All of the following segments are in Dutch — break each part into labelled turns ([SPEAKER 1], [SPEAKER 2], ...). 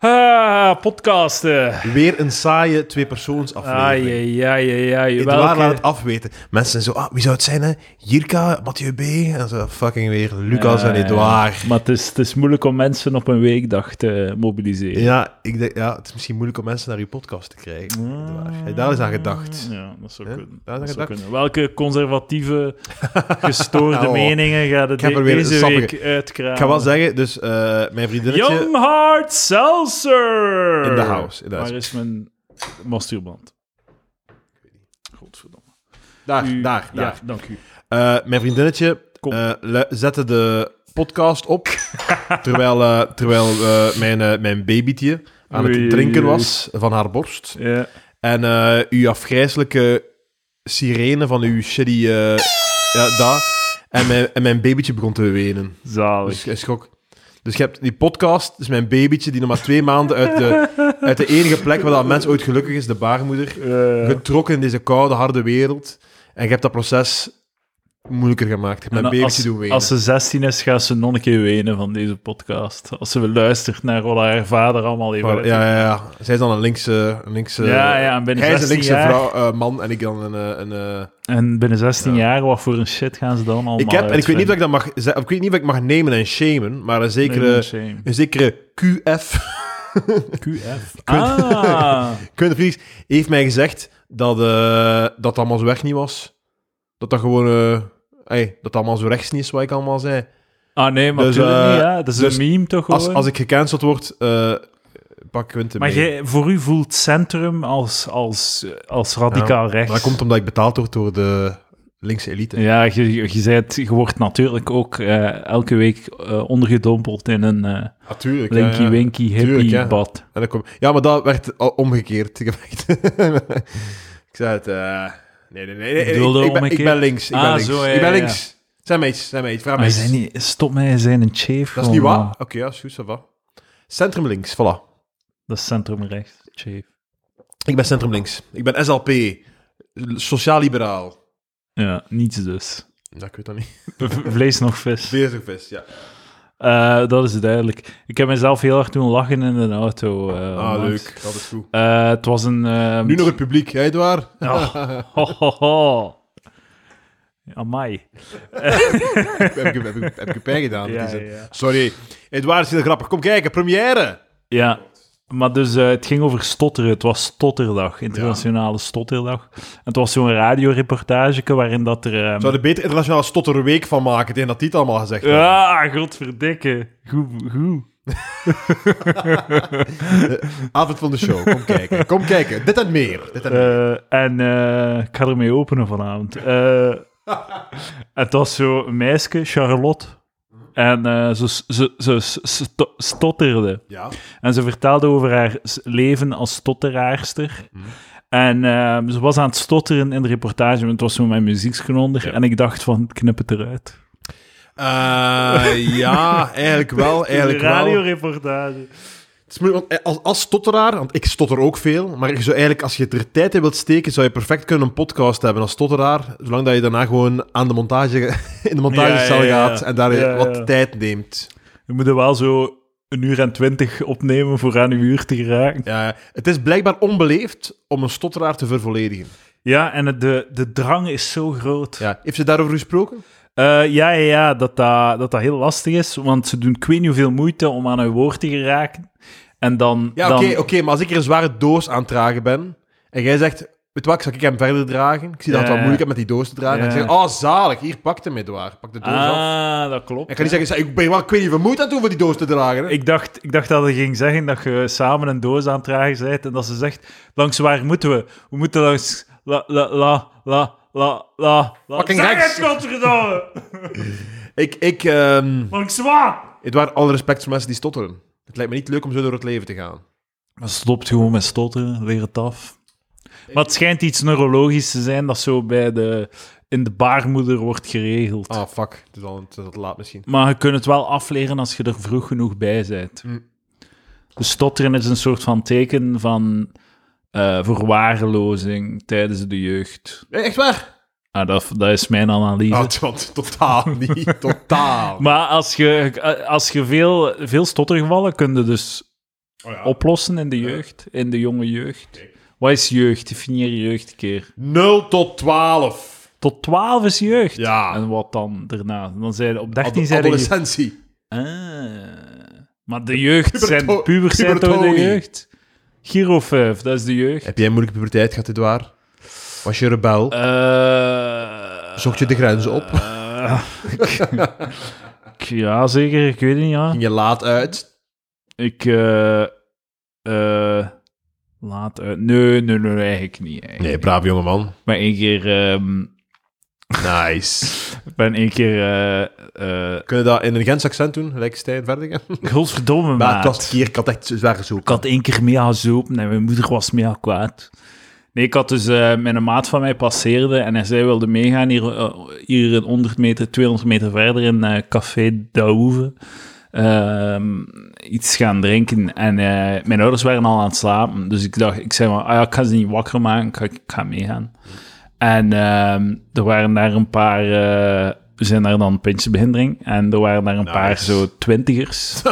[SPEAKER 1] Ah, podcasten.
[SPEAKER 2] Weer een saaie tweepersoonsaflevering.
[SPEAKER 1] Ai, ai, ai, ai, ai.
[SPEAKER 2] Edouard laat
[SPEAKER 1] Welke...
[SPEAKER 2] het afweten. Mensen zijn zo, ah, wie zou het zijn, hè? Jirka, Mathieu B. En zo, fucking weer Lucas
[SPEAKER 1] Ja,
[SPEAKER 2] en
[SPEAKER 1] ja, ja.
[SPEAKER 2] Edouard.
[SPEAKER 1] Eh, Maar het is, het is moeilijk om mensen op een weekdag te mobiliseren.
[SPEAKER 2] Ja, ik denk, ja, het is misschien moeilijk om mensen naar uw podcast te krijgen. Edouard. Hey, daar is aan gedacht.
[SPEAKER 1] Mm. Hmm. Ja, dat zou
[SPEAKER 2] Ja,
[SPEAKER 1] kunnen.
[SPEAKER 2] daar is
[SPEAKER 1] Dat zou
[SPEAKER 2] gedacht.
[SPEAKER 1] kunnen. Welke conservatieve, gestoorde
[SPEAKER 2] Oh,
[SPEAKER 1] meningen gaat het
[SPEAKER 2] heb
[SPEAKER 1] de-
[SPEAKER 2] er weer een
[SPEAKER 1] deze
[SPEAKER 2] sappige.
[SPEAKER 1] week uitkramen?
[SPEAKER 2] Ik ga wel zeggen, dus eh, mijn vriendinnetje
[SPEAKER 1] Young Heart Seltzer!
[SPEAKER 2] in de house. In de
[SPEAKER 1] Waar
[SPEAKER 2] house.
[SPEAKER 1] is mijn mastuurband? Godverdomme.
[SPEAKER 2] Daar,
[SPEAKER 1] U-
[SPEAKER 2] daar,
[SPEAKER 1] Ja,
[SPEAKER 2] daar.
[SPEAKER 1] dank u.
[SPEAKER 2] Eh, mijn vriendinnetje
[SPEAKER 1] Kom.
[SPEAKER 2] eh, lu- zette de podcast op terwijl, eh, terwijl eh, mijn, eh, mijn babytje aan
[SPEAKER 1] Oei, oei,
[SPEAKER 2] het drinken
[SPEAKER 1] oei.
[SPEAKER 2] was van haar borst.
[SPEAKER 1] Ja.
[SPEAKER 2] En eh, uw afgrijzelijke sirene van uw shitty... eh, ja, daar. En mijn, en mijn babytje begon te wenen.
[SPEAKER 1] Zalig.
[SPEAKER 2] Dus ik schrok. Dus je hebt die podcast, dus mijn babytje, die nog maar twee maanden uit de, uit de enige plek waar dat mens ooit gelukkig is, de baarmoeder,
[SPEAKER 1] Eh,
[SPEAKER 2] getrokken in deze koude, harde wereld. En je hebt dat proces moeilijker gemaakt. Je hebt
[SPEAKER 1] En
[SPEAKER 2] mijn
[SPEAKER 1] dan
[SPEAKER 2] babytje
[SPEAKER 1] als,
[SPEAKER 2] doen wenen.
[SPEAKER 1] Als ze 16 is, gaat ze nog een keer wenen van deze podcast. Als ze luistert naar wat haar vader allemaal heeft.
[SPEAKER 2] Maar-
[SPEAKER 1] uit-
[SPEAKER 2] ja, ja, ja. Zij is dan een linkse... Een linkse
[SPEAKER 1] ja, ja, en binnen
[SPEAKER 2] Hij is een
[SPEAKER 1] 16
[SPEAKER 2] linkse
[SPEAKER 1] jaar.
[SPEAKER 2] vrouw, eh, man en ik dan een... eh, een, eh,
[SPEAKER 1] En binnen 16
[SPEAKER 2] Ja.
[SPEAKER 1] jaar, wat voor een shit gaan ze dan allemaal
[SPEAKER 2] ik heb, en ik weet niet of
[SPEAKER 1] uitvinden?
[SPEAKER 2] ik dat mag... ze- Ik weet niet of ik mag nemen en shamen, maar een
[SPEAKER 1] Nee,
[SPEAKER 2] zekere...
[SPEAKER 1] no shame.
[SPEAKER 2] Een zekere QF,
[SPEAKER 1] QF. Ah,
[SPEAKER 2] Kunde Vries, heeft mij gezegd dat eh, dat dat allemaal zo weg niet was. Dat dat gewoon... eh, ey, dat dat allemaal zo rechts niet is, wat ik allemaal zei.
[SPEAKER 1] ah nee, maar
[SPEAKER 2] Dus,
[SPEAKER 1] tuurlijk
[SPEAKER 2] eh,
[SPEAKER 1] niet, ja. Dat is
[SPEAKER 2] dus
[SPEAKER 1] een meme toch gewoon?
[SPEAKER 2] Als, als ik gecanceld word, eh, pak Quinten
[SPEAKER 1] maar
[SPEAKER 2] mee.
[SPEAKER 1] jij, voor u voelt centrum als, als, als radicaal rechts.
[SPEAKER 2] Maar dat komt omdat ik betaald word door de linkse elite.
[SPEAKER 1] Ja, je, je, je zijt- je wordt natuurlijk ook eh, elke week eh, ondergedompeld in een eh,
[SPEAKER 2] Natuurlijk. ja,
[SPEAKER 1] linky
[SPEAKER 2] ja.
[SPEAKER 1] winky
[SPEAKER 2] Tuurlijk, Ah,
[SPEAKER 1] hippie
[SPEAKER 2] ja.
[SPEAKER 1] bad.
[SPEAKER 2] En dan kom- ja, maar dat werd al omgekeerd. Ik, heb echt- ik zei het... eh, Nee, nee, nee. nee,
[SPEAKER 1] Ik bedoelde
[SPEAKER 2] ik, ik, ben, ik
[SPEAKER 1] omgekeerd?
[SPEAKER 2] ben links. Ik
[SPEAKER 1] Ah,
[SPEAKER 2] ben links.
[SPEAKER 1] zo, ja,
[SPEAKER 2] ik ben
[SPEAKER 1] ja, ja.
[SPEAKER 2] links. Zijn mij iets, zijn mij iets. Vraag mij
[SPEAKER 1] Maar
[SPEAKER 2] iets.
[SPEAKER 1] zijn niet, eh, stop mij, zijn een chef.
[SPEAKER 2] Dat is niet waar? Oké, ja, is goed, ça va. Centrum links, voilà.
[SPEAKER 1] Dat is centrum rechts, chef.
[SPEAKER 2] Ik ben centrum links. Ik ben SLP. Sociaal-liberaal.
[SPEAKER 1] Ja, niets dus.
[SPEAKER 2] Ja, ik weet dat niet.
[SPEAKER 1] V- Vlees nog vis.
[SPEAKER 2] Veertigvis, ja.
[SPEAKER 1] Eh, dat is duidelijk. Ik heb mezelf heel hard doen lachen in een auto. eh,
[SPEAKER 2] Ah,
[SPEAKER 1] onlangs.
[SPEAKER 2] leuk. Dat is goed.
[SPEAKER 1] Eh, het was een... ehm,
[SPEAKER 2] Nu nog het publiek, hè, Edouard?
[SPEAKER 1] Oh, ho, ho, ho. Amai.
[SPEAKER 2] heb, ik, heb, ik, heb ik pijn gedaan?
[SPEAKER 1] Ja,
[SPEAKER 2] Is het-
[SPEAKER 1] ja, ja.
[SPEAKER 2] Sorry. Edouard is heel grappig. Kom kijken, première.
[SPEAKER 1] Ja, maar dus eh, het ging over stotteren. Het was stotterdag, internationale stotterdag. En het was zo'n radioreportage waarin dat er... ehm,
[SPEAKER 2] Zou er beter internationale stotterweek van maken, tegen dat die het allemaal gezegd heeft.
[SPEAKER 1] Ja, Ah, godverdikke. Goed, goed.
[SPEAKER 2] Eh, Avond van de show, kom kijken. Kom kijken, dit en meer. Dit en meer.
[SPEAKER 1] Eh, en eh, ik ga ermee openen vanavond. Eh, het was zo een meisje, Charlotte. En eh, ze, ze, ze sto- stotterde.
[SPEAKER 2] Ja.
[SPEAKER 1] En ze vertelde over haar s- leven als stotteraarster. En eh, ze was aan het stotteren in de reportage, want het was zo met muzieksken onder. En ik dacht van, knip het eruit.
[SPEAKER 2] Eh, ja, eigenlijk wel. Eigenlijk wel.
[SPEAKER 1] radioreportage.
[SPEAKER 2] Het is moeilijk, want eh, als, als stotteraar, want ik stotter ook veel, maar je zou eigenlijk, als je er tijd in wilt steken, zou je perfect kunnen een podcast hebben als stotteraar, zolang dat je daarna gewoon aan de montage, in de montagezaal
[SPEAKER 1] Ja, ja, ja, ja.
[SPEAKER 2] gaat en daar
[SPEAKER 1] Ja, ja.
[SPEAKER 2] wat tijd neemt.
[SPEAKER 1] Je moet er wel zo een uur en twintig opnemen voor aan uw uur te geraken.
[SPEAKER 2] Ja, het is blijkbaar onbeleefd om een stotteraar te vervolledigen.
[SPEAKER 1] Ja, en het- de, de drang is zo groot.
[SPEAKER 2] Ja. Heeft ze daarover gesproken?
[SPEAKER 1] Eh, ja, ja, ja dat, dat, dat dat heel lastig is, want ze doen ik weet niet hoeveel moeite om aan hun woord te geraken. En dan...
[SPEAKER 2] Ja,
[SPEAKER 1] dan-
[SPEAKER 2] oké, oké, maar als ik er een zware doos aan het dragen ben en jij zegt, weet je wat, zal ik hem verder dragen? Ik zie dat
[SPEAKER 1] Ja,
[SPEAKER 2] het
[SPEAKER 1] ja.
[SPEAKER 2] wat moeilijk is met die doos te dragen. En ik
[SPEAKER 1] Ja.
[SPEAKER 2] zeg, oh zalig, hier, pak hem, Edouard. Pak de doos af.
[SPEAKER 1] Ah, dat klopt.
[SPEAKER 2] En ik ga niet zeggen, ik ben wel, ik weet niet wat moeite aan doen voor die doos te dragen. Hè?
[SPEAKER 1] Ik dacht, ik dacht dat hij ging zeggen dat je samen een doos aan het dragen bent en dat ze zegt, langs waar moeten we? We moeten langs... La, la, la, la, la, la... la.
[SPEAKER 2] Fucking
[SPEAKER 1] zeg
[SPEAKER 2] rechts.
[SPEAKER 1] het, godverdomme!
[SPEAKER 2] Ik, ik ehm,
[SPEAKER 1] langs waar?
[SPEAKER 2] Edouard, alle respect voor mensen die stotteren. Het lijkt me niet leuk om zo door het leven te gaan.
[SPEAKER 1] Maar stopt gewoon met stotteren, leer het af. Maar het schijnt iets neurologisch te zijn dat zo bij de, in de baarmoeder wordt geregeld.
[SPEAKER 2] Ah, fuck. Het is al het is al te laat misschien.
[SPEAKER 1] Maar je kunt het wel afleren als je er vroeg genoeg bij bent.
[SPEAKER 2] Mm.
[SPEAKER 1] Dus stotteren is een soort van teken van eh, verwaarlozing tijdens de jeugd.
[SPEAKER 2] Eh, Echt waar?
[SPEAKER 1] Ah, dat, dat is mijn analyse.
[SPEAKER 2] Ah, t- want totaal niet. Totaal.
[SPEAKER 1] Maar als je, als je veel, veel stottergevallen kun je dus
[SPEAKER 2] Oh ja.
[SPEAKER 1] oplossen in de jeugd, in de jonge jeugd. Wat is jeugd? Definieer jeugd een keer.
[SPEAKER 2] 0 tot 12.
[SPEAKER 1] Tot 12 is jeugd.
[SPEAKER 2] Ja.
[SPEAKER 1] En wat dan daarna? Dan zijn op 13
[SPEAKER 2] Ad-
[SPEAKER 1] zijn er je...
[SPEAKER 2] adolescentie.
[SPEAKER 1] Ah. Maar de jeugd zijn,
[SPEAKER 2] Puberto-
[SPEAKER 1] pubers zijn toch de
[SPEAKER 2] pubertonie.
[SPEAKER 1] jeugd? Giro 5, dat is de jeugd.
[SPEAKER 2] Heb jij een moeilijke puberteit gehad, dit waar? Was je rebel?
[SPEAKER 1] Eh,
[SPEAKER 2] Zocht je de grenzen op?
[SPEAKER 1] eh, ik- ik- ja, zeker. Ik weet het niet, ja.
[SPEAKER 2] Ging je laat uit?
[SPEAKER 1] Ik... eh eh, laat uit. Nee, nee, nee, eigenlijk niet. Eigenlijk.
[SPEAKER 2] Nee, braaf jongeman.
[SPEAKER 1] Ik ben één keer... ehm,
[SPEAKER 2] Nice.
[SPEAKER 1] ik ben één keer... eh eh
[SPEAKER 2] Kunnen we dat in een Gens accent doen? Gelijk Stijn Verdingen?
[SPEAKER 1] Godverdomme,
[SPEAKER 2] Maar het
[SPEAKER 1] maat.
[SPEAKER 2] was hier, ik had echt zwaar zo.
[SPEAKER 1] Ik had één keer mega gezopen en mijn moeder was mega kwaad. Nee, ik had dus... eh mijn maat van mij passeerde en hij zei wilde meegaan hier, eh, hier een 100 meter, 200 meter verder in eh, Café Dauve. ehm, iets gaan drinken. En eh, mijn ouders waren al aan het slapen. Dus ik dacht, ik zei maar, ah ja, ik ga ze niet wakker maken, ik ga, ik ga meegaan. En ehm, er waren daar een paar... eh, we zijn daar dan pintjes beginnen drinken. En er waren daar een paar
[SPEAKER 2] Nice.
[SPEAKER 1] zo twintigers.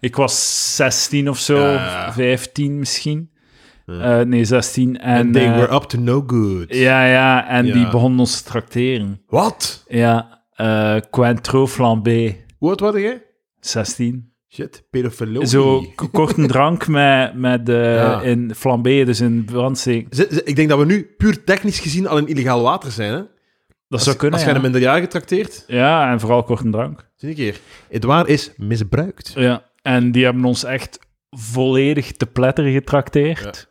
[SPEAKER 1] ik was 16 of zo,
[SPEAKER 2] Ja.
[SPEAKER 1] 15 misschien. Eh, nee, 16. En,
[SPEAKER 2] And they
[SPEAKER 1] eh,
[SPEAKER 2] were up to no good.
[SPEAKER 1] ja, ja, en
[SPEAKER 2] Ja.
[SPEAKER 1] die begonnen ons te tracteren.
[SPEAKER 2] Wat?
[SPEAKER 1] Ja, eh Cointreau flambé,
[SPEAKER 2] Hoe oud was jij?
[SPEAKER 1] 16.
[SPEAKER 2] Shit, pedofilie.
[SPEAKER 1] Zo k- kort een drank met, met eh,
[SPEAKER 2] Ja.
[SPEAKER 1] in flambé, dus in brandsteek.
[SPEAKER 2] Z- z- Ik denk dat we nu puur technisch gezien al in illegaal water zijn. Hè?
[SPEAKER 1] Dat zou kunnen,
[SPEAKER 2] Als jij
[SPEAKER 1] ja.
[SPEAKER 2] een minderjarige trakteert,
[SPEAKER 1] Ja, en vooral kort een drank.
[SPEAKER 2] zie ik hier. Edouard is misbruikt.
[SPEAKER 1] Ja, en die hebben ons echt volledig te pletter getrakteerd.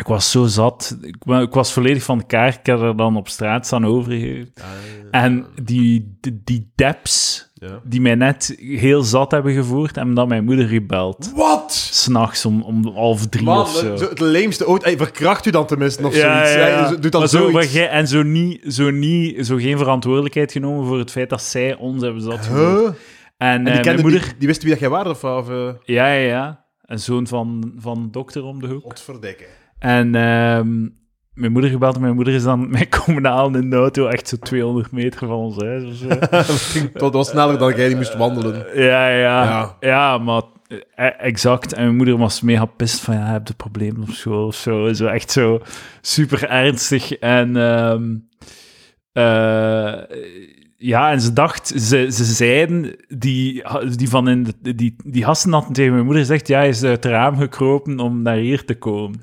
[SPEAKER 1] Ik was zo zat. Ik, wa- ik was volledig van de kaart. Ik had er dan op straat staan overgegeven. En die, die, die deps
[SPEAKER 2] Ja.
[SPEAKER 1] die mij net heel zat hebben gevoerd, hebben dan mijn moeder gebeld.
[SPEAKER 2] Wat?
[SPEAKER 1] S'nachts om, om half drie
[SPEAKER 2] Man,
[SPEAKER 1] of zo.
[SPEAKER 2] zo het leemste ooit. Hey, verkracht u dan tenminste of zoiets. Hey, zo- Doet
[SPEAKER 1] Maar
[SPEAKER 2] dan
[SPEAKER 1] zo,
[SPEAKER 2] zoiets.
[SPEAKER 1] maar jij- en zo, niet, zo, niet, zo geen verantwoordelijkheid genomen voor het feit dat zij ons hebben zat.
[SPEAKER 2] Huh?
[SPEAKER 1] gevoerd. En,
[SPEAKER 2] En
[SPEAKER 1] eh,
[SPEAKER 2] die,
[SPEAKER 1] mijn
[SPEAKER 2] kende,
[SPEAKER 1] moeder...
[SPEAKER 2] die, die wist wie dat jij was? Of, of, eh,
[SPEAKER 1] Ja, ja, ja. Een zoon van, van een dokter om de hoek.
[SPEAKER 2] Godverdikke.
[SPEAKER 1] En ehm, mijn moeder gebeld. Mijn moeder is dan mij komen halen in de auto. Echt zo 200 meter van ons huis of zo.
[SPEAKER 2] Dat was sneller dan jij die moest wandelen.
[SPEAKER 1] Eh, ja, ja,
[SPEAKER 2] Ja.
[SPEAKER 1] ja. maar... eh, Exact. En mijn moeder was mega pist van, ja, heb je problemen op school of zo. zo echt zo super ernstig. En... ehm, eh, ja, en ze dacht, ze, ze zeiden, die, die van in de, die, die gasten hadden tegen mijn moeder gezegd, ja, hij is uit het raam gekropen om naar hier te komen.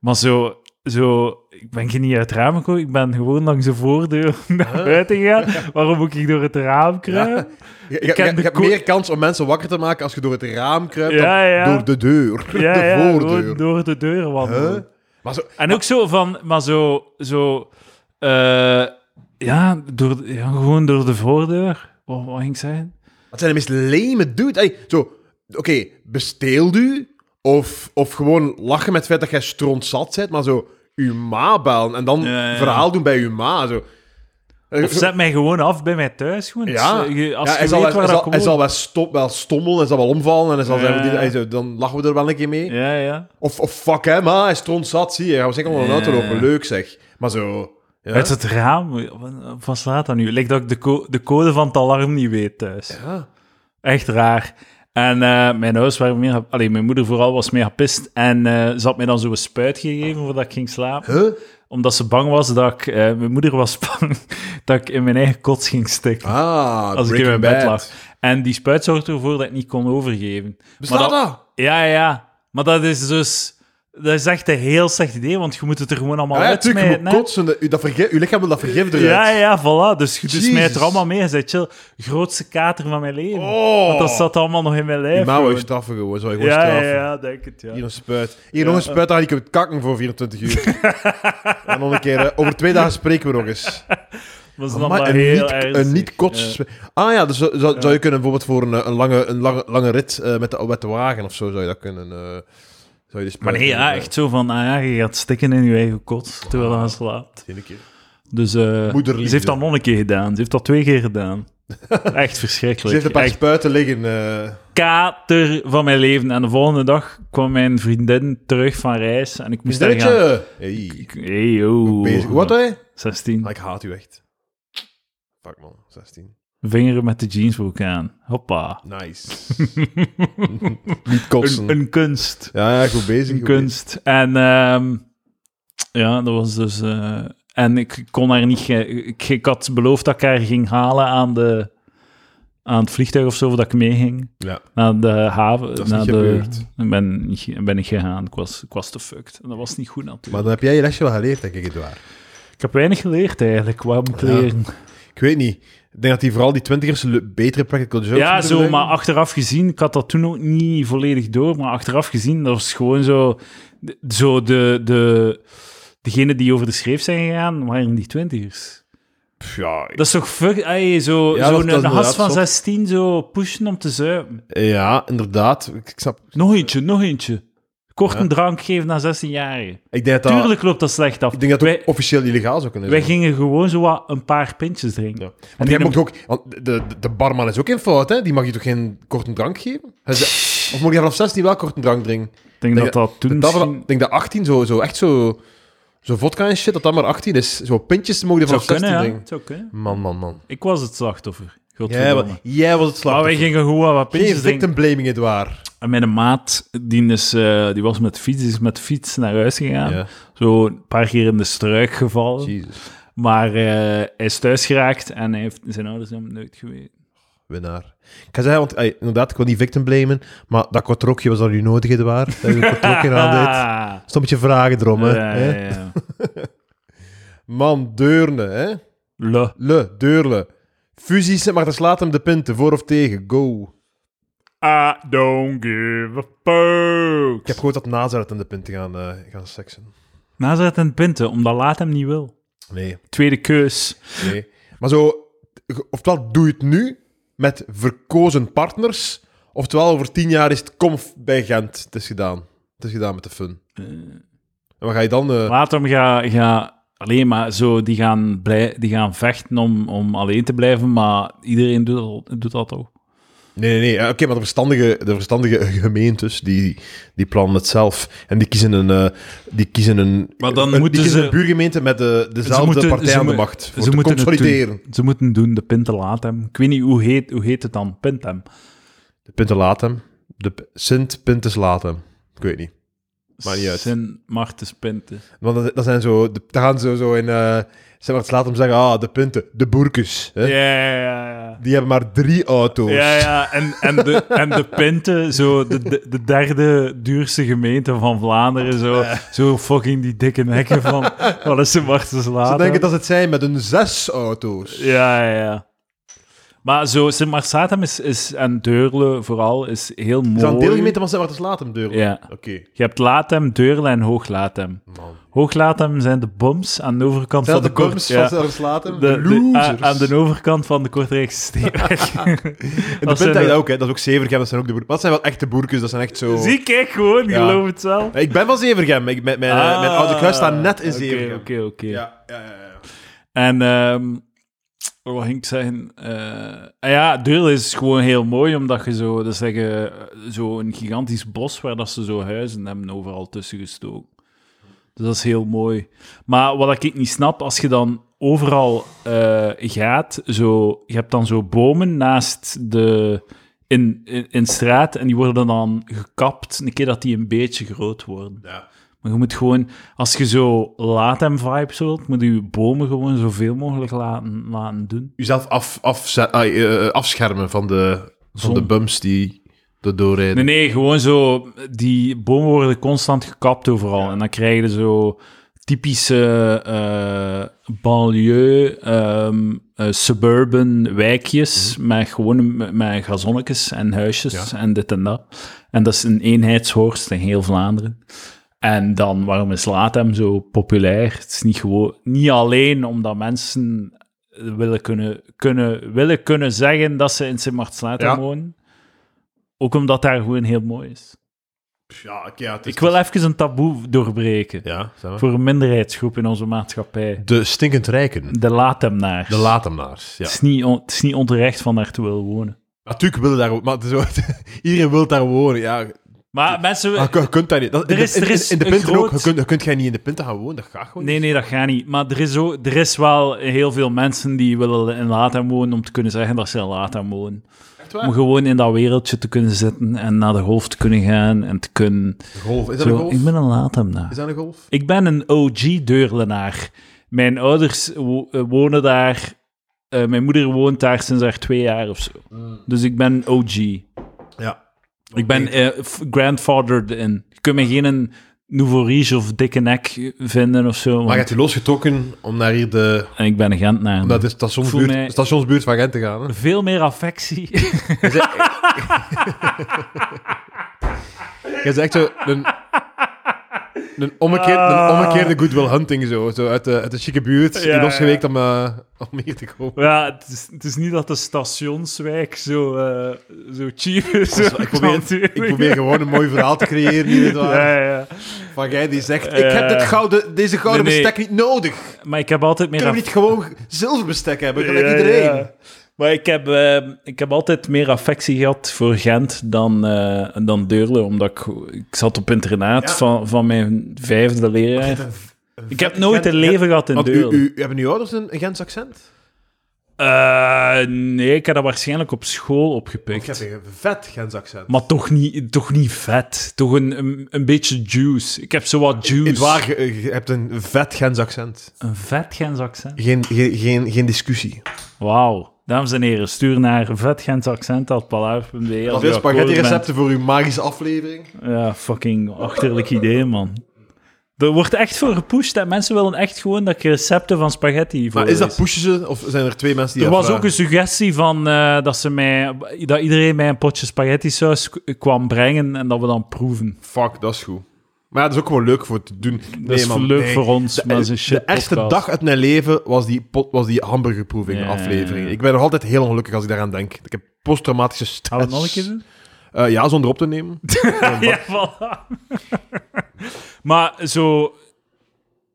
[SPEAKER 1] Maar zo, zo, ik ben geen niet uit het raam gekomen, ik ben gewoon langs de voordeur naar buiten gegaan. Waarom moet ik door het raam kruipen?
[SPEAKER 2] Je, je, je,
[SPEAKER 1] ken
[SPEAKER 2] je
[SPEAKER 1] de
[SPEAKER 2] hebt
[SPEAKER 1] ko-
[SPEAKER 2] meer kans om mensen wakker te maken als je door het raam kruipt
[SPEAKER 1] Ja, ja.
[SPEAKER 2] dan door de deur.
[SPEAKER 1] Ja,
[SPEAKER 2] de
[SPEAKER 1] ja,
[SPEAKER 2] voordeur.
[SPEAKER 1] gewoon door de deur wandelen.
[SPEAKER 2] Huh? Maar zo,
[SPEAKER 1] En ook zo van, maar zo, zo eh, ja, door, de- ja, gewoon door de voordeur. Wat, wat ging ik zeggen?
[SPEAKER 2] Wat zijn de meest leme dude? Ey, zo, oké, besteel u. Of, of gewoon lachen met het feit dat jij strontzat bent, maar zo uw ma bellen en dan
[SPEAKER 1] Ja, ja.
[SPEAKER 2] verhaal doen bij uw ma. Zo. Eh,
[SPEAKER 1] Of zet mij gewoon af bij mij thuis. Gewoon.
[SPEAKER 2] ja,
[SPEAKER 1] Dus, eh, je- als
[SPEAKER 2] ja,
[SPEAKER 1] je
[SPEAKER 2] hij,
[SPEAKER 1] weet
[SPEAKER 2] zal,
[SPEAKER 1] waar
[SPEAKER 2] wel- hij,
[SPEAKER 1] dat
[SPEAKER 2] zal, hij
[SPEAKER 1] komt.
[SPEAKER 2] zal wel, stop, wel stommelen, hij zal wel omvallen en hij zal
[SPEAKER 1] Ja.
[SPEAKER 2] zeggen, die- hij zo, dan lachen we er wel een keer mee.
[SPEAKER 1] Ja, ja.
[SPEAKER 2] Of, of fuck hè, ma, hij is strontzat, zie je, gaan we zeker onder een
[SPEAKER 1] Ja.
[SPEAKER 2] auto lopen, leuk zeg. Maar zo... Ja.
[SPEAKER 1] Uit het raam. Wat- Wat slaat dat nu? Lijkt dat ik de, co- de code van het alarm niet weet thuis.
[SPEAKER 2] Ja.
[SPEAKER 1] Echt raar. En eh, mijn ouders waren meer... Allee, mijn moeder vooral was meer gepist. En eh, ze had mij dan zo'n spuit gegeven voordat ik ging slapen.
[SPEAKER 2] Huh?
[SPEAKER 1] Omdat ze bang was dat ik... eh, mijn moeder was bang dat ik in mijn eigen kots ging stikken.
[SPEAKER 2] Ah,
[SPEAKER 1] als ik in
[SPEAKER 2] Breaking
[SPEAKER 1] mijn bed
[SPEAKER 2] Bad.
[SPEAKER 1] lag. En die spuit zorgde ervoor dat ik niet kon overgeven.
[SPEAKER 2] Bestaat
[SPEAKER 1] Maar
[SPEAKER 2] dat?
[SPEAKER 1] dat- Ja, ja, ja. Maar dat is dus... Dat is echt een heel slecht idee, want je moet het er gewoon allemaal
[SPEAKER 2] Ah, Ja, natuurlijk, je
[SPEAKER 1] uitsmijten.
[SPEAKER 2] moet
[SPEAKER 1] hè.
[SPEAKER 2] kotsen, dat- u- dat verge- uw lichaam wil dat vergif eruit.
[SPEAKER 1] Ja, ja, voilà. Dus, dus
[SPEAKER 2] Jezus.
[SPEAKER 1] smijt er allemaal mee en zei chill. Grootste kater van mijn leven.
[SPEAKER 2] Oh.
[SPEAKER 1] Want dat zat allemaal nog in mijn lijf.
[SPEAKER 2] Die mouw
[SPEAKER 1] gewoon.
[SPEAKER 2] heeft straffen gewoon, zou je gewoon
[SPEAKER 1] ja, ja,
[SPEAKER 2] straffen.
[SPEAKER 1] ja, denk het, ja.
[SPEAKER 2] Hier een spuit. Hier nog een spuit, dan ga ik op het kakken voor 24 uur. en nog een keer, eh, over twee dagen spreken we nog eens.
[SPEAKER 1] Was dan
[SPEAKER 2] Amai,
[SPEAKER 1] maar
[SPEAKER 2] een
[SPEAKER 1] heel
[SPEAKER 2] niet-
[SPEAKER 1] ernstig.
[SPEAKER 2] een niet-kots...
[SPEAKER 1] Ja.
[SPEAKER 2] Ah ja, dus zou, zou- zou je kunnen bijvoorbeeld voor een, eh, een, lange, een lange, lange rit eh, met, de, met de wagen of zo, zou je dat kunnen... eh, zou je die eh,
[SPEAKER 1] Maar
[SPEAKER 2] spuit
[SPEAKER 1] nee, ja,
[SPEAKER 2] kunnen,
[SPEAKER 1] echt zo van, ah ja, je gaat stikken in je eigen kot terwijl je slaapt.
[SPEAKER 2] eh, zien een keer.
[SPEAKER 1] Dus eh,
[SPEAKER 2] Moederliefde.
[SPEAKER 1] ze heeft dat nog een keer gedaan. Ze heeft dat twee keer gedaan. Echt
[SPEAKER 2] Ze
[SPEAKER 1] verschrikkelijk.
[SPEAKER 2] heeft een paar
[SPEAKER 1] Echt
[SPEAKER 2] spuiten liggen. eh.
[SPEAKER 1] kater van mijn leven. En de volgende dag kwam mijn vriendin terug van reis en ik moest daar gaan...
[SPEAKER 2] Vriendinnetje! Hey,
[SPEAKER 1] Ik- Hey, yo.
[SPEAKER 2] bezig. Wat, hè?
[SPEAKER 1] 16.
[SPEAKER 2] Maar ik haat u echt. Fuck, man. 16.
[SPEAKER 1] Vingeren met de jeansbroek aan. Hoppa.
[SPEAKER 2] Nice. Niet kotsen.
[SPEAKER 1] Een, een kunst.
[SPEAKER 2] Ja, ja, goed bezig.
[SPEAKER 1] Een
[SPEAKER 2] goed
[SPEAKER 1] kunst. En ehm, ja, dat was dus... eh, en ik kon haar niet... ge- Ik, ik had beloofd dat ik haar ging halen aan, de, aan het vliegtuig of zo, of dat ik meeging.
[SPEAKER 2] bezig. Ja,
[SPEAKER 1] Naar de haven.
[SPEAKER 2] dat is
[SPEAKER 1] naar
[SPEAKER 2] niet
[SPEAKER 1] de,
[SPEAKER 2] gebeurd.
[SPEAKER 1] Ik ben, niet ge- ben ik gegaan. Ik was, ik was te fucked. En dat was niet goed natuurlijk.
[SPEAKER 2] Maar dan heb jij je lesje wel geleerd, denk ik, Edouard.
[SPEAKER 1] Ik heb weinig geleerd eigenlijk. Wat moet ik
[SPEAKER 2] Ja.
[SPEAKER 1] leren?
[SPEAKER 2] Ik weet niet. Ik denk dat die vooral die twintigers le- betere practical jokes
[SPEAKER 1] Ja,
[SPEAKER 2] moeten
[SPEAKER 1] zo,
[SPEAKER 2] bedenken.
[SPEAKER 1] maar achteraf gezien, ik had dat toen ook niet volledig door, maar achteraf gezien, dat was gewoon zo, de- zo de, de, degenen die over de schreef zijn gegaan, waren die twintigers.
[SPEAKER 2] Pff, Ja, ik-
[SPEAKER 1] Dat is toch fuck, ey, zo,
[SPEAKER 2] Ja,
[SPEAKER 1] zo'n
[SPEAKER 2] dat- dat is
[SPEAKER 1] een gast
[SPEAKER 2] inderdaad
[SPEAKER 1] van
[SPEAKER 2] zot.
[SPEAKER 1] 16 zo pushen om te zuipen.
[SPEAKER 2] ja, inderdaad. Ik, ik snap.
[SPEAKER 1] Nog eentje, nog eentje. Kort een drank geven aan 16-jarigen.
[SPEAKER 2] Ik denk dat, dat-
[SPEAKER 1] Tuurlijk loopt dat slecht af.
[SPEAKER 2] ik denk dat het
[SPEAKER 1] wij,
[SPEAKER 2] ook officieel illegaal zou kunnen
[SPEAKER 1] wij
[SPEAKER 2] zijn.
[SPEAKER 1] gingen gewoon zo wat een paar pintjes drinken.
[SPEAKER 2] Ja.
[SPEAKER 1] En
[SPEAKER 2] Want, jij
[SPEAKER 1] die-
[SPEAKER 2] mag ook, want de, de, de barman is ook in fout, hè? Die mag je toch geen korte drank geven? Hij zei- of mag je vanaf 16 wel korte drank drinken?
[SPEAKER 1] Ik denk dat
[SPEAKER 2] denk
[SPEAKER 1] dat toen
[SPEAKER 2] Ik dat
[SPEAKER 1] misschien-
[SPEAKER 2] ik denk dat 18 zo, zo echt zo... Zo vodka en shit, dat dat maar 18 is. Zo pintjes mogen je
[SPEAKER 1] zou
[SPEAKER 2] vanaf 16
[SPEAKER 1] kunnen, ja.
[SPEAKER 2] drinken.
[SPEAKER 1] Het zou kunnen.
[SPEAKER 2] Man, man, man.
[SPEAKER 1] Ik was het slachtoffer.
[SPEAKER 2] Jij,
[SPEAKER 1] Godverdomme.
[SPEAKER 2] wa- jij was het
[SPEAKER 1] Maar wij
[SPEAKER 2] slachtoffer.
[SPEAKER 1] gingen gewoon wat
[SPEAKER 2] Geen
[SPEAKER 1] pintjes drinken.
[SPEAKER 2] victim blaming, Edouard.
[SPEAKER 1] En mijn maat, die, is, eh, die was met de fiets, die is met de fiets naar huis gegaan.
[SPEAKER 2] Ja.
[SPEAKER 1] Zo een paar keer in de struik gevallen.
[SPEAKER 2] Jezus.
[SPEAKER 1] Maar eh, hij is thuis geraakt en hij heeft, zijn ouders hebben het nooit geweten.
[SPEAKER 2] Winnaar. Ik ga zeggen, want ey, inderdaad, ik wil niet victim blamen, maar dat kwartrokje was al je nodig, Edouard. Dat je een kwartrokje aan deed.
[SPEAKER 1] Ah.
[SPEAKER 2] Stond met je vragen erom, hè.
[SPEAKER 1] Ja,
[SPEAKER 2] hè?
[SPEAKER 1] ja, ja.
[SPEAKER 2] Man, deurne, hè.
[SPEAKER 1] Le.
[SPEAKER 2] Le, deurle. Fusies, maar dan slaat hem de punten, voor of tegen. Go.
[SPEAKER 1] I don't give a fuck.
[SPEAKER 2] Ik heb gehoord dat Nazareth aan de punten gaan, eh, gaan seksen.
[SPEAKER 1] Nazet en Pinten, omdat Laat hem niet wil.
[SPEAKER 2] Nee,
[SPEAKER 1] Tweede keus.
[SPEAKER 2] nee. Maar zo, ge- oftewel doe je het nu met verkozen partners, oftewel over tien jaar is het komf bij Gent. Het is gedaan. Het is gedaan met de fun.
[SPEAKER 1] Eh.
[SPEAKER 2] En wat ga je dan... eh,
[SPEAKER 1] Laat hem gaan... Ga, alleen maar zo, die gaan, blij, die gaan vechten om, om alleen te blijven, maar iedereen doet, al- doet dat toch.
[SPEAKER 2] Nee, nee, nee. Ja, Oké, maar de verstandige, de verstandige gemeentes, die, die plannen het zelf. En die kiezen een... eh, die kiezen een
[SPEAKER 1] Maar dan
[SPEAKER 2] een-
[SPEAKER 1] moeten
[SPEAKER 2] die kiezen
[SPEAKER 1] ze-
[SPEAKER 2] een buurgemeente met de, dezelfde
[SPEAKER 1] moeten-
[SPEAKER 2] partij
[SPEAKER 1] ze
[SPEAKER 2] aan de
[SPEAKER 1] mo-
[SPEAKER 2] macht. Voor
[SPEAKER 1] ze
[SPEAKER 2] te
[SPEAKER 1] moeten het
[SPEAKER 2] consolideren.
[SPEAKER 1] Ze moeten doen de Pinten Latem. Ik weet niet, hoe heet, hoe heet het dan? Pintem.
[SPEAKER 2] De Pinten Latem. De P- Sint Pintes Latem. Ik weet niet. Maakt niet uit.
[SPEAKER 1] Sint Martens Pinten.
[SPEAKER 2] Want dat, dat zijn zo... De, daar gaan ze zo in... eh Sint Maarten Latem zeggen, ah, de Pinten. De Boerkes. Hè?
[SPEAKER 1] Ja, ja, ja.
[SPEAKER 2] Die hebben maar drie auto's.
[SPEAKER 1] Ja, ja, en, en, de, en de Pinten, zo de, de, de derde duurste gemeente van Vlaanderen, zo, zo fucking die dikke nekken van, wat is Sint Martens
[SPEAKER 2] Ze
[SPEAKER 1] Latem?
[SPEAKER 2] denken dat ze het zijn met hun zes auto's.
[SPEAKER 1] Ja, ja, ja. Maar zo, Sint Marsatum is, is, en Deurle vooral, is heel mooi.
[SPEAKER 2] Ze zijn deelgemeente van Sint Maarten Latem, deur.
[SPEAKER 1] Ja.
[SPEAKER 2] Oké.
[SPEAKER 1] Je hebt Latem, Deurle en Hooglatem.
[SPEAKER 2] Man.
[SPEAKER 1] Hooglatem zijn de boms aan de overkant
[SPEAKER 2] Zijn
[SPEAKER 1] van de,
[SPEAKER 2] dat de
[SPEAKER 1] kort,
[SPEAKER 2] korps
[SPEAKER 1] ja.
[SPEAKER 2] van Sint Maarten Latem?
[SPEAKER 1] De-
[SPEAKER 2] De,
[SPEAKER 1] de-
[SPEAKER 2] losers. Oh.
[SPEAKER 1] a- aan de overkant van de Kortrijkse Steenweg.
[SPEAKER 2] En de
[SPEAKER 1] Dat zijn
[SPEAKER 2] Pinten
[SPEAKER 1] de-
[SPEAKER 2] ook, hè. Dat is ook Zevergem, dat zijn ook de boerkes. Dat zijn wel echte boerkes, dat zijn echt zo...
[SPEAKER 1] Zie, kijk gewoon,
[SPEAKER 2] Ja.
[SPEAKER 1] geloof het zelf.
[SPEAKER 2] Ik ben van Zevergem. Ik, mijn, mijn,
[SPEAKER 1] Ah,
[SPEAKER 2] mijn oude kluis staat net in
[SPEAKER 1] oké,
[SPEAKER 2] Zevergem.
[SPEAKER 1] Oké, oké.
[SPEAKER 2] Ja, ja, ja. ja.
[SPEAKER 1] En ehm, wat ging ik zeggen? Eh, ah ja, Deurle is gewoon heel mooi, omdat je zo, dat zeggen, zo een gigantisch bos waar dat ze zo huizen hebben overal tussen gestoken. Dus dat is heel mooi. Maar wat ik niet snap, als je dan overal eh, gaat, zo, je hebt dan zo bomen naast de... In, in, in straat en die worden dan gekapt een keer dat die een beetje groot worden.
[SPEAKER 2] Ja.
[SPEAKER 1] Maar je moet gewoon, als je zo latem vibes wilt, moet je je bomen gewoon zoveel mogelijk laten, laten doen.
[SPEAKER 2] Uzelf af, afze- ah, eh, eh, afschermen van de, van
[SPEAKER 1] Zon.
[SPEAKER 2] de bums die er doorrijden.
[SPEAKER 1] Nee, nee, gewoon zo, die bomen worden constant gekapt overal. En dan krijg je zo typische eh banlieue, ehm, eh, suburban wijkjes met gewoon met, met gazonnetjes en huisjes en dit en dat. En dat is een eenheidshorst in heel Vlaanderen. En dan, waarom is Latem zo populair? Het is niet, gewoon, niet alleen omdat mensen willen kunnen, kunnen, willen kunnen zeggen dat ze in sint maartens
[SPEAKER 2] Ja.
[SPEAKER 1] wonen. Ook omdat daar gewoon heel mooi is.
[SPEAKER 2] Ja, oké, ja, het Dus is-
[SPEAKER 1] Ik wil even een taboe doorbreken
[SPEAKER 2] Ja, zeg maar.
[SPEAKER 1] voor een minderheidsgroep in onze maatschappij.
[SPEAKER 2] De stinkend rijken.
[SPEAKER 1] De Latemnaars.
[SPEAKER 2] De latemnaars, ja.
[SPEAKER 1] het, is niet on- het is niet onterecht van daar te willen wonen.
[SPEAKER 2] Natuurlijk willen daar... Maar het is, zo- iedereen wil daar wonen, ja.
[SPEAKER 1] Maar mensen...
[SPEAKER 2] Ah, je, je kunt dat niet. Dat,
[SPEAKER 1] Er is-
[SPEAKER 2] in, de-
[SPEAKER 1] er is
[SPEAKER 2] in- in de
[SPEAKER 1] een
[SPEAKER 2] pinten ook.
[SPEAKER 1] groot-
[SPEAKER 2] Je kunt, je kunt jij niet in de pinten gaan wonen. Dat gaat gewoon
[SPEAKER 1] Nee, nee, dat gaat niet. Maar er is, ook, er is wel heel veel mensen die willen in Latham wonen om te kunnen zeggen dat ze in Latham wonen.
[SPEAKER 2] niet.
[SPEAKER 1] Om gewoon in dat wereldje te kunnen zitten en naar de golf te kunnen gaan en te kunnen...
[SPEAKER 2] Golf. Is dat een
[SPEAKER 1] Zo,
[SPEAKER 2] golf?
[SPEAKER 1] ik ben een Latamnaar.
[SPEAKER 2] Is dat een golf?
[SPEAKER 1] Ik ben een OG-deurlenaar. Mijn ouders wo- eh, wonen daar. eh, mijn moeder woont daar sinds haar twee jaar of zo.
[SPEAKER 2] Hmm.
[SPEAKER 1] Dus ik ben een OG.
[SPEAKER 2] Ja.
[SPEAKER 1] Ik ben eh, f- grandfathered in. Je
[SPEAKER 2] Ah.
[SPEAKER 1] kunt me geen Nouveau Riche of Dikke Nek vinden of zo.
[SPEAKER 2] Maar je
[SPEAKER 1] want-
[SPEAKER 2] hebt je losgetrokken om naar hier de...
[SPEAKER 1] en ik ben een Gentenaar.
[SPEAKER 2] Naar de stationsbuurt,
[SPEAKER 1] Voel mij-
[SPEAKER 2] stationsbuurt van Gent te gaan. Hè?
[SPEAKER 1] Veel meer affectie.
[SPEAKER 2] Je is echt zo een, een, omgekeerde, een omgekeerde Goodwill Hunting zo. zo uit, de, uit de chique buurt,
[SPEAKER 1] Ah. Ja,
[SPEAKER 2] die losgeweekt om, eh, om hier te komen.
[SPEAKER 1] ja, het is, het is niet dat de stationswijk zo, eh, zo cheap is.
[SPEAKER 2] Ik probeer, ik probeer gewoon een mooi verhaal te creëren hier. weet je wel.
[SPEAKER 1] Ja, ja.
[SPEAKER 2] Van jij die zegt,
[SPEAKER 1] Eh.
[SPEAKER 2] ik heb dit gouden, deze gouden
[SPEAKER 1] Nee, nee.
[SPEAKER 2] bestek niet nodig.
[SPEAKER 1] Maar ik heb altijd meer
[SPEAKER 2] Kunnen we
[SPEAKER 1] affectie.
[SPEAKER 2] niet gewoon zilver bestek hebben, gelijk
[SPEAKER 1] Ja,
[SPEAKER 2] iedereen?
[SPEAKER 1] ja. Maar ik heb, eh, ik heb altijd meer affectie gehad voor Gent dan, eh, dan Deurle, omdat ik, ik zat op internaat
[SPEAKER 2] Ja.
[SPEAKER 1] van, van mijn vijfde
[SPEAKER 2] Echt
[SPEAKER 1] leraar.
[SPEAKER 2] een v- een
[SPEAKER 1] Ik
[SPEAKER 2] vet
[SPEAKER 1] heb nooit
[SPEAKER 2] Gent-
[SPEAKER 1] een leven gehad in
[SPEAKER 2] Want u,
[SPEAKER 1] Deurle.
[SPEAKER 2] u, hebben uw ouders een, een Gents accent?
[SPEAKER 1] Eh, nee, ik heb dat waarschijnlijk op school
[SPEAKER 2] Ik heb
[SPEAKER 1] opgepikt.
[SPEAKER 2] een vet Gens accent.
[SPEAKER 1] Maar toch niet, toch niet vet. Toch een, een, een beetje juice. Ik heb zo wat juice.
[SPEAKER 2] Het waar, je, je hebt een vet Gens accent.
[SPEAKER 1] Een vet Gens accent.
[SPEAKER 2] Geen, geen, geen, geen discussie.
[SPEAKER 1] Wauw. Dames en heren, stuur naar vetgensaccent.palaver.be.
[SPEAKER 2] Dat is spaghetti-recepten voor uw magische aflevering.
[SPEAKER 1] Ja, fucking achterlijk idee, man. Er wordt echt voor gepusht en mensen willen echt gewoon dat ik recepten van spaghetti voor
[SPEAKER 2] Maar is dat pushen ze, of zijn er twee mensen die
[SPEAKER 1] Er
[SPEAKER 2] dat
[SPEAKER 1] was ook
[SPEAKER 2] vragen?
[SPEAKER 1] een suggestie van eh, dat, ze mij, dat iedereen mij een potje spaghetti saus k- kwam brengen en dat we dan proeven.
[SPEAKER 2] Fuck, dat is goed. Maar ja, dat is ook gewoon leuk voor te doen.
[SPEAKER 1] Dat is leuk voor ons, maar dat is een
[SPEAKER 2] De
[SPEAKER 1] shit
[SPEAKER 2] ergste
[SPEAKER 1] podcast.
[SPEAKER 2] dag uit mijn leven was die, pot, was die hamburgerproeving
[SPEAKER 1] Ja.
[SPEAKER 2] aflevering. Ik ben nog altijd heel ongelukkig als ik daaraan denk. Ik heb posttraumatische stress.
[SPEAKER 1] Gaan we het nog een keer doen?
[SPEAKER 2] Eh, ja, zonder op te nemen.
[SPEAKER 1] Ja, voilà. maar zo...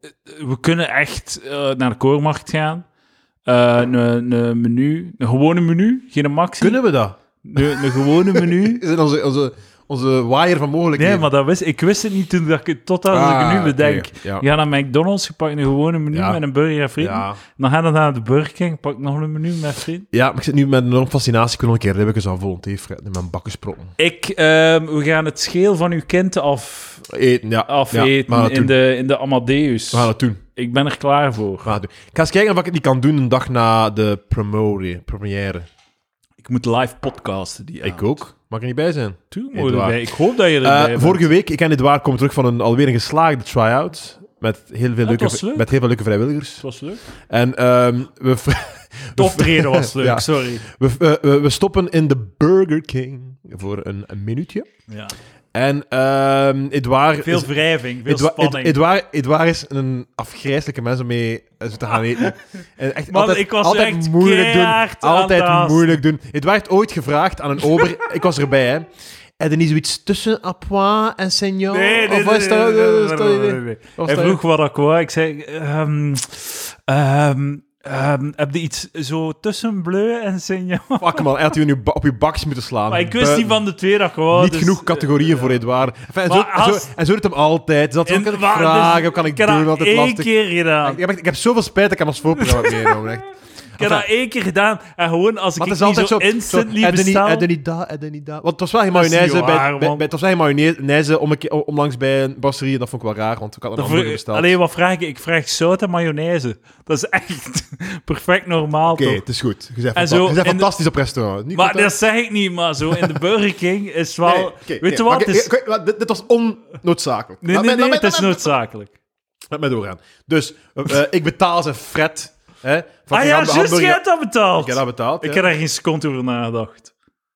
[SPEAKER 1] eh, We kunnen echt eh, naar de koormarkt gaan. Eh, een, een menu, een gewone menu, geen maxi.
[SPEAKER 2] Kunnen we dat?
[SPEAKER 1] Een, een gewone menu.
[SPEAKER 2] Is het onze, onze, onze waaier van mogelijkheden?
[SPEAKER 1] Nee, maar dat wist, ik wist het niet toen dat ik het totdat
[SPEAKER 2] Ah,
[SPEAKER 1] ik het nu bedenk.
[SPEAKER 2] oké, ja.
[SPEAKER 1] Je gaat naar McDonald's, je pakt een gewone menu
[SPEAKER 2] Ja.
[SPEAKER 1] met een burger en frieten.
[SPEAKER 2] Ja.
[SPEAKER 1] Dan ga je naar de Burger King, pak nog een menu met frieten.
[SPEAKER 2] Ja, maar ik zit nu met een enorm fascinatie. Ik wil nog een keer ribbekes aan volonté fretten in mijn bakken sprotten.
[SPEAKER 1] Ik, ehm, we gaan het scheel van uw kind af,
[SPEAKER 2] Eten, ja. ja, we
[SPEAKER 1] afeten
[SPEAKER 2] gaan dat
[SPEAKER 1] in,
[SPEAKER 2] doen.
[SPEAKER 1] de, in de Amadeus.
[SPEAKER 2] We gaan dat doen.
[SPEAKER 1] Ik ben er klaar voor.
[SPEAKER 2] We gaan het doen. Ik ga eens kijken of ik het niet kan doen een dag na de promotie, première.
[SPEAKER 1] Ik moet live podcasten die
[SPEAKER 2] Ik ook. Mag er niet bij zijn?
[SPEAKER 1] Tuurlijk
[SPEAKER 2] Edouard.
[SPEAKER 1] mogen wij. Ik hoop dat je erbij
[SPEAKER 2] Eh,
[SPEAKER 1] bent.
[SPEAKER 2] vorige week, ik en Edouard komen terug van een alweer een geslaagde try-out. Met heel veel,
[SPEAKER 1] was
[SPEAKER 2] leuke,
[SPEAKER 1] leuk.
[SPEAKER 2] met heel veel leuke vrijwilligers.
[SPEAKER 1] Het was leuk.
[SPEAKER 2] En ehm, we, v-
[SPEAKER 1] Het optreden was leuk,
[SPEAKER 2] Ja.
[SPEAKER 1] sorry.
[SPEAKER 2] we, v- eh, we, we stoppen in de Burger King voor een, een minuutje.
[SPEAKER 1] Ja.
[SPEAKER 2] En ehm Edouard...
[SPEAKER 1] Veel
[SPEAKER 2] is,
[SPEAKER 1] wrijving, veel
[SPEAKER 2] Edouard,
[SPEAKER 1] spanning.
[SPEAKER 2] Ed- Edouard, Edouard is een afgrijzelijke mens om mee eh, zo te gaan eten. En echt
[SPEAKER 1] Man,
[SPEAKER 2] altijd,
[SPEAKER 1] ik was
[SPEAKER 2] altijd
[SPEAKER 1] echt
[SPEAKER 2] moeilijk doen.
[SPEAKER 1] keihard aan
[SPEAKER 2] Altijd
[SPEAKER 1] het haasten.
[SPEAKER 2] moeilijk doen. Edouard heeft ooit gevraagd aan een ober. ik was erbij, hè. En er niet zoiets tussen appoint en senior?
[SPEAKER 1] Nee, nee,
[SPEAKER 2] Oh, of wat is
[SPEAKER 1] nee,
[SPEAKER 2] dat?
[SPEAKER 1] nee, nee,
[SPEAKER 2] Wat is dat
[SPEAKER 1] nee,
[SPEAKER 2] idee?
[SPEAKER 1] nee, nee.
[SPEAKER 2] Wat is
[SPEAKER 1] Hij
[SPEAKER 2] dat
[SPEAKER 1] vroeg wat ik wou. Ik zei... ehm, ehm, ehm, heb je iets zo tussen bleu en signaal?
[SPEAKER 2] Fuck man, hij had u nu ba- op uw bakjes moeten slaan.
[SPEAKER 1] Maar ik wist
[SPEAKER 2] Bu-
[SPEAKER 1] niet van de twee dat ik wou,
[SPEAKER 2] Niet
[SPEAKER 1] dus-
[SPEAKER 2] genoeg categorieën voor Edouard. Enfin, en, zo,
[SPEAKER 1] Maar als-
[SPEAKER 2] en, zo, en zo doet hem altijd. Dat
[SPEAKER 1] En
[SPEAKER 2] kan ik
[SPEAKER 1] waar- dus
[SPEAKER 2] vragen, wat kan ik,
[SPEAKER 1] heb
[SPEAKER 2] doen,
[SPEAKER 1] dat
[SPEAKER 2] altijd
[SPEAKER 1] één
[SPEAKER 2] lastig.
[SPEAKER 1] keer gedaan.
[SPEAKER 2] Ik, heb, echt- ik heb zoveel spijt dat ik hem als voorprogramma heb meegenomen. echt.
[SPEAKER 1] Ik heb dat één keer gedaan. En gewoon als ik
[SPEAKER 2] Maar het
[SPEAKER 1] het
[SPEAKER 2] is
[SPEAKER 1] niet zo,
[SPEAKER 2] altijd zo...
[SPEAKER 1] instantly
[SPEAKER 2] zo, en dan niet-
[SPEAKER 1] bestel...
[SPEAKER 2] En dan niet dat, en dan niet dat. Want het was wel geen
[SPEAKER 1] Dat is
[SPEAKER 2] mayonaise,
[SPEAKER 1] niet
[SPEAKER 2] bij,
[SPEAKER 1] waar,
[SPEAKER 2] bij- bij-
[SPEAKER 1] man.
[SPEAKER 2] het was wel geen mayonaise om een keer- onlangs bij een brasserie. en Dat vond ik wel raar, want ik had een
[SPEAKER 1] dan
[SPEAKER 2] andere
[SPEAKER 1] vroeg-
[SPEAKER 2] besteld.
[SPEAKER 1] Alleen wat vraag ik? Ik vraag zout en mayonaise. Dat is echt perfect normaal,
[SPEAKER 2] Oké,
[SPEAKER 1] toch?
[SPEAKER 2] het is goed. Je bent,
[SPEAKER 1] En
[SPEAKER 2] fanta-
[SPEAKER 1] zo
[SPEAKER 2] je bent
[SPEAKER 1] in de-
[SPEAKER 2] fantastisch op restaurant. Niet
[SPEAKER 1] Maar
[SPEAKER 2] content.
[SPEAKER 1] dat zeg ik niet, maar zo in de Burger King is wel...
[SPEAKER 2] Nee, oké,
[SPEAKER 1] Weet
[SPEAKER 2] nee,
[SPEAKER 1] je wat?
[SPEAKER 2] maar
[SPEAKER 1] Het
[SPEAKER 2] ik-
[SPEAKER 1] is...
[SPEAKER 2] ik- maar dit, dit was onnoodzakelijk.
[SPEAKER 1] Nee,
[SPEAKER 2] Laat
[SPEAKER 1] nee,
[SPEAKER 2] mij-
[SPEAKER 1] nee, het
[SPEAKER 2] laat mij-
[SPEAKER 1] is
[SPEAKER 2] laat mij-
[SPEAKER 1] noodzakelijk.
[SPEAKER 2] Laat mij doorgaan. Dus, eh, eh, ik betaal zijn fret. Hè, van
[SPEAKER 1] Ah
[SPEAKER 2] die
[SPEAKER 1] ja,
[SPEAKER 2] hamburger-
[SPEAKER 1] juist, jij hebt dat betaald.
[SPEAKER 2] Ik heb dat betaald,
[SPEAKER 1] Ik
[SPEAKER 2] ja.
[SPEAKER 1] heb daar geen seconde over nagedacht.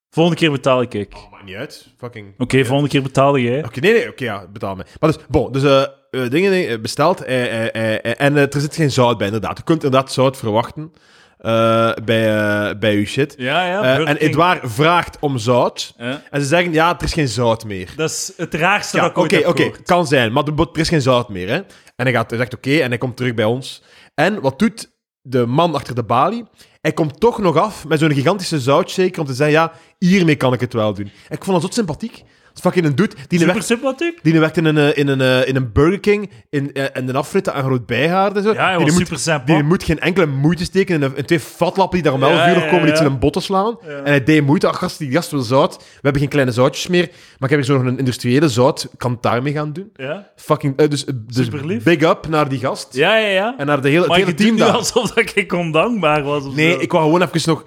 [SPEAKER 1] Volgende keer betaal ik. ik. Oké,
[SPEAKER 2] Maakt niet uit. Fucking...
[SPEAKER 1] volgende keer betaal jij.
[SPEAKER 2] Oké, nee, nee, oké, ja, betaal me. Maar dus, bon, dus eh, eh, dingen eh, besteld eh, eh, eh, en eh, er zit geen zout bij, inderdaad. Je kunt inderdaad zout verwachten eh, bij, eh, bij uw shit.
[SPEAKER 1] Ja, ja.
[SPEAKER 2] Eh,
[SPEAKER 1] Burger
[SPEAKER 2] en
[SPEAKER 1] King.
[SPEAKER 2] Edouard vraagt om zout.
[SPEAKER 1] Ja.
[SPEAKER 2] En ze zeggen, ja, er is geen zout meer.
[SPEAKER 1] Dat is het raarste
[SPEAKER 2] Ja,
[SPEAKER 1] dat ik
[SPEAKER 2] oké,
[SPEAKER 1] ooit heb
[SPEAKER 2] oké,
[SPEAKER 1] gehoord.
[SPEAKER 2] kan zijn, maar de- er is geen zout meer. Hè? En hij, gaat, hij zegt oké, en hij komt terug bij ons. En wat doet de man achter de balie? Hij komt toch nog af met zo'n gigantische zoutshaker om te zeggen, ja, hiermee kan ik het wel doen. En ik vond dat zo sympathiek. is fucking een dude die
[SPEAKER 1] Super
[SPEAKER 2] werkt,
[SPEAKER 1] sympathiek.
[SPEAKER 2] die werkt in, een, eh, in, een, eh, in een Burger King in, eh, en de afritten aan Groot Bijgaard en zo.
[SPEAKER 1] Ja, hij
[SPEAKER 2] die
[SPEAKER 1] was
[SPEAKER 2] moet,
[SPEAKER 1] super sympa.
[SPEAKER 2] die moet geen enkele moeite steken in, een- in twee fatlappen die daar om
[SPEAKER 1] Ja,
[SPEAKER 2] 11 uur nog
[SPEAKER 1] ja,
[SPEAKER 2] komen die
[SPEAKER 1] ja.
[SPEAKER 2] iets in een bot te slaan. En hij deed moeite. Ach, gast, die gast wil zout. We hebben geen kleine zoutjes meer, maar ik heb hier zo nog een industriële zout. Ik kan het daarmee gaan doen.
[SPEAKER 1] Ja,
[SPEAKER 2] Fucking, eh, dus, eh, dus
[SPEAKER 1] Superlief.
[SPEAKER 2] big up naar die gast.
[SPEAKER 1] ja, ja. ja.
[SPEAKER 2] En naar de hele, Eh, het
[SPEAKER 1] maar
[SPEAKER 2] hele
[SPEAKER 1] je doet
[SPEAKER 2] team
[SPEAKER 1] nu
[SPEAKER 2] daar.
[SPEAKER 1] alsof dat ik ondankbaar was. Of
[SPEAKER 2] Nee,
[SPEAKER 1] zo.
[SPEAKER 2] ik wou gewoon even nog...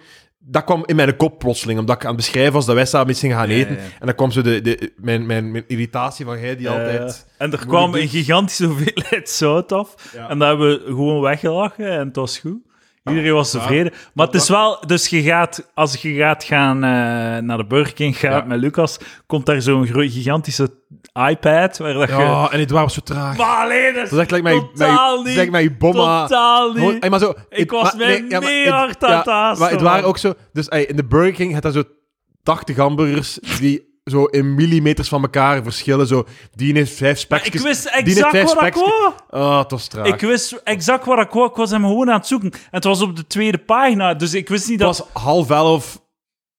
[SPEAKER 2] Dat kwam in mijn kop plotseling, omdat ik aan het beschrijven was dat wij samen iets gingen gaan eten.
[SPEAKER 3] ja.
[SPEAKER 2] En dan kwam zo de, de, mijn, mijn, mijn irritatie van jij die
[SPEAKER 1] Eh,
[SPEAKER 2] altijd...
[SPEAKER 1] en er kwam
[SPEAKER 2] doen.
[SPEAKER 1] een gigantische hoeveelheid zout af.
[SPEAKER 2] Ja.
[SPEAKER 1] En dat hebben we gewoon weggelachen en het was goed. Iedereen was tevreden. maar het is wel, dus je gaat, als je gaat gaan eh, naar de Burger King gaat
[SPEAKER 2] Ja.
[SPEAKER 1] met Lucas, komt daar zo'n gro- gigantische iPad waar dat je.
[SPEAKER 2] Ja, en het was zo traag.
[SPEAKER 1] Maar alleen, dat is
[SPEAKER 2] Dat is echt like mijn,
[SPEAKER 1] totaal
[SPEAKER 2] mijn,
[SPEAKER 1] niet.
[SPEAKER 2] zeg maar je bomma.
[SPEAKER 1] Totaal niet.
[SPEAKER 2] Gewoon- ey, maar zo, het-
[SPEAKER 1] was
[SPEAKER 2] maar-
[SPEAKER 1] mij
[SPEAKER 2] ja, maar
[SPEAKER 1] mega
[SPEAKER 2] het-
[SPEAKER 1] hard aan het haasten,
[SPEAKER 2] Maar het waren
[SPEAKER 1] man.
[SPEAKER 2] ook zo... Dus ey, in de Burger King had daar zo 80 hamburgers die zo in millimeters van elkaar verschillen. Zo, die heeft vijf
[SPEAKER 1] Maar
[SPEAKER 2] spekjes.
[SPEAKER 1] ik wist
[SPEAKER 2] die heeft
[SPEAKER 1] exact
[SPEAKER 2] vijf
[SPEAKER 1] wat ik
[SPEAKER 2] spekjes.
[SPEAKER 1] wou.
[SPEAKER 2] Ah, het was traag.
[SPEAKER 1] Ik wist exact wat ik wou. Ik was hem gewoon aan het zoeken. En het was op de tweede pagina, dus ik wist niet dat...
[SPEAKER 2] Het was half elf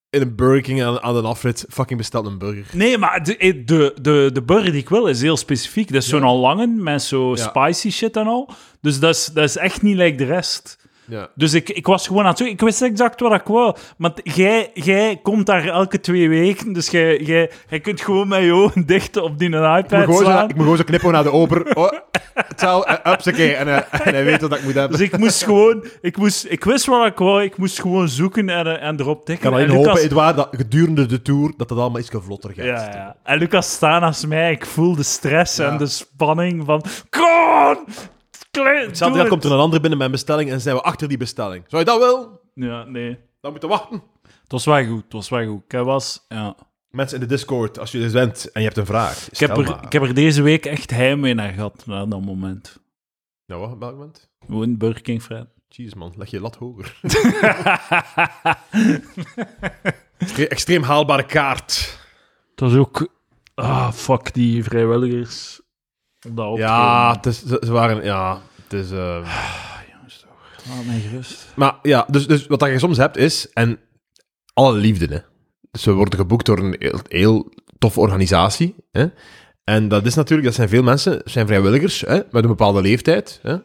[SPEAKER 2] in een Burger King aan, aan een afrit. Fucking besteld een burger.
[SPEAKER 1] Nee, maar de, eh, de, de, de burger die ik wil is heel specifiek. Dat is zo'n al lange, met zo
[SPEAKER 2] Ja.
[SPEAKER 1] spicy shit en al. Dus dat is, dat is echt niet like de rest.
[SPEAKER 2] Ja.
[SPEAKER 1] Dus ik, ik was gewoon aan het zoeken. Ik wist exact wat ik wou. Maar t- jij, jij komt daar elke twee weken, dus jij, jij, jij kunt gewoon met je ogen dicht op die iPad
[SPEAKER 2] Ik moet, gewoon zo,
[SPEAKER 1] slaan.
[SPEAKER 2] ik moet gewoon zo knippen naar de ober. Oh, tel, eh, ups, oké. En, eh, en hij weet wat ik moet hebben.
[SPEAKER 1] Dus ik moest gewoon... Ik, moest, ik wist wat ik wou. Ik moest gewoon zoeken en, eh, en erop tikken.
[SPEAKER 2] kan alleen
[SPEAKER 1] En Lucas-
[SPEAKER 2] hopen, Edouard, dat gedurende de tour dat het allemaal iets vlotter gaat.
[SPEAKER 1] Ja, ja. En Lucas staan naast mij. Ik voel de stress
[SPEAKER 2] Ja.
[SPEAKER 1] en de spanning van... Kom! Klein,
[SPEAKER 2] Hetzelfde dag komt er een ander binnen met een bestelling en zijn we achter die bestelling. Zou je dat wel?
[SPEAKER 1] Ja, nee.
[SPEAKER 2] Dan moeten we wachten.
[SPEAKER 1] Het was wel goed. Het was wel goed. Ik was... Ja.
[SPEAKER 2] Mensen in de Discord, als je dit bent en je hebt een vraag,
[SPEAKER 1] Ik, heb er, ik heb er deze week echt heimwee naar gehad, naar dat moment.
[SPEAKER 2] Nou, wat, op welk moment?
[SPEAKER 1] Gewoon Burger King, Fred.
[SPEAKER 2] Jeez, man. Leg je lat hoger. Extre- extreem haalbare kaart.
[SPEAKER 1] Het was ook... Ah, fuck die vrijwilligers. op Dat
[SPEAKER 2] Ja, het is, ze, ze waren... Ja, het is... eh,
[SPEAKER 1] optreden. Laat mij Ah, gerust.
[SPEAKER 2] Maar ja, dus, dus wat dat je soms hebt is, en alle liefde, hè. Dus we worden geboekt door een heel, heel toffe organisatie. Hè. En dat is natuurlijk, dat zijn veel mensen, dat zijn vrijwilligers hè, met een bepaalde leeftijd. Hè.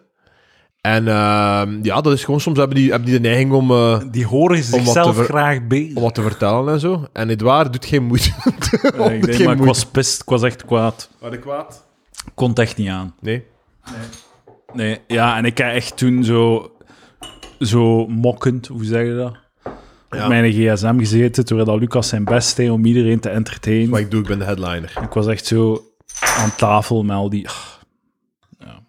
[SPEAKER 2] En ehm, ja, dat is gewoon soms hebben die, hebben die de neiging om, eh,
[SPEAKER 1] Die horen
[SPEAKER 2] te
[SPEAKER 1] zichzelf
[SPEAKER 2] ver-
[SPEAKER 1] graag bezig.
[SPEAKER 2] om wat te vertellen en zo. En Edouard doet geen moeite.
[SPEAKER 1] Ja, ik denk,
[SPEAKER 2] doet geen
[SPEAKER 1] maar ik
[SPEAKER 2] moeite.
[SPEAKER 1] was pist. Ik was echt kwaad.
[SPEAKER 2] Adequaat?
[SPEAKER 1] Ik kon het echt niet aan.
[SPEAKER 2] Nee.
[SPEAKER 1] Nee, ja, en ik heb echt toen zo, zo mokkend, hoe zeg je dat?
[SPEAKER 2] Ja.
[SPEAKER 1] Op mijn gsm gezeten, terwijl dat Lucas zijn best deed om iedereen te entertainen.
[SPEAKER 2] Wat ik doe, ik ben de headliner.
[SPEAKER 1] Ik was echt zo aan tafel met al die... ah. Ja.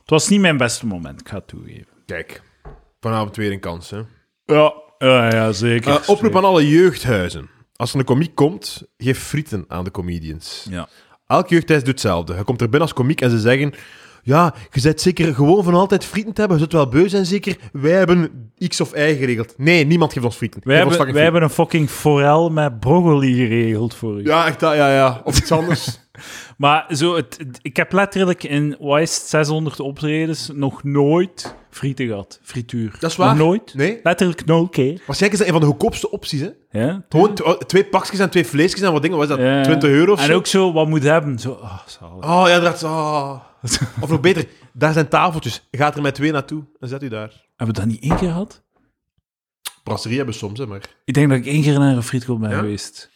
[SPEAKER 1] Het was niet mijn beste moment, ik ga het toegeven.
[SPEAKER 2] Kijk, vanavond weer een kans. Hè.
[SPEAKER 1] Ja, ja, ja zeker.
[SPEAKER 2] Eh, oproep aan alle jeugdhuizen. Als er een komiek komt, geef frieten aan de comedians.
[SPEAKER 1] Ja.
[SPEAKER 2] Elk jeugdhuis doet hetzelfde. Je komt er binnen als komiek en ze zeggen... Ja, je zet zeker gewoon van altijd frieten te hebben. Je zult wel beu zijn, zeker. Wij hebben X of Y geregeld. Nee, niemand geeft ons frieten.
[SPEAKER 1] Wij,
[SPEAKER 2] Geef ons
[SPEAKER 1] hebben, wij
[SPEAKER 2] fucking
[SPEAKER 1] hebben een fucking forel met broccoli geregeld voor u.
[SPEAKER 2] frieten. Ja, echt dat, ja, ja. Of iets anders.
[SPEAKER 1] Maar zo, het, het- ik heb letterlijk in wat is het, 600 optredens nog nooit frieten gehad. Frituur.
[SPEAKER 2] Dat is waar.
[SPEAKER 1] Nog nooit.
[SPEAKER 2] Nee.
[SPEAKER 1] Letterlijk nul keer.
[SPEAKER 2] Waarschijnlijk is dat een van de goedkoopste opties, hè.
[SPEAKER 1] Ja?
[SPEAKER 2] Gewoon t- oh, twee pakjes en twee vleesjes en wat dingen. Wat is dat?
[SPEAKER 1] Ja.
[SPEAKER 2] 20 euro of
[SPEAKER 1] En
[SPEAKER 2] zo?
[SPEAKER 1] ook zo wat moet hebben. Zo, ah, zalig.
[SPEAKER 2] Oh, ja, dat... Oh. Of nog beter, daar zijn tafeltjes. Ga er met twee naartoe en zet u daar.
[SPEAKER 1] Hebben we dat niet één keer gehad?
[SPEAKER 2] Brasserie hebben soms, hè, maar...
[SPEAKER 1] Ik denk dat ik één keer naar een frietkoop ben geweest.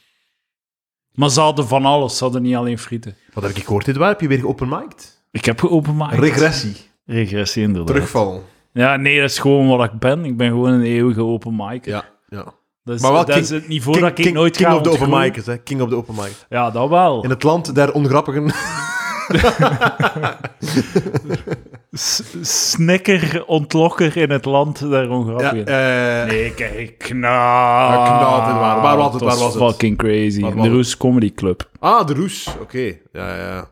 [SPEAKER 1] Maar ze hadden van alles. Ze hadden niet alleen frieten.
[SPEAKER 2] Wat heb ik gehoord dit waar? Heb je weer geopenmiked?
[SPEAKER 1] Ik heb geopenmaakt.
[SPEAKER 2] Regressie.
[SPEAKER 1] Regressie, inderdaad.
[SPEAKER 2] Terugval.
[SPEAKER 1] Ja, nee, dat is gewoon wat ik ben. Ik ben gewoon een eeuwige open mic.
[SPEAKER 2] Ja, ja.
[SPEAKER 1] Dat, is,
[SPEAKER 2] Maar wel
[SPEAKER 1] dat
[SPEAKER 2] king-
[SPEAKER 1] is het niveau dat ik nooit
[SPEAKER 2] king
[SPEAKER 1] ga
[SPEAKER 2] of the open
[SPEAKER 1] ontgroeien.
[SPEAKER 2] micers, hè? King of the open mic.
[SPEAKER 1] Ja, dat wel.
[SPEAKER 2] In het land der ongrappigen.
[SPEAKER 1] S- Snikker, ontlokker in het land daar
[SPEAKER 2] Ja,
[SPEAKER 1] ongrappig.
[SPEAKER 2] eh,
[SPEAKER 1] Nee, kijk, knal.
[SPEAKER 2] Ja, knal, dit waar. Waar was het, waar was het?
[SPEAKER 1] fucking crazy.
[SPEAKER 2] Waar
[SPEAKER 1] In
[SPEAKER 2] was
[SPEAKER 1] de
[SPEAKER 2] het?
[SPEAKER 1] Roes Comedy Club.
[SPEAKER 2] Ah, de roes. Oké. Ja, ja, ja.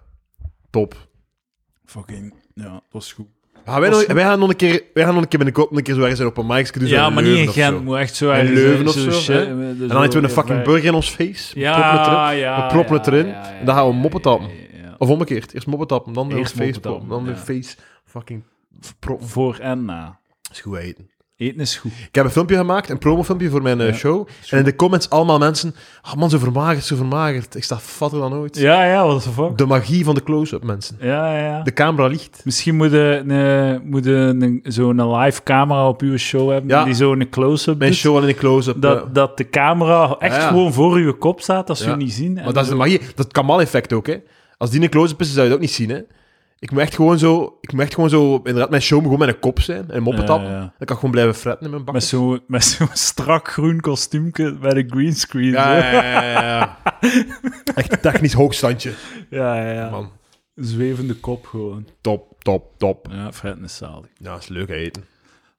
[SPEAKER 2] Top.
[SPEAKER 1] Fucking, ja, dat was goed.
[SPEAKER 2] Gaan wij, nog, wij, gaan nog een keer, wij gaan nog een keer binnenkort een keer zo ergens een open mics doen. zo
[SPEAKER 1] ja, maar niet
[SPEAKER 2] Leuven
[SPEAKER 1] in
[SPEAKER 2] of
[SPEAKER 1] Gent.
[SPEAKER 2] zo.
[SPEAKER 1] Moet echt zo
[SPEAKER 2] In
[SPEAKER 1] ergens-
[SPEAKER 2] Leuven of
[SPEAKER 1] zo'n
[SPEAKER 2] zo,
[SPEAKER 1] shit-
[SPEAKER 2] hè?
[SPEAKER 1] eh, dus
[SPEAKER 2] En dan eten we een
[SPEAKER 1] wel-
[SPEAKER 2] fucking burger in ons face. We proppen het
[SPEAKER 1] Ja,
[SPEAKER 2] erin.
[SPEAKER 1] ja.
[SPEAKER 2] we proppen het
[SPEAKER 1] ja,
[SPEAKER 2] erin.
[SPEAKER 1] ja, ja,
[SPEAKER 2] en dan gaan we moppen
[SPEAKER 1] ja,
[SPEAKER 2] tappen.
[SPEAKER 1] ja, ja.
[SPEAKER 2] Of omgekeerd. Eerst moppen tappen, dan in
[SPEAKER 1] Eerst
[SPEAKER 2] ons face
[SPEAKER 1] moppen tappen,
[SPEAKER 2] proppen, dan in
[SPEAKER 1] ja.
[SPEAKER 2] face fucking proppen.
[SPEAKER 1] Voor en na.
[SPEAKER 2] Dat is goed eten.
[SPEAKER 1] Eten is goed.
[SPEAKER 2] Ik heb een filmpje gemaakt, een promofilmpje voor mijn eh,
[SPEAKER 1] Ja,
[SPEAKER 2] show. En in de comments allemaal mensen... Ah man, zo vermagerd, zo vermagerd. Ik sta fatter dan ooit.
[SPEAKER 1] Ja, ja, wat de fuck.
[SPEAKER 2] De magie van de close-up, mensen.
[SPEAKER 1] Ja, ja.
[SPEAKER 2] De camera ligt.
[SPEAKER 1] Misschien moet je, een- eh, moet je een- zo'n live camera op uw show hebben
[SPEAKER 2] Ja.
[SPEAKER 1] die zo'n close-up
[SPEAKER 2] Mijn
[SPEAKER 1] doet.
[SPEAKER 2] show al in de close-up.
[SPEAKER 1] Dus Dat,
[SPEAKER 2] ja.
[SPEAKER 1] dat de camera echt
[SPEAKER 2] Ja, ja.
[SPEAKER 1] gewoon voor uw kop staat, dat ze
[SPEAKER 2] Ja.
[SPEAKER 1] u niet zien. En
[SPEAKER 2] Maar dat is de magie. Dat Kamal-effect ook, hè. Als die in een close-up is, zou je dat ook niet zien, hè. Ik moet echt gewoon zo... Ik moet echt gewoon zo... Inderdaad, mijn show moet gewoon met een kop zijn. En moppen
[SPEAKER 1] Ja,
[SPEAKER 2] tappen.
[SPEAKER 1] ja.
[SPEAKER 2] Dan kan ik gewoon blijven fretten in mijn bak.
[SPEAKER 1] Met zo'n met zo'n strak groen kostuumje bij de greenscreen. zo.
[SPEAKER 2] Ja, ja, ja, ja, ja. Echt technisch hoogstandje.
[SPEAKER 1] ja, ja, ja.
[SPEAKER 2] Man,
[SPEAKER 1] Zwevende kop gewoon.
[SPEAKER 2] top, top, top.
[SPEAKER 1] Ja, Fred is zalig.
[SPEAKER 2] Ja, is leuk hè, eten.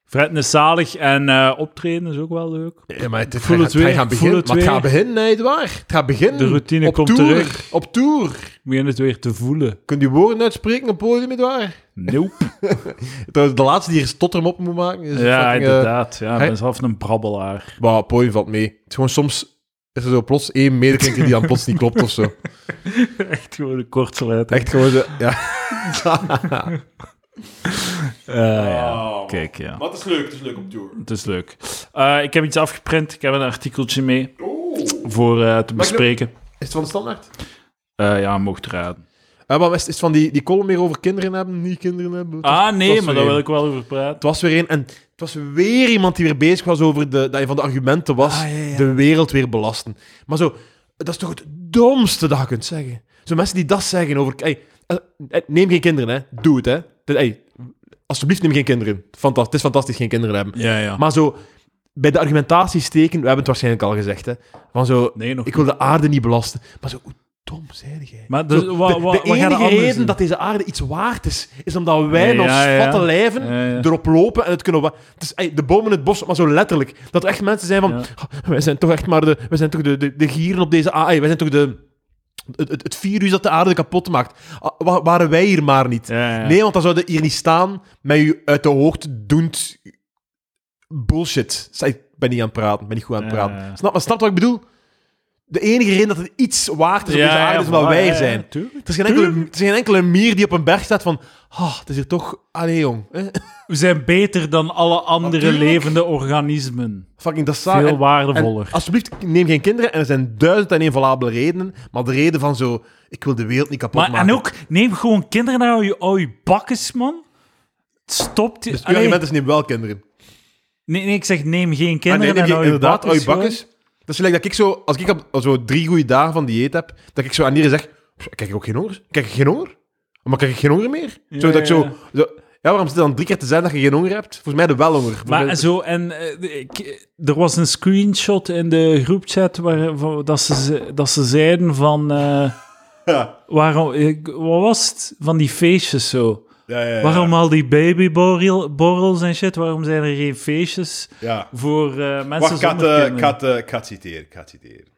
[SPEAKER 1] Fred is zalig en eh, optreden is ook wel leuk.
[SPEAKER 2] Ja, maar het, het,
[SPEAKER 1] Voel
[SPEAKER 2] gaat-
[SPEAKER 1] het weer,
[SPEAKER 2] het gaat
[SPEAKER 1] voel
[SPEAKER 2] beginnen.
[SPEAKER 1] het
[SPEAKER 2] maar het
[SPEAKER 1] weer.
[SPEAKER 2] gaat beginnen, nee, het waar. Het gaat beginnen.
[SPEAKER 1] De routine
[SPEAKER 2] op
[SPEAKER 1] komt
[SPEAKER 2] tour,
[SPEAKER 1] terug.
[SPEAKER 2] Op tour.
[SPEAKER 1] Moet je het weer te voelen.
[SPEAKER 2] Kunt u woorden uitspreken op het podium, nietwaar?
[SPEAKER 1] Nope.
[SPEAKER 2] Trouwens, De laatste die er stotter op moet maken. Is
[SPEAKER 1] ja,
[SPEAKER 2] fucking, eh,
[SPEAKER 1] inderdaad. Ja, ik
[SPEAKER 2] hij-
[SPEAKER 1] ben zelf een brabbelaar.
[SPEAKER 2] Maar het podium valt mee. Het is gewoon soms... Is er zo plots één medeklinker die dan plots niet klopt of zo.
[SPEAKER 1] Echt gewoon een kortsluiter.
[SPEAKER 2] Echt gewoon zo, ja.
[SPEAKER 1] Eh,
[SPEAKER 2] Oh.
[SPEAKER 1] ja. Kijk, ja.
[SPEAKER 2] het is leuk, het is leuk op tour.
[SPEAKER 1] Het is leuk. Eh, ik heb iets afgeprint. Ik heb een artikeltje mee
[SPEAKER 2] Oh.
[SPEAKER 1] voor eh, te bespreken.
[SPEAKER 2] Is het van de standaard?
[SPEAKER 1] Eh, ja, mocht raden.
[SPEAKER 2] Eh, maar is het is het van die, die column meer over kinderen hebben, niet kinderen hebben?
[SPEAKER 1] Ah, nee,
[SPEAKER 2] was
[SPEAKER 1] maar
[SPEAKER 2] weer
[SPEAKER 1] daar wil
[SPEAKER 2] een.
[SPEAKER 1] ik wel over praten.
[SPEAKER 2] Het was weer een en het was weer iemand die weer bezig was over de, dat een van de argumenten was
[SPEAKER 1] Ah, ja, ja.
[SPEAKER 2] de wereld weer belasten. Maar zo, dat is toch het domste dat je kunt zeggen. Zo mensen die dat zeggen over, hey, eh, eh, neem geen kinderen, hè? Doe het, hè? Dat- hey, alsjeblieft neem geen kinderen. Fantas- het is fantastisch geen kinderen hebben.
[SPEAKER 1] Ja, ja.
[SPEAKER 2] Maar zo bij de argumentatie steken, we hebben het waarschijnlijk al gezegd, hè? Van zo,
[SPEAKER 1] nee, nog
[SPEAKER 2] ik wil de aarde niet belasten. Maar zo, hoe dom zijn jij?
[SPEAKER 1] Maar dus,
[SPEAKER 2] Zo,
[SPEAKER 1] wa-
[SPEAKER 2] de,
[SPEAKER 1] wa-
[SPEAKER 2] de
[SPEAKER 1] wat ga je
[SPEAKER 2] enige
[SPEAKER 1] anders
[SPEAKER 2] reden
[SPEAKER 1] doen?
[SPEAKER 2] dat deze aarde iets waard is, is omdat wij
[SPEAKER 1] Ja,
[SPEAKER 2] als
[SPEAKER 1] ja.
[SPEAKER 2] fatte lijven
[SPEAKER 1] Ja, ja.
[SPEAKER 2] erop lopen en het kunnen... wa- Het is, ey, de bomen in het bos, maar zo letterlijk. Dat er echt mensen zijn van...
[SPEAKER 1] Ja.
[SPEAKER 2] "Ah, Wij zijn toch echt maar de, wij zijn toch de, de, de gieren op deze aarde. Wij zijn toch de, het, het, het virus dat de aarde kapot maakt. Ah, wa- waren wij hier maar niet.
[SPEAKER 1] Ja, ja.
[SPEAKER 2] Nee, want dan zouden hier niet staan met je uit de hoogte doend bullshit. Zij- Ik ben niet aan het praten, ik ben niet goed aan het
[SPEAKER 1] Ja,
[SPEAKER 2] praten.
[SPEAKER 1] ja.
[SPEAKER 2] Snap, maar snap wat ik bedoel? De enige reden dat het iets waard is op deze aarde is omdat
[SPEAKER 1] voilà,
[SPEAKER 2] wij
[SPEAKER 1] ja,
[SPEAKER 2] er
[SPEAKER 1] ja,
[SPEAKER 2] zijn.
[SPEAKER 1] tuurlijk.
[SPEAKER 2] Er is, geen enkele, er is geen enkele mier die op een berg staat van... Ah, het is hier toch... Allee, jong. hè?"
[SPEAKER 1] We zijn beter dan alle andere
[SPEAKER 2] Natuurlijk.
[SPEAKER 1] levende organismen.
[SPEAKER 2] Fucking, dat is saai.
[SPEAKER 1] Veel
[SPEAKER 2] En- en
[SPEAKER 1] waardevoller.
[SPEAKER 2] alsjeblieft, neem geen kinderen. En er zijn duizend en een valabele redenen. Maar de reden van zo... Ik wil de wereld niet kapot
[SPEAKER 1] maar,
[SPEAKER 2] maken.
[SPEAKER 1] en ook, neem gewoon kinderen naar je, al je bakkes, man. Stop die...
[SPEAKER 2] Dus uw
[SPEAKER 1] Allee,
[SPEAKER 2] argument is neem wel kinderen.
[SPEAKER 1] nee, nee, ik zeg neem geen
[SPEAKER 2] Ah, nee,
[SPEAKER 1] kinderen nou
[SPEAKER 2] nee,
[SPEAKER 1] naar
[SPEAKER 2] nee,
[SPEAKER 1] je
[SPEAKER 2] inderdaad,
[SPEAKER 1] bakkes.
[SPEAKER 2] ui bakkes. Dat is gelijk dat ik zo, als ik op- zo drie goede dagen van dieet heb, dat ik zo aan iedereen zeg, "Pff, krijg ik ook geen honger? Krijg ik geen honger? Maar krijg ik geen honger meer?
[SPEAKER 1] Ja,
[SPEAKER 2] zo dat ik zo,
[SPEAKER 1] ja.
[SPEAKER 2] zo- ja, waarom zit het dan drie keer te zijn dat je geen honger hebt? Volgens mij de welhonger. Volgens
[SPEAKER 1] Maar
[SPEAKER 2] mij-
[SPEAKER 1] zo, en eh, ik- er was een screenshot in de groepchat waar, van- dat, ze, ze- dat ze zeiden van... eh,
[SPEAKER 2] Ja.
[SPEAKER 1] waarom, ik- wat was het? Van die feestjes zo.
[SPEAKER 2] Ja, ja, ja.
[SPEAKER 1] Waarom al die babyborrels en shit? Waarom zijn er geen feestjes
[SPEAKER 4] Ja.
[SPEAKER 1] voor eh, mensen
[SPEAKER 4] Wacht, ik ga het,
[SPEAKER 1] zonder
[SPEAKER 4] eh, ik
[SPEAKER 1] kinderen?
[SPEAKER 4] ga het, eh, ik ga het citeren. Ik ga het citeren.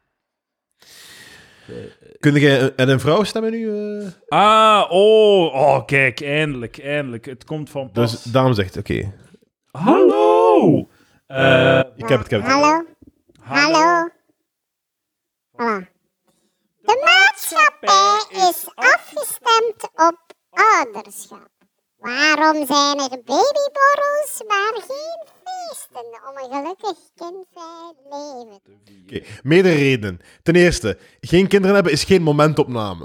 [SPEAKER 2] Kun jij een- en een vrouw stemmen nu? eh?
[SPEAKER 1] Ah, oh, oh, kijk, eindelijk, eindelijk. Het komt van pas.
[SPEAKER 2] Dus daarom zegt, oké.
[SPEAKER 1] Hallo! Eh,
[SPEAKER 4] Ik heb het, ik heb het.
[SPEAKER 5] Hallo? Hallo? Voilà. De maatschappij is afgestemd op ouderschap. Waarom zijn er babyborrels, maar geen feesten om een gelukkig kindvrij leven?
[SPEAKER 2] Oké, Meerdere redenen. Ten eerste, geen kinderen hebben is geen momentopname.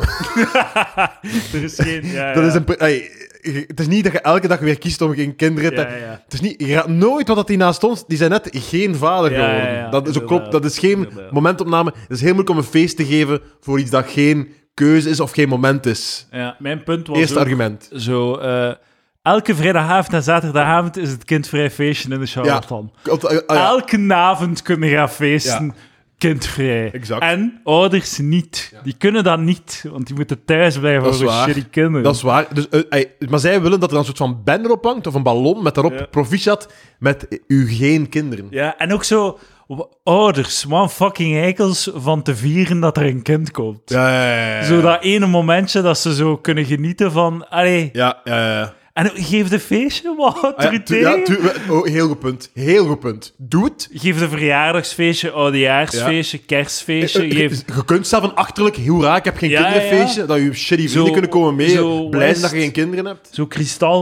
[SPEAKER 1] er is geen... Ja,
[SPEAKER 2] Dat
[SPEAKER 1] ja.
[SPEAKER 2] is een... pri- ey, je- het is niet dat je elke dag weer kiest om geen kinderen te...
[SPEAKER 1] Ja, ja.
[SPEAKER 2] Het is niet, je gaat nooit wat dat die naast ons... Die zijn net geen vader
[SPEAKER 1] Ja,
[SPEAKER 2] geworden.
[SPEAKER 1] ja, ja,
[SPEAKER 2] dat, is ook
[SPEAKER 1] inderdaad,
[SPEAKER 2] klopt, dat is geen
[SPEAKER 1] inderdaad.
[SPEAKER 2] momentopname. Het is heel moeilijk om een feest te geven voor iets dat geen keuze is of geen moment is.
[SPEAKER 1] Ja, mijn punt was
[SPEAKER 2] Eerste
[SPEAKER 1] ook
[SPEAKER 2] argument.
[SPEAKER 1] zo... eh, elke vrijdagavond en zaterdagavond is het kindvrij feestje in de charlatan.
[SPEAKER 2] Klopt, eh, ah, ja.
[SPEAKER 1] Elke avond kunnen gaan feesten.
[SPEAKER 2] Ja.
[SPEAKER 1] Kindvrij.
[SPEAKER 2] Exact.
[SPEAKER 1] En ouders niet. Die kunnen dat niet, want die moeten thuis blijven
[SPEAKER 2] Dat is
[SPEAKER 1] voor hun
[SPEAKER 2] waar.
[SPEAKER 1] shitty kinderen.
[SPEAKER 2] Dat is waar. Dus, eh, ey, maar zij willen dat er een soort van banner op hangt, of een ballon met daarop proficiat met eh, u geen kinderen.
[SPEAKER 1] Ja, en ook zo w- ouders, man fucking eikels van te vieren dat er een kind komt.
[SPEAKER 2] Ja, ja, ja, ja.
[SPEAKER 1] Zo dat ene momentje dat ze zo kunnen genieten van, allee,
[SPEAKER 2] Ja, ja, ja.
[SPEAKER 1] En geef de feestje wat
[SPEAKER 2] Ah, ja, tu-
[SPEAKER 1] autoriteiten.
[SPEAKER 2] ja, tu- we- oh, heel goed punt. Heel goed punt. Doe het.
[SPEAKER 1] Geef de verjaardagsfeestje, oudejaarsfeestje, kerstfeestje.
[SPEAKER 2] Eh, eh,
[SPEAKER 1] Geef...
[SPEAKER 2] Je kunt zelf een achterlijk hoera, ik heb geen
[SPEAKER 1] Ja,
[SPEAKER 2] kinderfeestje,
[SPEAKER 1] ja.
[SPEAKER 2] dat je shitty vrienden
[SPEAKER 1] Zo-
[SPEAKER 2] kunnen komen mee,
[SPEAKER 1] zo
[SPEAKER 2] blij zijn
[SPEAKER 1] West.
[SPEAKER 2] dat je geen kinderen hebt.
[SPEAKER 1] Zo'n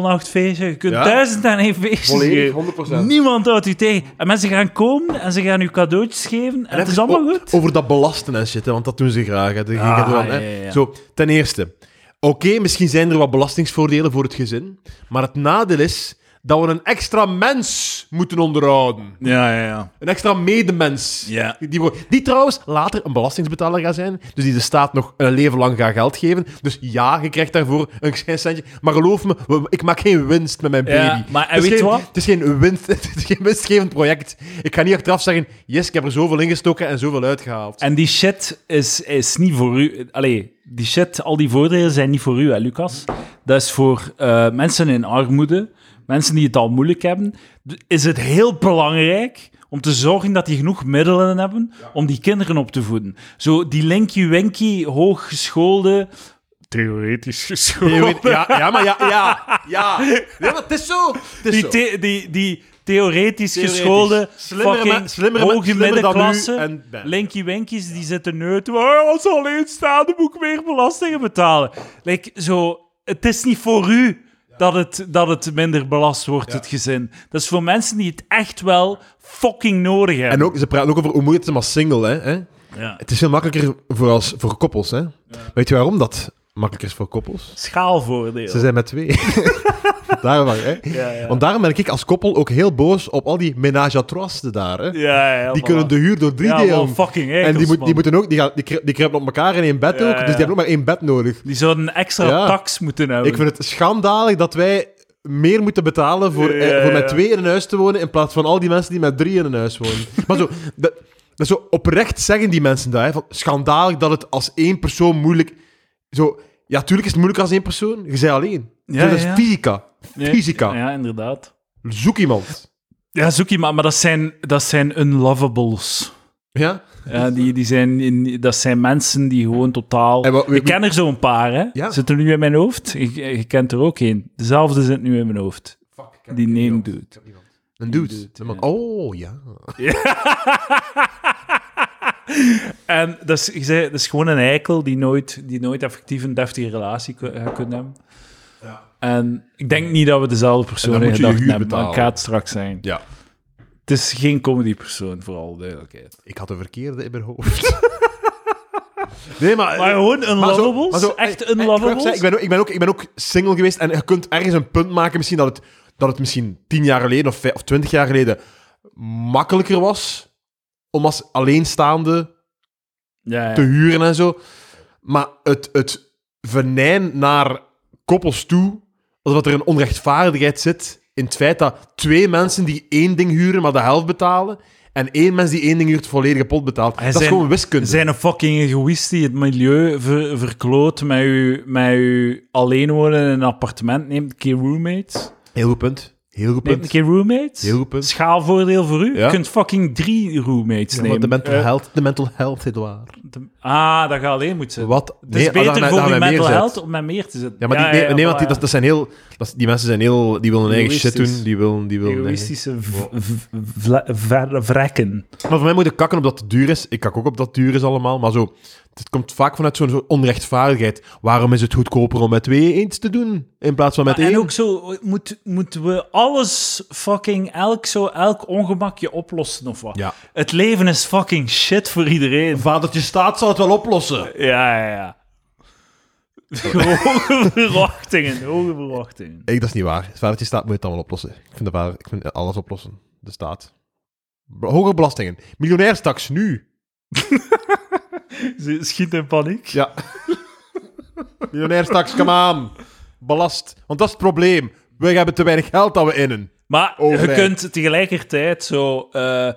[SPEAKER 1] kristalnachtfeestje. Je kunt
[SPEAKER 2] Ja.
[SPEAKER 1] duizend en één feestjes
[SPEAKER 2] Volledig,
[SPEAKER 1] geven.
[SPEAKER 2] 100%.
[SPEAKER 1] Niemand houdt u tegen. En mensen gaan komen en ze gaan u cadeautjes geven. En, het is
[SPEAKER 2] even
[SPEAKER 1] allemaal
[SPEAKER 2] o-
[SPEAKER 1] goed.
[SPEAKER 2] Over dat belasten en shit, hè, want dat doen ze graag. Hè. De-
[SPEAKER 1] Ah,
[SPEAKER 2] ik heb wel, hè.
[SPEAKER 1] ja, ja, ja.
[SPEAKER 2] Zo, ten eerste, oké, misschien zijn er wat belastingsvoordelen voor het gezin, maar het nadeel is dat we een extra mens moeten onderhouden.
[SPEAKER 6] Ja, ja, ja.
[SPEAKER 2] Een extra medemens.
[SPEAKER 6] Ja.
[SPEAKER 2] Die, wo- die trouwens later een belastingsbetaler gaat zijn. Dus die de staat nog een leven lang gaat geld geven. Dus ja, je krijgt daarvoor een klein centje. Maar geloof me, we- ik maak geen winst met mijn baby.
[SPEAKER 1] Ja, maar- en
[SPEAKER 2] het is
[SPEAKER 1] weet
[SPEAKER 2] geen,
[SPEAKER 1] je wat?
[SPEAKER 2] Het is, geen winst, het is geen winstgevend project. Ik ga niet achteraf zeggen, yes, ik heb er zoveel ingestoken en zoveel uitgehaald.
[SPEAKER 1] En die shit is, is niet voor u. Allee, die shit, al die voordelen zijn niet voor u, hè, Lucas. Dat is voor eh, mensen in armoede, mensen die het al moeilijk hebben. D- Is het heel belangrijk om te zorgen dat die genoeg middelen hebben om die kinderen op te voeden. Zo die linky-winky, hooggeschoolde... Theoretisch geschoolde...
[SPEAKER 2] Theorie- Ja, ja, maar ja, ja, ja. Nee, maar het is zo. Het is
[SPEAKER 1] die,
[SPEAKER 2] zo.
[SPEAKER 1] the- die, die theoretisch,
[SPEAKER 2] Theoretisch.
[SPEAKER 1] geschoolde,
[SPEAKER 2] Slimmere
[SPEAKER 1] fucking
[SPEAKER 2] me- slimmere me-
[SPEAKER 1] hoge
[SPEAKER 2] slimmer dan u
[SPEAKER 1] middenklasse,
[SPEAKER 2] en Ben.
[SPEAKER 1] linky-winkies, die zitten neut. Oh, als alleenstaande moet ik weer belastingen betalen. Like, zo, het is niet voor u dat het, dat het minder belast wordt, het gezin. Dat is voor mensen die het echt wel fucking nodig hebben.
[SPEAKER 2] En ook, ze praten ook over hoe moeilijk het is om als single, hè, hè.
[SPEAKER 1] Ja.
[SPEAKER 2] Het is veel makkelijker voor, als, voor koppels, hè. Weet je waarom dat makkelijker is voor koppels?
[SPEAKER 1] Schaalvoordeel.
[SPEAKER 2] Ze zijn met twee. daarom, hè? Want daarom ben ik als koppel ook heel boos op al die menage à trois daar. Hè?
[SPEAKER 1] ja, ja,
[SPEAKER 2] die
[SPEAKER 1] voilà.
[SPEAKER 2] kunnen de huur door drie
[SPEAKER 1] ja, wel
[SPEAKER 2] delen.
[SPEAKER 1] fucking ekels,
[SPEAKER 2] en die, moet, die
[SPEAKER 1] man.
[SPEAKER 2] moeten ook, die, gaan, die, kri- die kruipen op elkaar in één bed
[SPEAKER 1] Ja,
[SPEAKER 2] ook.
[SPEAKER 1] ja.
[SPEAKER 2] Dus die hebben ook maar één bed nodig.
[SPEAKER 1] Die zouden een extra
[SPEAKER 2] Ja.
[SPEAKER 1] tax moeten hebben.
[SPEAKER 2] Ik vind het schandalig dat wij meer moeten betalen voor, eh,
[SPEAKER 1] Ja, ja,
[SPEAKER 2] voor
[SPEAKER 1] ja.
[SPEAKER 2] met twee in een huis te wonen in plaats van al die mensen die met drie in een huis wonen. maar zo, dat, dat zo oprecht zeggen die mensen dat. Hè, van, schandalig dat het als één persoon moeilijk... Zo, ja, tuurlijk is het moeilijk als één persoon. Je bent alleen.
[SPEAKER 1] Ja,
[SPEAKER 2] dat is
[SPEAKER 1] ja.
[SPEAKER 2] fysica. Fysica.
[SPEAKER 1] Ja, inderdaad.
[SPEAKER 2] Zoek iemand.
[SPEAKER 1] Ja, zoek iemand, maar dat zijn, dat zijn unlovables.
[SPEAKER 2] Ja?
[SPEAKER 1] Ja, die, die zijn in, dat zijn mensen die gewoon totaal...
[SPEAKER 2] En wat-
[SPEAKER 1] ik ken er zo'n paar, hè.
[SPEAKER 2] Ja.
[SPEAKER 1] Zit er nu in mijn hoofd? Ik, je kent er ook één. Dezelfde zit nu in mijn hoofd. Die name dude.
[SPEAKER 2] Een dude.
[SPEAKER 1] dude,
[SPEAKER 2] Een man. Oh, ja.
[SPEAKER 1] En dat is, ik zei, dat is gewoon een eikel die nooit, die nooit effectief een deftige relatie ku- gaat kunnen hebben. En ik denk niet dat we dezelfde
[SPEAKER 2] En
[SPEAKER 1] persoon
[SPEAKER 2] dan
[SPEAKER 1] in
[SPEAKER 2] moet je je
[SPEAKER 1] gedachten
[SPEAKER 2] huur
[SPEAKER 1] hebben, maar ik
[SPEAKER 2] betalen.
[SPEAKER 1] ga het straks zijn.
[SPEAKER 2] Ja.
[SPEAKER 1] Het is geen comedy persoon, vooral duidelijkheid.
[SPEAKER 2] Ik had de verkeerde in mijn hoofd. nee, maar...
[SPEAKER 1] Maar gewoon
[SPEAKER 2] maar zo-
[SPEAKER 1] unlovables?
[SPEAKER 2] maar zo-
[SPEAKER 1] echt
[SPEAKER 2] eh, ik, wou ook
[SPEAKER 1] unlovables?
[SPEAKER 2] zeggen, ik, ben ook, ik ben ook ik ben ook single geweest en je kunt ergens een punt maken misschien dat het, dat het misschien tien jaar geleden of, vij- of twintig jaar geleden makkelijker was om als alleenstaande
[SPEAKER 1] ja, ja.
[SPEAKER 2] te huren en zo. Maar het, het venijn naar koppels toe, alsof er een onrechtvaardigheid zit in het feit dat twee mensen die één ding huren, maar de helft betalen, en één mens die één ding huurt, het volledige pot betaalt. dat is
[SPEAKER 1] zijn-
[SPEAKER 2] gewoon wiskunde.
[SPEAKER 1] zijn een fucking egoïst die het milieu ver- verkloot met u, met u alleen wonen in een appartement. Neemt een keer roommates.
[SPEAKER 2] Heel goed punt. Heel goed
[SPEAKER 1] Neemt
[SPEAKER 2] punt.
[SPEAKER 1] een keer roommates.
[SPEAKER 2] Heel goed punt.
[SPEAKER 1] Schaalvoordeel voor u.
[SPEAKER 2] Ja.
[SPEAKER 1] Je kunt fucking drie roommates
[SPEAKER 2] Ja, maar
[SPEAKER 1] nemen.
[SPEAKER 2] de mental
[SPEAKER 1] Eh,
[SPEAKER 2] health, de mental health, Edouard.
[SPEAKER 1] de- ah, dat gaat alleen moeten zitten.
[SPEAKER 2] Wat?
[SPEAKER 1] Het is
[SPEAKER 2] ah, daar
[SPEAKER 1] beter
[SPEAKER 2] gaan wij-
[SPEAKER 1] voor
[SPEAKER 2] daar
[SPEAKER 1] uw
[SPEAKER 2] gaan wij
[SPEAKER 1] mental
[SPEAKER 2] meer
[SPEAKER 1] health
[SPEAKER 2] zetten.
[SPEAKER 1] om met meer te zitten.
[SPEAKER 2] Ja, maar die, nee, nee, want die, dat, dat zijn heel, dat, is- die mensen zijn heel, die willen hun eigen shit
[SPEAKER 1] Egoïstisch.
[SPEAKER 2] doen, die willen, die willen hun eigen-
[SPEAKER 1] Egoïstische v- v- vla- ver- vrekken.
[SPEAKER 2] Maar voor mij moet ik kakken op dat het duur is. Ik kak ook op dat het duur is allemaal. Maar zo, het komt vaak vanuit zo'n soort onrechtvaardigheid. Waarom is het goedkoper om met twee eens te doen in plaats van met één?
[SPEAKER 1] En ook zo, moet, moeten we alles fucking, elk, zo, elk ongemakje oplossen of wat?
[SPEAKER 2] Ja.
[SPEAKER 1] Het leven is fucking shit voor iedereen.
[SPEAKER 2] Vadertje staat zal het wel oplossen.
[SPEAKER 1] Ja, ja, ja. Hoge verwachtingen, hoge verwachtingen.
[SPEAKER 2] Ik, dat is niet waar. Vadertje staat moet het dan wel oplossen. Ik vind, de vader, ik vind alles oplossen. De staat. Be- Hogere belastingen. Miljonairstaks nu.
[SPEAKER 1] Ze schiet in paniek.
[SPEAKER 2] Ja. Miljonairstaks, come aan. Belast. Want dat is het probleem. We hebben te weinig geld dat we innen.
[SPEAKER 1] Maar je
[SPEAKER 2] Overheid.
[SPEAKER 1] kunt tegelijkertijd zo eh,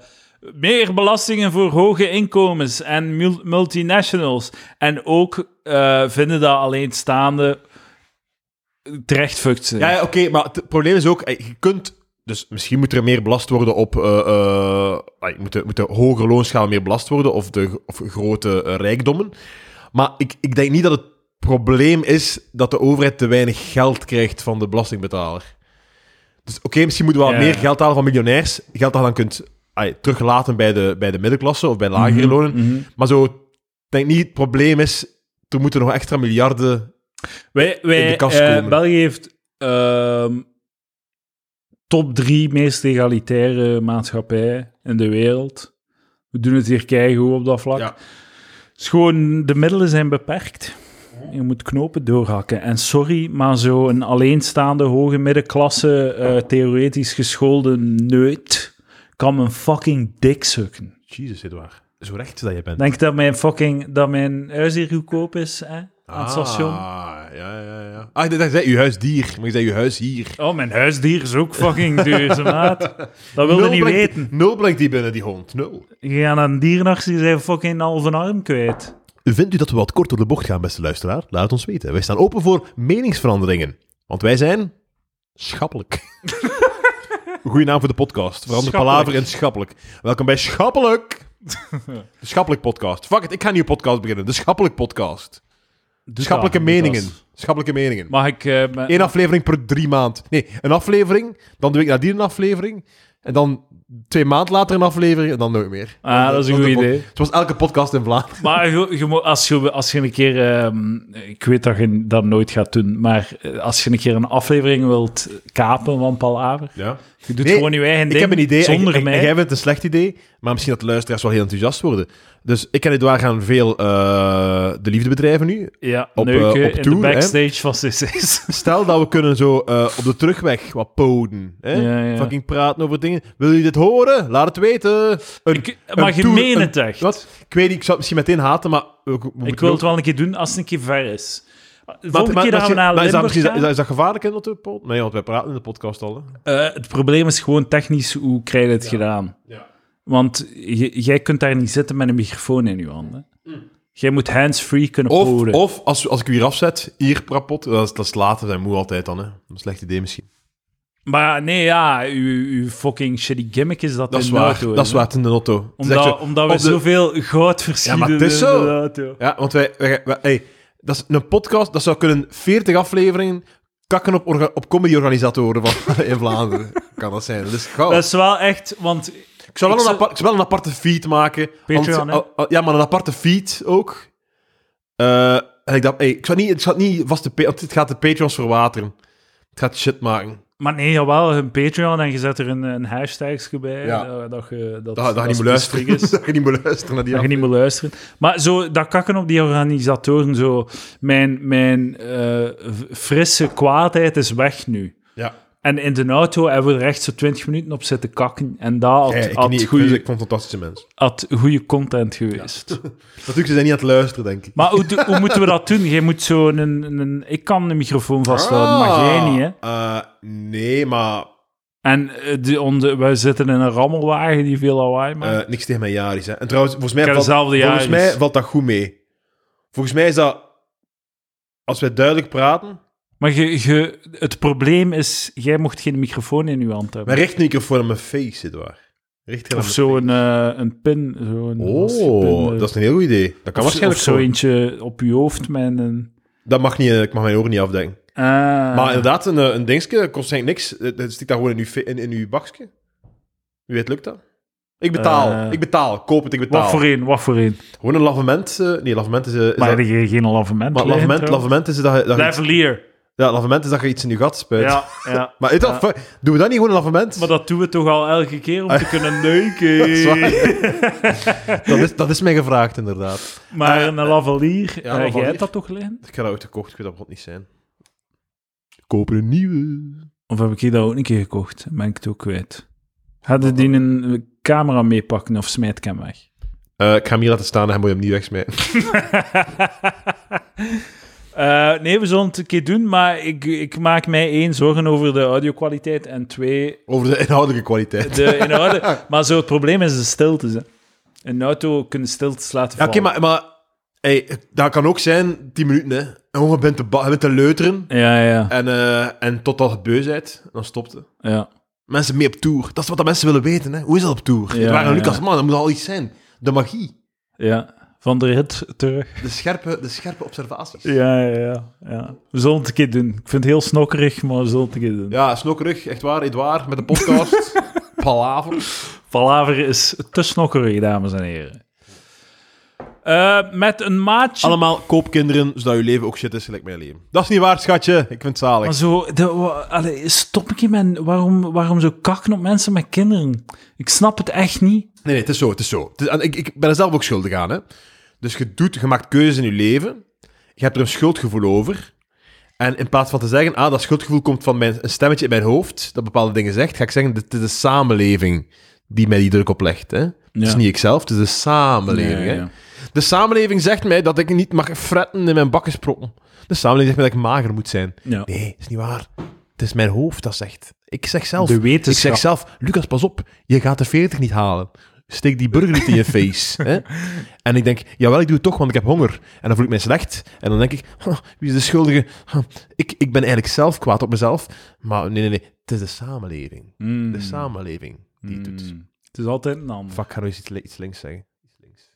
[SPEAKER 1] meer belastingen voor hoge inkomens en mul- multinationals. En ook eh, vinden dat alleenstaande terecht fucked zijn.
[SPEAKER 2] Ja, ja, oké, maar het het probleem is ook, eh, je kunt... Dus misschien moet er meer belast worden op... eh eh, ah, moet, de, moet de hogere loonschaal meer belast worden of de g- of grote eh, rijkdommen. Maar ik, ik denk niet dat het probleem is dat de overheid te weinig geld krijgt van de belastingbetaler. Dus oké, misschien moeten we wat
[SPEAKER 1] Ja.
[SPEAKER 2] meer geld halen van miljonairs. Geld dat je dan kunt ai, teruglaten bij de, bij de middenklasse of bij lagere lonen. Maar zo, ik denk niet, het probleem is, er moeten nog extra miljarden...
[SPEAKER 1] Wij,
[SPEAKER 2] in
[SPEAKER 1] wij,
[SPEAKER 2] de kast
[SPEAKER 1] eh,
[SPEAKER 2] komen.
[SPEAKER 1] België heeft ehm, top drie meest egalitaire maatschappij in de wereld. We doen het hier keigoed op dat vlak.
[SPEAKER 2] Ja.
[SPEAKER 1] Het is gewoon, de middelen zijn beperkt. Je moet knopen doorhakken. En sorry, maar zo'n alleenstaande hoge middenklasse, eh, theoretisch geschoolde neut, kan me fucking dik sukken.
[SPEAKER 2] Jezus, Edouard. Zo recht dat je bent.
[SPEAKER 1] Denk dat mijn fucking, dat mijn huis hier goedkoop is, hè? Aan het station.
[SPEAKER 2] Ah, ja, ja, ja. Ah, ik dacht, je zei je huisdier. Maar je zei je huis hier.
[SPEAKER 1] Oh, mijn huisdier is ook fucking duur, ze maat. Dat wilde
[SPEAKER 2] Nul
[SPEAKER 1] niet
[SPEAKER 2] brengt-
[SPEAKER 1] weten.
[SPEAKER 2] Nul brengt die binnen, die hond. Nul.
[SPEAKER 1] Je gaat naar een dierenarts, die zijn fucking een halve arm kwijt.
[SPEAKER 2] Vindt u dat we wat kort door de bocht gaan, beste luisteraar? Laat het ons weten. Wij staan open voor meningsveranderingen. Want wij zijn... Schappelijk. Goeie naam voor de podcast. Verander
[SPEAKER 1] Schappelijk.
[SPEAKER 2] palaver in schappelijk. Welkom bij Schappelijk. De Schappelijk podcast. Fuck it, ik ga een nieuwe podcast beginnen. De Schappelijk podcast.
[SPEAKER 1] Doe
[SPEAKER 2] Schappelijke
[SPEAKER 1] dat, doe
[SPEAKER 2] meningen.
[SPEAKER 1] dat.
[SPEAKER 2] Schappelijke meningen.
[SPEAKER 1] Mag ik... eh, me-
[SPEAKER 2] Eén aflevering per drie maand. Nee, een aflevering, dan de week nadien een aflevering. En dan twee maand later een aflevering en dan nooit meer.
[SPEAKER 1] Ah, dat is een goed
[SPEAKER 2] de pod-
[SPEAKER 1] idee.
[SPEAKER 2] Het was elke podcast in Vlaanderen.
[SPEAKER 1] Maar je- je mo- als, je, als je een keer... ehm, ik weet dat je dat nooit gaat doen, maar eh, als je een keer een aflevering wilt kapen van Palaver,
[SPEAKER 2] Ja.
[SPEAKER 1] je doet
[SPEAKER 2] Nee,
[SPEAKER 1] gewoon je eigen
[SPEAKER 2] Ik
[SPEAKER 1] ding
[SPEAKER 2] heb een idee,
[SPEAKER 1] zonder
[SPEAKER 2] en, en-
[SPEAKER 1] mij.
[SPEAKER 2] en jij vindt het een slecht idee, maar misschien dat de luisteraars wel heel enthousiast worden. Dus ik en Edouard gaan veel eh, de liefde bedrijven nu.
[SPEAKER 1] ja,
[SPEAKER 2] op, eh,
[SPEAKER 1] neuken
[SPEAKER 2] op
[SPEAKER 1] in
[SPEAKER 2] tour,
[SPEAKER 1] de
[SPEAKER 2] hè?
[SPEAKER 1] backstage van CC's.
[SPEAKER 2] Stel dat we kunnen zo eh, op de terugweg wat poden. Hè?
[SPEAKER 1] Ja, ja.
[SPEAKER 2] Fucking praten over dingen. Wil je dit horen? Laat het weten. Een-
[SPEAKER 1] Ik-
[SPEAKER 2] een
[SPEAKER 1] maar je
[SPEAKER 2] tour-
[SPEAKER 1] meent
[SPEAKER 2] een-
[SPEAKER 1] het echt.
[SPEAKER 2] Wat? Ik weet niet, ik zou het misschien meteen haten, maar... eh, we- we moeten
[SPEAKER 1] Ik wil
[SPEAKER 2] ook-
[SPEAKER 1] het wel een keer doen als het een keer ver is. De
[SPEAKER 2] Maar-
[SPEAKER 1] volgende
[SPEAKER 2] maar-
[SPEAKER 1] keer
[SPEAKER 2] maar
[SPEAKER 1] dat we
[SPEAKER 2] is-
[SPEAKER 1] naar
[SPEAKER 2] maar is, dat,
[SPEAKER 1] Limburg
[SPEAKER 2] misschien-
[SPEAKER 1] gaan...
[SPEAKER 2] is, dat, is dat gevaarlijk in de podcast? Nee, want wij praten in de podcast al. hè.
[SPEAKER 1] Eh, het probleem is gewoon technisch, hoe krijg je het gedaan?
[SPEAKER 2] Ja.
[SPEAKER 1] Want j- jij kunt daar niet zitten met een microfoon in je handen.
[SPEAKER 2] Mm.
[SPEAKER 1] Jij moet hands-free kunnen
[SPEAKER 2] Of,
[SPEAKER 1] poden.
[SPEAKER 2] of als, als ik u hier afzet, hier prapot, dat is, dat is later, zijn moe altijd dan. Hè. Dat is een slecht idee misschien.
[SPEAKER 1] Maar nee, ja, uw, uw fucking shitty gimmick is dat,
[SPEAKER 2] Dat is
[SPEAKER 1] in de
[SPEAKER 2] waar,
[SPEAKER 1] auto.
[SPEAKER 2] dat is
[SPEAKER 1] hè?
[SPEAKER 2] waar, het in de auto. Het is
[SPEAKER 1] Omdat,
[SPEAKER 2] echt zo,
[SPEAKER 1] omdat we
[SPEAKER 2] op de-
[SPEAKER 1] zoveel goud verschieten
[SPEAKER 2] Ja, maar het
[SPEAKER 1] in
[SPEAKER 2] is
[SPEAKER 1] de
[SPEAKER 2] zo.
[SPEAKER 1] auto.
[SPEAKER 2] Ja, want wij... wij, wij- hey, dat is een podcast, dat zou kunnen 40 afleveringen kakken op, orga- op comedy-organisatoren van, in Vlaanderen. kan dat zijn, dat is gauw.
[SPEAKER 1] Dat is wel echt, want...
[SPEAKER 2] ik, zou wel
[SPEAKER 1] ik
[SPEAKER 2] een
[SPEAKER 1] zou-
[SPEAKER 2] apart- ik zou wel een aparte feed maken.
[SPEAKER 1] Patreon,
[SPEAKER 2] Want- a- a- ja, maar een aparte feed ook. Eh, en ik dacht, hey, ik zou niet, ik zou het niet vast de, pa- want het gaat de Patreons verwateren. Het gaat shit maken.
[SPEAKER 1] Maar nee, jawel, een Patreon en je zet er een, een hashtagje bij.
[SPEAKER 2] Ja.
[SPEAKER 1] eh, dat, je dat,
[SPEAKER 2] Dat, dat, je niet
[SPEAKER 1] specifiek
[SPEAKER 2] meer luisteren.
[SPEAKER 1] is.
[SPEAKER 2] dat je niet meer luisteren naar die
[SPEAKER 1] Dat je niet meer luisteren. Maar zo, dat kakken op die organisatoren, zo, mijn, mijn eh, v- frisse kwaadheid is weg nu.
[SPEAKER 2] aflevering. Ja.
[SPEAKER 1] En in de auto hebben we er echt zo 20 minuten op zitten kakken. En dat had,
[SPEAKER 2] Ja, ik,
[SPEAKER 1] had
[SPEAKER 2] niet, ik,
[SPEAKER 1] goeie-
[SPEAKER 2] vind- ik vond het fantastische mensen.
[SPEAKER 1] had goede content geweest.
[SPEAKER 2] Natuurlijk, ze zijn niet aan het luisteren, denk ik.
[SPEAKER 1] Maar hoe, do- hoe moeten we dat doen? Jij moet zo een, een, een- Ik kan een microfoon vasthouden,
[SPEAKER 2] Ah.
[SPEAKER 1] maar jij niet, hè?
[SPEAKER 2] Eh, nee, maar
[SPEAKER 1] En eh, die, onze, wij zitten in een rammelwagen die veel lawaai maakt.
[SPEAKER 2] eh, niks tegen mijn Jaris. Hè. En trouwens, volgens mij,
[SPEAKER 1] Ik heb
[SPEAKER 2] valt,
[SPEAKER 1] dezelfde
[SPEAKER 2] volgens
[SPEAKER 1] Yaris.
[SPEAKER 2] mij valt dat goed mee. Volgens mij is dat... Als wij duidelijk praten...
[SPEAKER 1] Maar je, je, het probleem is, jij mocht geen microfoon in je hand hebben.
[SPEAKER 2] Mijn rechtermicrofoon aan mijn face, Edouard. Richt heel aan
[SPEAKER 1] Of
[SPEAKER 2] mijn
[SPEAKER 1] zo'n eh, een pin. zo'n plastic pin,
[SPEAKER 2] Oh,
[SPEAKER 1] eh.
[SPEAKER 2] dat is een heel goed idee. Dat kan
[SPEAKER 1] of,
[SPEAKER 2] waarschijnlijk
[SPEAKER 1] of zo
[SPEAKER 2] zo.
[SPEAKER 1] eentje op je hoofd met een...
[SPEAKER 2] Dat mag niet, eh, ik mag mijn oren niet afdenken.
[SPEAKER 1] Ah.
[SPEAKER 2] Maar inderdaad, een, eh, een dingetje dat kost eigenlijk niks. Eh, Dat stikt daar gewoon in uw, fi- in, in uw bakje. Wie weet lukt dat? Ik betaal,
[SPEAKER 1] Eh.
[SPEAKER 2] ik betaal. Koop het, ik betaal.
[SPEAKER 1] Wat voor een, wat voor een.
[SPEAKER 2] Gewoon een lavement. eh, nee, lavement is... eh, is
[SPEAKER 1] Maar
[SPEAKER 2] dat,
[SPEAKER 1] heb je geen lavement
[SPEAKER 2] maar
[SPEAKER 1] liggen,
[SPEAKER 2] lavement,
[SPEAKER 1] trouwens?
[SPEAKER 2] lavement is dat, je- dat je iets,
[SPEAKER 1] Lavalier.
[SPEAKER 2] ja, lavement is dat je iets in je gat spuit.
[SPEAKER 1] Ja, ja.
[SPEAKER 2] Maar weet je wat, fu- doen we dat niet gewoon een lavement?
[SPEAKER 1] Maar dat doen we toch al elke keer om te kunnen
[SPEAKER 2] Dat is
[SPEAKER 1] neuken.
[SPEAKER 2] waar. dat, is, dat is mij gevraagd, inderdaad.
[SPEAKER 1] maar een lavalier, eh, jij
[SPEAKER 2] Eh, lavalier.
[SPEAKER 1] hebt dat toch liggen?
[SPEAKER 2] Ik heb dat ooit gekocht, ik weet dat het niet zijn. Kopen een nieuwe.
[SPEAKER 1] Of heb ik die dat ook een keer gekocht? Ben ik het ook kwijt. Hadden die een camera meepakken of smijt ik hem weg?
[SPEAKER 2] Eh, ik ga hem hier laten staan en hij moet hem niet wegsmijten.
[SPEAKER 1] Eh, nee, we zullen het een keer doen, maar ik, ik maak mij één zorgen over de audio-kwaliteit en twee
[SPEAKER 2] Over de inhoudelijke kwaliteit.
[SPEAKER 1] de inhoud. maar zo, het probleem is de stiltes. Hè. Een auto kunnen stiltes laten
[SPEAKER 2] Ja,
[SPEAKER 1] vallen.
[SPEAKER 2] oké, maar, maar hey, dat kan ook zijn 10 minuten, hè. En gewoon, je bent te, ba- je bent te leuteren
[SPEAKER 1] Ja, ja,
[SPEAKER 2] en, eh en totdat het beu bent, dan stopt het.
[SPEAKER 1] ja.
[SPEAKER 2] Mensen mee op tour. Dat is wat de mensen willen weten, hè. Hoe is dat op tour?
[SPEAKER 1] Ja,
[SPEAKER 2] het waren
[SPEAKER 1] ja.
[SPEAKER 2] Lucas, man, dat moet al iets zijn. De magie.
[SPEAKER 1] ja. van de rit terug.
[SPEAKER 2] De scherpe, de scherpe observaties.
[SPEAKER 1] Ja, ja, ja, ja. We zullen het een keer doen. Ik vind het heel snokkerig, maar we zullen het een keer doen.
[SPEAKER 2] Ja, snokkerig, echt waar, Edouard, met de podcast. Palaver.
[SPEAKER 1] Palaver is te snokkerig, dames en heren. Eh, met een maatje.
[SPEAKER 2] Allemaal koopkinderen, zodat uw leven ook shit is, gelijk mijn leven. Dat is niet waar, schatje. Ik vind het zalig.
[SPEAKER 1] Maar zo, de, wa- allee, stop een keer met waarom, waarom zo kakken op mensen met kinderen. Ik snap het echt niet.
[SPEAKER 2] Nee, nee, het is zo, het is zo. Het is- en ik, ik ben er zelf ook schuldig aan, hè. Dus je doet, je maakt keuzes in je leven. Je hebt er een schuldgevoel over. En in plaats van te zeggen, ah, dat schuldgevoel komt van mijn, een stemmetje in mijn hoofd, dat bepaalde dingen zegt, ga ik zeggen, dit is de samenleving die mij die druk oplegt, hè. Het is niet ikzelf, het is de samenleving, hè. De samenleving zegt mij dat ik niet mag fretten in mijn bakken sproppen. De samenleving zegt mij dat ik mager moet zijn.
[SPEAKER 1] Ja.
[SPEAKER 2] Nee, is niet waar. Het is mijn hoofd dat zegt. Ik zeg zelf.
[SPEAKER 1] De wetenschap.
[SPEAKER 2] Ik zeg zelf, Lucas, pas op. Je gaat de 40 niet halen. Steek die burger niet in je face. Hè? En ik denk, jawel, ik doe het toch, want ik heb honger. En dan voel ik mij slecht. En dan denk ik, "Huh, wie is de schuldige? Huh, ik, ik ben eigenlijk zelf kwaad op mezelf. Maar nee, nee, nee. Het is de samenleving.
[SPEAKER 1] Mm.
[SPEAKER 2] De samenleving die het doet.
[SPEAKER 1] Mm. Het is altijd een ander.
[SPEAKER 2] Fuck, gaan we eens iets, li- iets links zeggen? Iets links.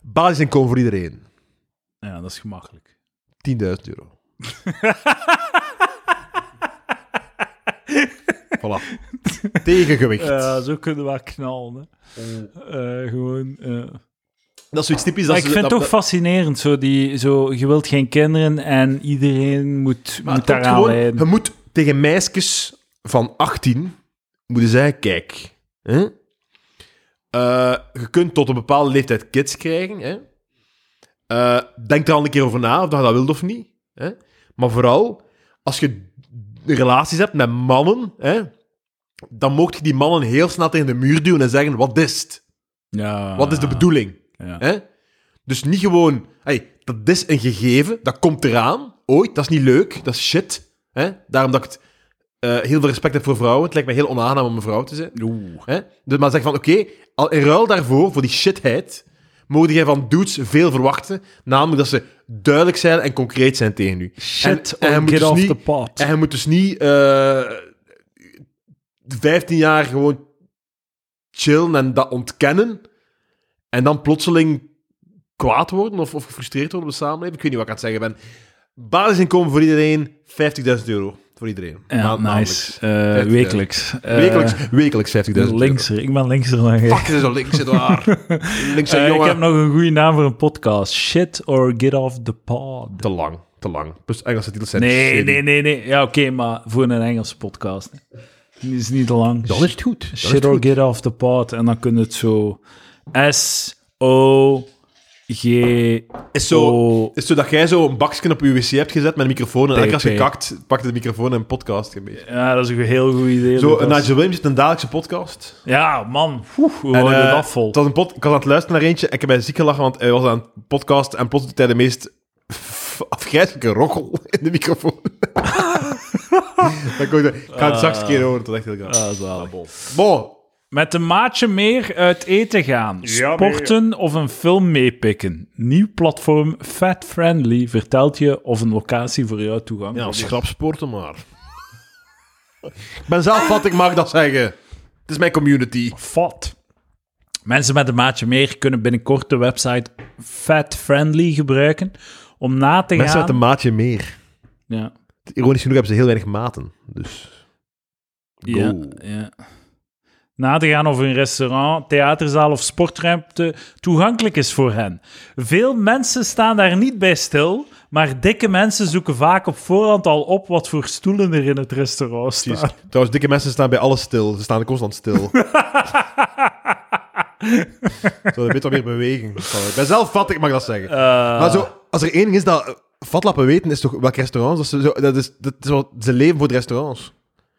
[SPEAKER 2] Basisinkomen voor iedereen. 10.000
[SPEAKER 1] Ja, dat is gemakkelijk.
[SPEAKER 2] euro. voilà. Tegengewicht.
[SPEAKER 1] Ja, zo kunnen we wel knallen. Hè. Eh, gewoon. eh.
[SPEAKER 2] dat is zoiets typisch.
[SPEAKER 1] Maar
[SPEAKER 2] Dat
[SPEAKER 1] ik
[SPEAKER 2] Oh. Dus ze-
[SPEAKER 1] vind het
[SPEAKER 2] dat-
[SPEAKER 1] toch
[SPEAKER 2] dat-
[SPEAKER 1] fascinerend. Zo die, zo, je wilt geen kinderen en iedereen moet, moet
[SPEAKER 2] maar het komt
[SPEAKER 1] daaraan
[SPEAKER 2] gewoon-
[SPEAKER 1] leiden.
[SPEAKER 2] Je moet tegen meisjes van 18 moeten zeggen, kijk, hè? Eh, je kunt tot een bepaalde leeftijd kids krijgen. Hè? Eh, denk er al een keer over na of dat je dat wilt of niet. Hè? Maar vooral, als je relaties hebt met mannen, hè, dan mocht je die mannen heel snel tegen de muur duwen en zeggen, wat is het?
[SPEAKER 1] Ja.
[SPEAKER 2] Wat is de bedoeling?
[SPEAKER 1] Ja.
[SPEAKER 2] Hè? Dus niet gewoon, hey, dat is een gegeven, dat komt eraan, ooit, dat is niet leuk, dat is shit. Hè? Daarom dat ik het, eh, heel veel respect heb voor vrouwen. Het lijkt me heel onaangenaam om een vrouw te zijn. Hè? Dus maar zeg van, oké, al in ruil daarvoor, voor die shitheid, mogen jij van dudes veel verwachten, namelijk dat ze duidelijk zijn en concreet zijn tegen u.
[SPEAKER 1] Shit
[SPEAKER 2] en, en je
[SPEAKER 1] on
[SPEAKER 2] moet
[SPEAKER 1] get
[SPEAKER 2] dus
[SPEAKER 1] off
[SPEAKER 2] niet-
[SPEAKER 1] the pot.
[SPEAKER 2] en je moet dus niet eh 15 jaar gewoon chillen en dat ontkennen. En dan plotseling kwaad worden of, of gefrustreerd worden op de samenleving. Ik weet niet wat ik aan het zeggen ben. Basisinkomen voor iedereen, 50.000 euro. Voor iedereen.
[SPEAKER 1] ja,
[SPEAKER 2] Maand-
[SPEAKER 1] nice.
[SPEAKER 2] maandelijks.
[SPEAKER 1] Eh,
[SPEAKER 2] €30.000.
[SPEAKER 1] wekelijks. Eh,
[SPEAKER 2] wekelijks wekelijks 50.000 euro.
[SPEAKER 1] linkser. Ik ben linkser dan jij.
[SPEAKER 2] Fuck, ze is zo links, Edouard. links
[SPEAKER 1] Eh,
[SPEAKER 2] en
[SPEAKER 1] ik
[SPEAKER 2] jongen.
[SPEAKER 1] heb nog een goede naam voor een podcast. Shit or get off the pod.
[SPEAKER 2] Te lang, te lang. Plus Engelse titels zijn
[SPEAKER 1] Nee,
[SPEAKER 2] shitty.
[SPEAKER 1] nee, nee, nee. Ja, oké, maar voor een Engelse podcast. hè. Die is niet te lang.
[SPEAKER 2] Dan is het goed. Dan is
[SPEAKER 1] Shit
[SPEAKER 2] het
[SPEAKER 1] or
[SPEAKER 2] goed.
[SPEAKER 1] get off the pod. En dan kun je het zo... S-O-G...
[SPEAKER 2] Is zo,
[SPEAKER 1] Oh.
[SPEAKER 2] is zo dat jij zo een bakje op je wc hebt gezet met een microfoon. En elke keer als je
[SPEAKER 1] PP.
[SPEAKER 2] kakt, pakt je de microfoon en een podcast. een beetje.
[SPEAKER 1] Ja, dat is ook een heel goed idee.
[SPEAKER 2] Zo,
[SPEAKER 1] Lucas.
[SPEAKER 2] een Nigel Williams heeft een dagelijkse podcast.
[SPEAKER 1] Ja, man. Oeh, we
[SPEAKER 2] En,
[SPEAKER 1] houden
[SPEAKER 2] eh,
[SPEAKER 1] het af vol.
[SPEAKER 2] het was een pod- ik was aan het luisteren naar eentje en ik heb mij ziek gelachen, want hij was aan het podcast en plots doet hij de meest afgrijzelijke rochel in de microfoon. Dan kon je- ik ga het straks een keer horen, dat is echt heel graag.
[SPEAKER 1] Ah, zalig.
[SPEAKER 2] Bon,
[SPEAKER 1] Met een maatje meer uit eten gaan. Sporten of een film meepikken. Nieuw platform Fat Friendly vertelt je of een locatie voor jou toegang
[SPEAKER 2] ja, schrapsporten maar. ik ben zelf wat ik mag dat zeggen. Het is mijn community.
[SPEAKER 1] Fat. Mensen met een maatje meer kunnen binnenkort de website Fat Friendly gebruiken om na te
[SPEAKER 2] Mensen
[SPEAKER 1] gaan.
[SPEAKER 2] met een maatje meer.
[SPEAKER 1] Ja.
[SPEAKER 2] Ironisch genoeg hebben ze heel weinig maten. Dus. Go.
[SPEAKER 1] Ja, ja. Na te gaan of een restaurant, theaterzaal of sportruimte toegankelijk is voor hen. Veel mensen staan daar niet bij stil, maar dikke mensen zoeken vaak op voorhand al op wat voor stoelen er in het restaurant staan.
[SPEAKER 2] Precies. Trouwens, dikke mensen staan bij alles stil. Ze staan constant stil. zo, een beetje meer beweging. Ik ben zelf vat, ik mag dat
[SPEAKER 1] Eh.
[SPEAKER 2] zeggen. Maar zo, als er één ding is dat eh, vatlappen weten, is toch welke restaurants. Dat ze, zo, dat is, dat is wel, ze leven voor de restaurants.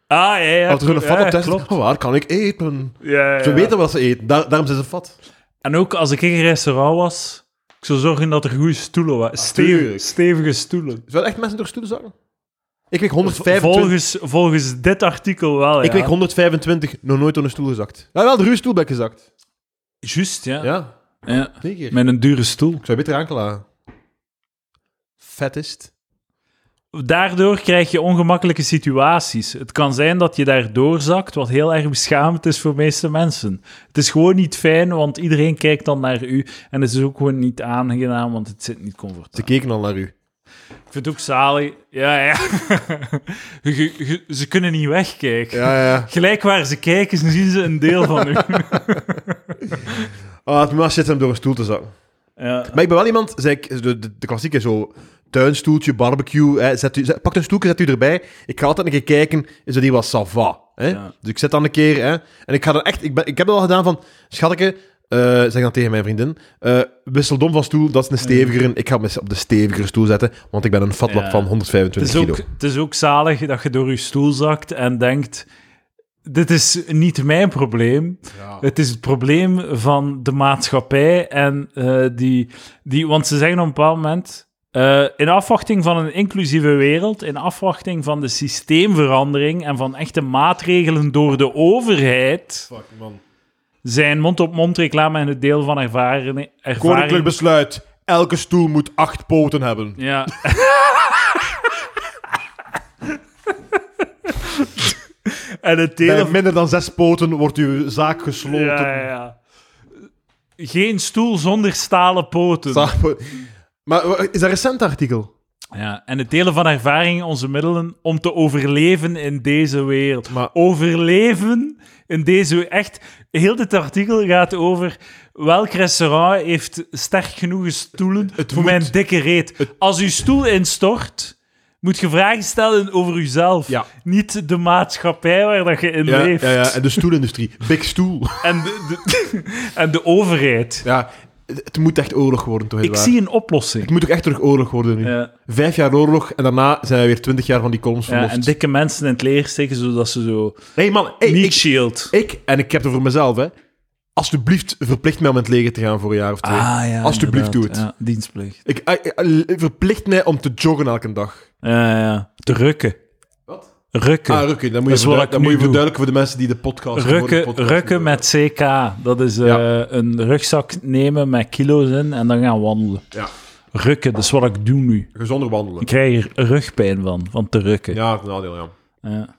[SPEAKER 1] Ah, ja, ja.
[SPEAKER 2] als er een
[SPEAKER 1] klopt.
[SPEAKER 2] vat
[SPEAKER 1] Ja,
[SPEAKER 2] op test
[SPEAKER 1] klopt.
[SPEAKER 2] oh, waar kan ik eten?
[SPEAKER 1] Ja, ja,
[SPEAKER 2] Ze
[SPEAKER 1] ja.
[SPEAKER 2] weten wat ze eten, daar- daarom zijn ze vat.
[SPEAKER 1] En ook als ik in een restaurant was, ik zou zorgen dat er goede stoelen waren. Stevige,
[SPEAKER 2] Ah, tuurlijk.
[SPEAKER 1] stevige stoelen.
[SPEAKER 2] Zullen echt mensen door stoelen zakken? Ik weeg 125...
[SPEAKER 1] Volgens, volgens dit artikel wel, ja.
[SPEAKER 2] Ik weeg 125, nog nooit door een stoel gezakt. Ja, wel, de ruwe stoel ben ik gezakt.
[SPEAKER 1] Juist, ja.
[SPEAKER 2] Ja,
[SPEAKER 1] Ja.
[SPEAKER 2] twee keer.
[SPEAKER 1] Met een dure stoel.
[SPEAKER 2] Ik zou beter aanklagen. Fattest.
[SPEAKER 1] Daardoor krijg je ongemakkelijke situaties. Het kan zijn dat je daardoor zakt, wat heel erg beschamend is voor de meeste mensen. Het is gewoon niet fijn, want iedereen kijkt dan naar u. En het is ook gewoon niet aangenaam, want het zit niet comfortabel.
[SPEAKER 2] Ze keken al naar u.
[SPEAKER 1] Ik vind het ook salie. Ja, ja. Je- je- ze kunnen niet wegkijken.
[SPEAKER 2] Ja, ja.
[SPEAKER 1] Gelijk waar ze kijken, zien ze een deel van u.
[SPEAKER 2] Ah, het muis zit hem door een stoel te zakken.
[SPEAKER 1] Ja.
[SPEAKER 2] Maar ik ben wel iemand, zei ik, de, de, de klassieke zo, tuinstoeltje, barbecue, hè, zet u, zet- pakt een stoeltje, zet u erbij. Ik ga altijd een keer kijken, is dat hier wat sava? Hè?
[SPEAKER 1] Ja.
[SPEAKER 2] Dus ik zet dan een keer, hè, en ik ga dan echt, ik, ben, ik heb dat al gedaan van, schatke, eh, zeg dan tegen mijn vriendin, eh, wissel dom van stoel, dat is een stevigere, ik ga me op de stevigere stoel zetten, want ik ben een fatlap
[SPEAKER 1] Ja.
[SPEAKER 2] van
[SPEAKER 1] Het,
[SPEAKER 2] 125
[SPEAKER 1] is
[SPEAKER 2] kilo.
[SPEAKER 1] ook, het is ook zalig dat je door je stoel zakt en denkt... Dit is niet mijn probleem. Het is het probleem van de maatschappij. En, eh, die, die, want ze zeggen op een bepaald moment... eh, in afwachting van een inclusieve wereld, in afwachting van de systeemverandering en van echte maatregelen door de overheid,
[SPEAKER 2] Fuck, man.
[SPEAKER 1] zijn mond-op-mond reclame en het deel van ervaring.
[SPEAKER 2] Koninklijk
[SPEAKER 1] ervaring
[SPEAKER 2] besluit, elke stoel moet acht poten hebben.
[SPEAKER 1] ja. en het deel
[SPEAKER 2] Bij minder dan zes poten wordt uw zaak gesloten.
[SPEAKER 1] Ja, ja, ja. Geen stoel zonder stalen poten.
[SPEAKER 2] Sa- Maar wa- is dat een recent artikel?
[SPEAKER 1] ja, en het delen van ervaring, onze middelen om te overleven in deze wereld.
[SPEAKER 2] Maar-
[SPEAKER 1] Overleven in deze echt. Heel dit artikel gaat over welk restaurant heeft sterk genoeg stoelen voor
[SPEAKER 2] moet-
[SPEAKER 1] mijn dikke reet. Als uw stoel instort, moet je vragen stellen over uzelf,
[SPEAKER 2] Ja.
[SPEAKER 1] niet de maatschappij waar dat je in
[SPEAKER 2] Ja,
[SPEAKER 1] leeft
[SPEAKER 2] ja, ja, en de stoelindustrie. Big stoel.
[SPEAKER 1] en, de, de- en de overheid.
[SPEAKER 2] Ja, het het moet echt oorlog worden, toch?
[SPEAKER 1] Ik
[SPEAKER 2] nietwaar?
[SPEAKER 1] zie een
[SPEAKER 2] Het
[SPEAKER 1] oplossing.
[SPEAKER 2] moet ook echt terug oorlog worden nu.
[SPEAKER 1] Ja.
[SPEAKER 2] Vijf jaar oorlog en daarna zijn we weer twintig jaar van die columns
[SPEAKER 1] Ja,
[SPEAKER 2] verlost.
[SPEAKER 1] en dikke mensen in het leger steken, zodat ze zo
[SPEAKER 2] Nee, man, hey,
[SPEAKER 1] niet
[SPEAKER 2] ik,
[SPEAKER 1] shield.
[SPEAKER 2] ik, en ik heb het voor mezelf, hè. Alsjeblieft, verplicht mij om in het leger te gaan voor een jaar of twee.
[SPEAKER 1] Ah, ja,
[SPEAKER 2] Alsjeblieft, doe het.
[SPEAKER 1] inderdaad. Ja, dienstplicht.
[SPEAKER 2] Ik, eh, eh, eh, verplicht mij om te joggen elke dag.
[SPEAKER 1] Ja, ja, ja. Te rukken.
[SPEAKER 2] Wat?
[SPEAKER 1] Rukken.
[SPEAKER 2] Ah, rukken. Dan moet
[SPEAKER 1] Dat
[SPEAKER 2] je,
[SPEAKER 1] is wat
[SPEAKER 2] verdu-
[SPEAKER 1] ik
[SPEAKER 2] dan
[SPEAKER 1] nu
[SPEAKER 2] moet je
[SPEAKER 1] doe.
[SPEAKER 2] verduidelijken voor de mensen die de podcast voor de
[SPEAKER 1] rukken,
[SPEAKER 2] podcast
[SPEAKER 1] rukken
[SPEAKER 2] horen.
[SPEAKER 1] met CK. Dat is eh,
[SPEAKER 2] Ja.
[SPEAKER 1] een rugzak nemen met kilo's in en dan gaan wandelen.
[SPEAKER 2] Ja.
[SPEAKER 1] Rukken, dat is wat ik doe nu.
[SPEAKER 2] Gezonder wandelen.
[SPEAKER 1] Ik krijg er rugpijn van, van te rukken.
[SPEAKER 2] Ja, het nadeel, ja.
[SPEAKER 1] Ja.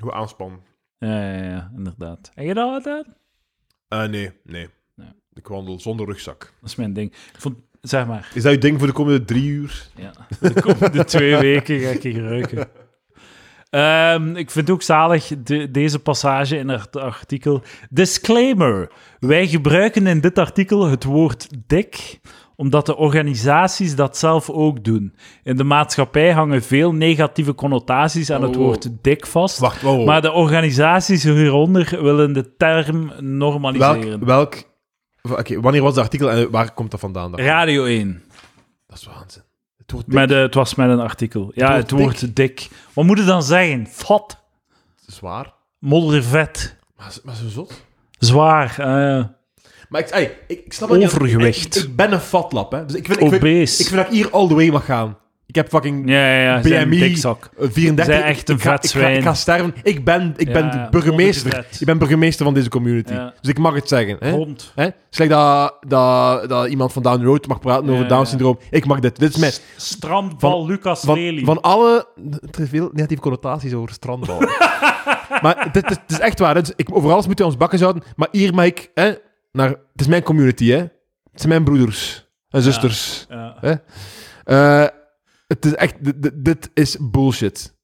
[SPEAKER 2] Goed aanspannen.
[SPEAKER 1] Ja, ja, ja, inderdaad. Heb je dat altijd?
[SPEAKER 2] Eh, nee, nee.
[SPEAKER 1] Nee.
[SPEAKER 2] Ik wandel zonder rugzak.
[SPEAKER 1] Dat is mijn ding. Ik vond, zeg maar,
[SPEAKER 2] Is dat je ding voor de komende drie uur?
[SPEAKER 1] Ja. De komende twee weken ga ik hier ruiken. Ehm, ik vind ook zalig de- deze passage in het artikel. Disclaimer: Wij gebruiken in dit artikel het woord dik omdat de organisaties dat zelf ook doen. In de maatschappij hangen veel negatieve connotaties aan het
[SPEAKER 2] Oh.
[SPEAKER 1] woord dik vast.
[SPEAKER 2] Wacht, oh. wow, wow.
[SPEAKER 1] Maar de organisaties hieronder willen de term normaliseren.
[SPEAKER 2] welk, welk... Oké, wanneer was dat artikel en waar komt dat vandaan? dan?
[SPEAKER 1] Radio 1.
[SPEAKER 2] Dat is waanzin. Het wordt dik.
[SPEAKER 1] Met, eh, het was met een artikel. Ja,
[SPEAKER 2] woord
[SPEAKER 1] het woord dik. Wat moet je dan zeggen? Fat,
[SPEAKER 2] Zwaar.
[SPEAKER 1] moddervet,
[SPEAKER 2] Maar, maar zo zot.
[SPEAKER 1] zwaar, eh,
[SPEAKER 2] Maar ik, ey, ik, ik snap dat niet-
[SPEAKER 1] Overgewicht.
[SPEAKER 2] Ik, ik ben een fatlap, hè. Dus ik vind, ik, vind, ik
[SPEAKER 1] obese.
[SPEAKER 2] vind dat ik hier all the way mag gaan. Ik heb fucking
[SPEAKER 1] ja, ja, ja, zijn
[SPEAKER 2] BMI.
[SPEAKER 1] dikzak.
[SPEAKER 2] eh, 34.
[SPEAKER 1] Zij echt een
[SPEAKER 2] ik, ga, ik, ga,
[SPEAKER 1] vetzwijn.
[SPEAKER 2] ik ga sterven. Ik ben, ik ben
[SPEAKER 1] Ja,
[SPEAKER 2] burgemeester.
[SPEAKER 1] ondergezet.
[SPEAKER 2] Ik ben burgemeester van deze community.
[SPEAKER 1] Ja.
[SPEAKER 2] Dus ik mag het zeggen. Hè?
[SPEAKER 1] Rond.
[SPEAKER 2] Hè? Slecht dat, dat, dat iemand van Down the Road mag praten
[SPEAKER 1] Ja,
[SPEAKER 2] over
[SPEAKER 1] ja.
[SPEAKER 2] Down syndroom. Ik mag dit. Dit is mijn...
[SPEAKER 1] Strandbal Lucas
[SPEAKER 2] Van,
[SPEAKER 1] Lely.
[SPEAKER 2] van alle... Er zijn veel negatieve connotaties over strandbal. maar dit, dit- het is echt waar. hè. Dus ik, over alles moeten we ons bakken houden. Maar hier mag ik... Hè, naar, het is mijn community, hè. Het zijn mijn broeders en zusters.
[SPEAKER 1] Ja.
[SPEAKER 2] Eh, het is echt... dit- Dit, dit is bullshit.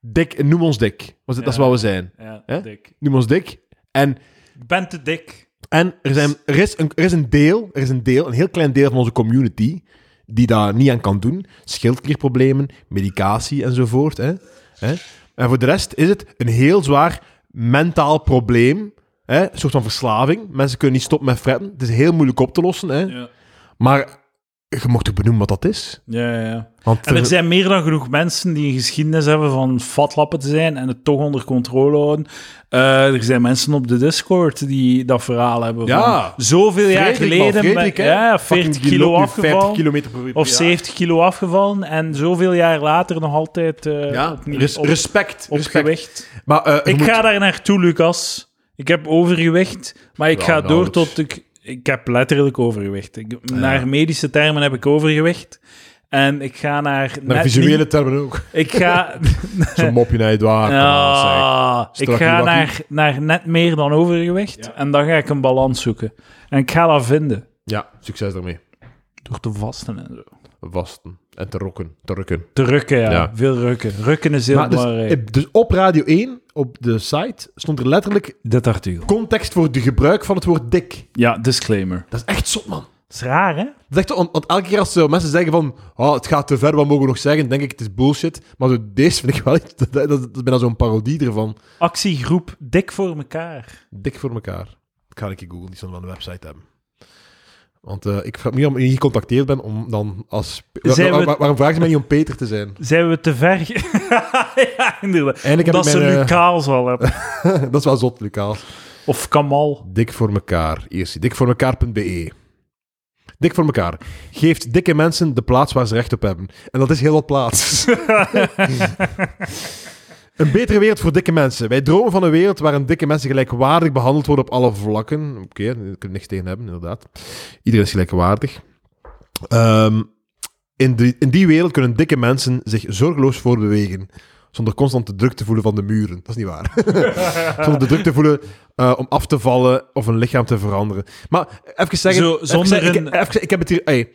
[SPEAKER 2] Dik, noem ons dik. Want dit- dat
[SPEAKER 1] Ja.
[SPEAKER 2] is wat we zijn.
[SPEAKER 1] ja,
[SPEAKER 2] Hè?
[SPEAKER 1] dik.
[SPEAKER 2] Noem ons dik. En
[SPEAKER 1] Ik ben te dik.
[SPEAKER 2] en er, zijn, er, is een, er is een deel, er is een deel, een heel klein deel van onze community, die daar niet aan kan doen. Schildklierproblemen, medicatie enzovoort. Hè? Hè? En voor de rest is het een heel zwaar mentaal probleem. Hè? Een soort van verslaving. Mensen kunnen niet stoppen met fretten. Het is heel moeilijk op te lossen. Hè?
[SPEAKER 1] Ja.
[SPEAKER 2] Maar je mocht ook benoemen wat dat is.
[SPEAKER 1] Ja, ja, ja.
[SPEAKER 2] Want,
[SPEAKER 1] En er
[SPEAKER 2] eh,
[SPEAKER 1] zijn meer dan genoeg mensen die een geschiedenis hebben van fatlappen te zijn en het toch onder controle houden. Eh, er zijn mensen op de Discord die dat verhaal hebben
[SPEAKER 2] Ja.
[SPEAKER 1] van zoveel jaar
[SPEAKER 2] Frederik, man,
[SPEAKER 1] geleden,
[SPEAKER 2] Frederik,
[SPEAKER 1] ben-
[SPEAKER 2] hè?
[SPEAKER 1] ja,
[SPEAKER 2] Fucking
[SPEAKER 1] 40
[SPEAKER 2] die
[SPEAKER 1] kilo
[SPEAKER 2] loopt nu 50
[SPEAKER 1] afgevallen
[SPEAKER 2] kilometer per uur.
[SPEAKER 1] of
[SPEAKER 2] Ja.
[SPEAKER 1] 70 kilo afgevallen en zoveel jaar later nog altijd eh,
[SPEAKER 2] Ja,
[SPEAKER 1] opnieuw
[SPEAKER 2] res-
[SPEAKER 1] op,
[SPEAKER 2] respect.
[SPEAKER 1] op
[SPEAKER 2] respect.
[SPEAKER 1] gewicht.
[SPEAKER 2] Maar, eh, je
[SPEAKER 1] Ik
[SPEAKER 2] moet-
[SPEAKER 1] ga daar naartoe, Lucas. Ik heb overgewicht, maar ik
[SPEAKER 2] Ja,
[SPEAKER 1] ga
[SPEAKER 2] nou,
[SPEAKER 1] door
[SPEAKER 2] dat- Ah,
[SPEAKER 1] tot ik... Ik heb letterlijk overgewicht. Ik- Naar medische termen heb ik overgewicht. En ik ga naar...
[SPEAKER 2] Naar
[SPEAKER 1] net
[SPEAKER 2] visuele
[SPEAKER 1] niet-
[SPEAKER 2] termen ook.
[SPEAKER 1] ik ga...
[SPEAKER 2] Zo'n mopje naar Edouard. kom aan, zeg.
[SPEAKER 1] Ah, ik
[SPEAKER 2] Strakkie
[SPEAKER 1] ga
[SPEAKER 2] wakkie.
[SPEAKER 1] naar, naar net meer dan overgewicht. En dan ga ik een balans zoeken. En ik ga dat vinden.
[SPEAKER 2] Ja, succes daarmee.
[SPEAKER 1] Door te vasten en zo.
[SPEAKER 2] Vasten. En te rokken. Te rukken.
[SPEAKER 1] Te rukken, ja.
[SPEAKER 2] Ja.
[SPEAKER 1] Veel rukken. Rukken is heel
[SPEAKER 2] Maar dus,
[SPEAKER 1] belangrijk.
[SPEAKER 2] eh, dus op Radio 1, op de site, stond er letterlijk
[SPEAKER 1] Dit artikel.
[SPEAKER 2] context voor de gebruik van het woord dik.
[SPEAKER 1] Ja, disclaimer.
[SPEAKER 2] Dat is echt zot, man.
[SPEAKER 1] Dat is raar, hè?
[SPEAKER 2] Dat is echt, want, want elke keer als eh, mensen zeggen van oh, het gaat te ver, wat mogen we nog zeggen, denk ik het is bullshit. Maar zo, deze vind ik wel iets, dat, dat, dat is bijna zo'n parodie ervan.
[SPEAKER 1] Actiegroep Dik voor elkaar.
[SPEAKER 2] Dik voor elkaar. Ik ga een keer googlen, die zullen wel een website hebben. Want eh, ik vraag me niet om je niet gecontacteerd ben om dan als... Wa-
[SPEAKER 1] Zijn
[SPEAKER 2] wa-
[SPEAKER 1] we-
[SPEAKER 2] wa- waarom vragen ze mij niet om Peter te zijn?
[SPEAKER 1] Zijn we te ver? ge- ja, inderdaad.
[SPEAKER 2] Eindelijk heb
[SPEAKER 1] Dat
[SPEAKER 2] ik
[SPEAKER 1] ze
[SPEAKER 2] mijn,
[SPEAKER 1] nu
[SPEAKER 2] eh,
[SPEAKER 1] kaals al hebben.
[SPEAKER 2] dat is wel zot, Lucas.
[SPEAKER 1] Of Kamal.
[SPEAKER 2] Dik voor elkaar. Eerst dikvoormekaar.be. E. Dik voor elkaar. Geeft dikke mensen de plaats waar ze recht op hebben. En dat is heel wat plaats. een betere wereld voor dikke mensen. Wij dromen van een wereld waarin dikke mensen gelijkwaardig behandeld worden op alle vlakken. Oké, daar kunnen we niks tegen hebben, inderdaad. Iedereen is gelijkwaardig. Ehm, in, die, in die wereld kunnen dikke mensen zich zorgeloos voorbewegen. Zonder constant de druk te voelen van de muren. Dat is niet waar. zonder de druk te voelen eh, om af te vallen of een lichaam te veranderen. Maar even zeggen...
[SPEAKER 1] Zo,
[SPEAKER 2] even
[SPEAKER 1] zonder
[SPEAKER 2] zeggen,
[SPEAKER 1] een-
[SPEAKER 2] ik, even- ik heb het hier... ey,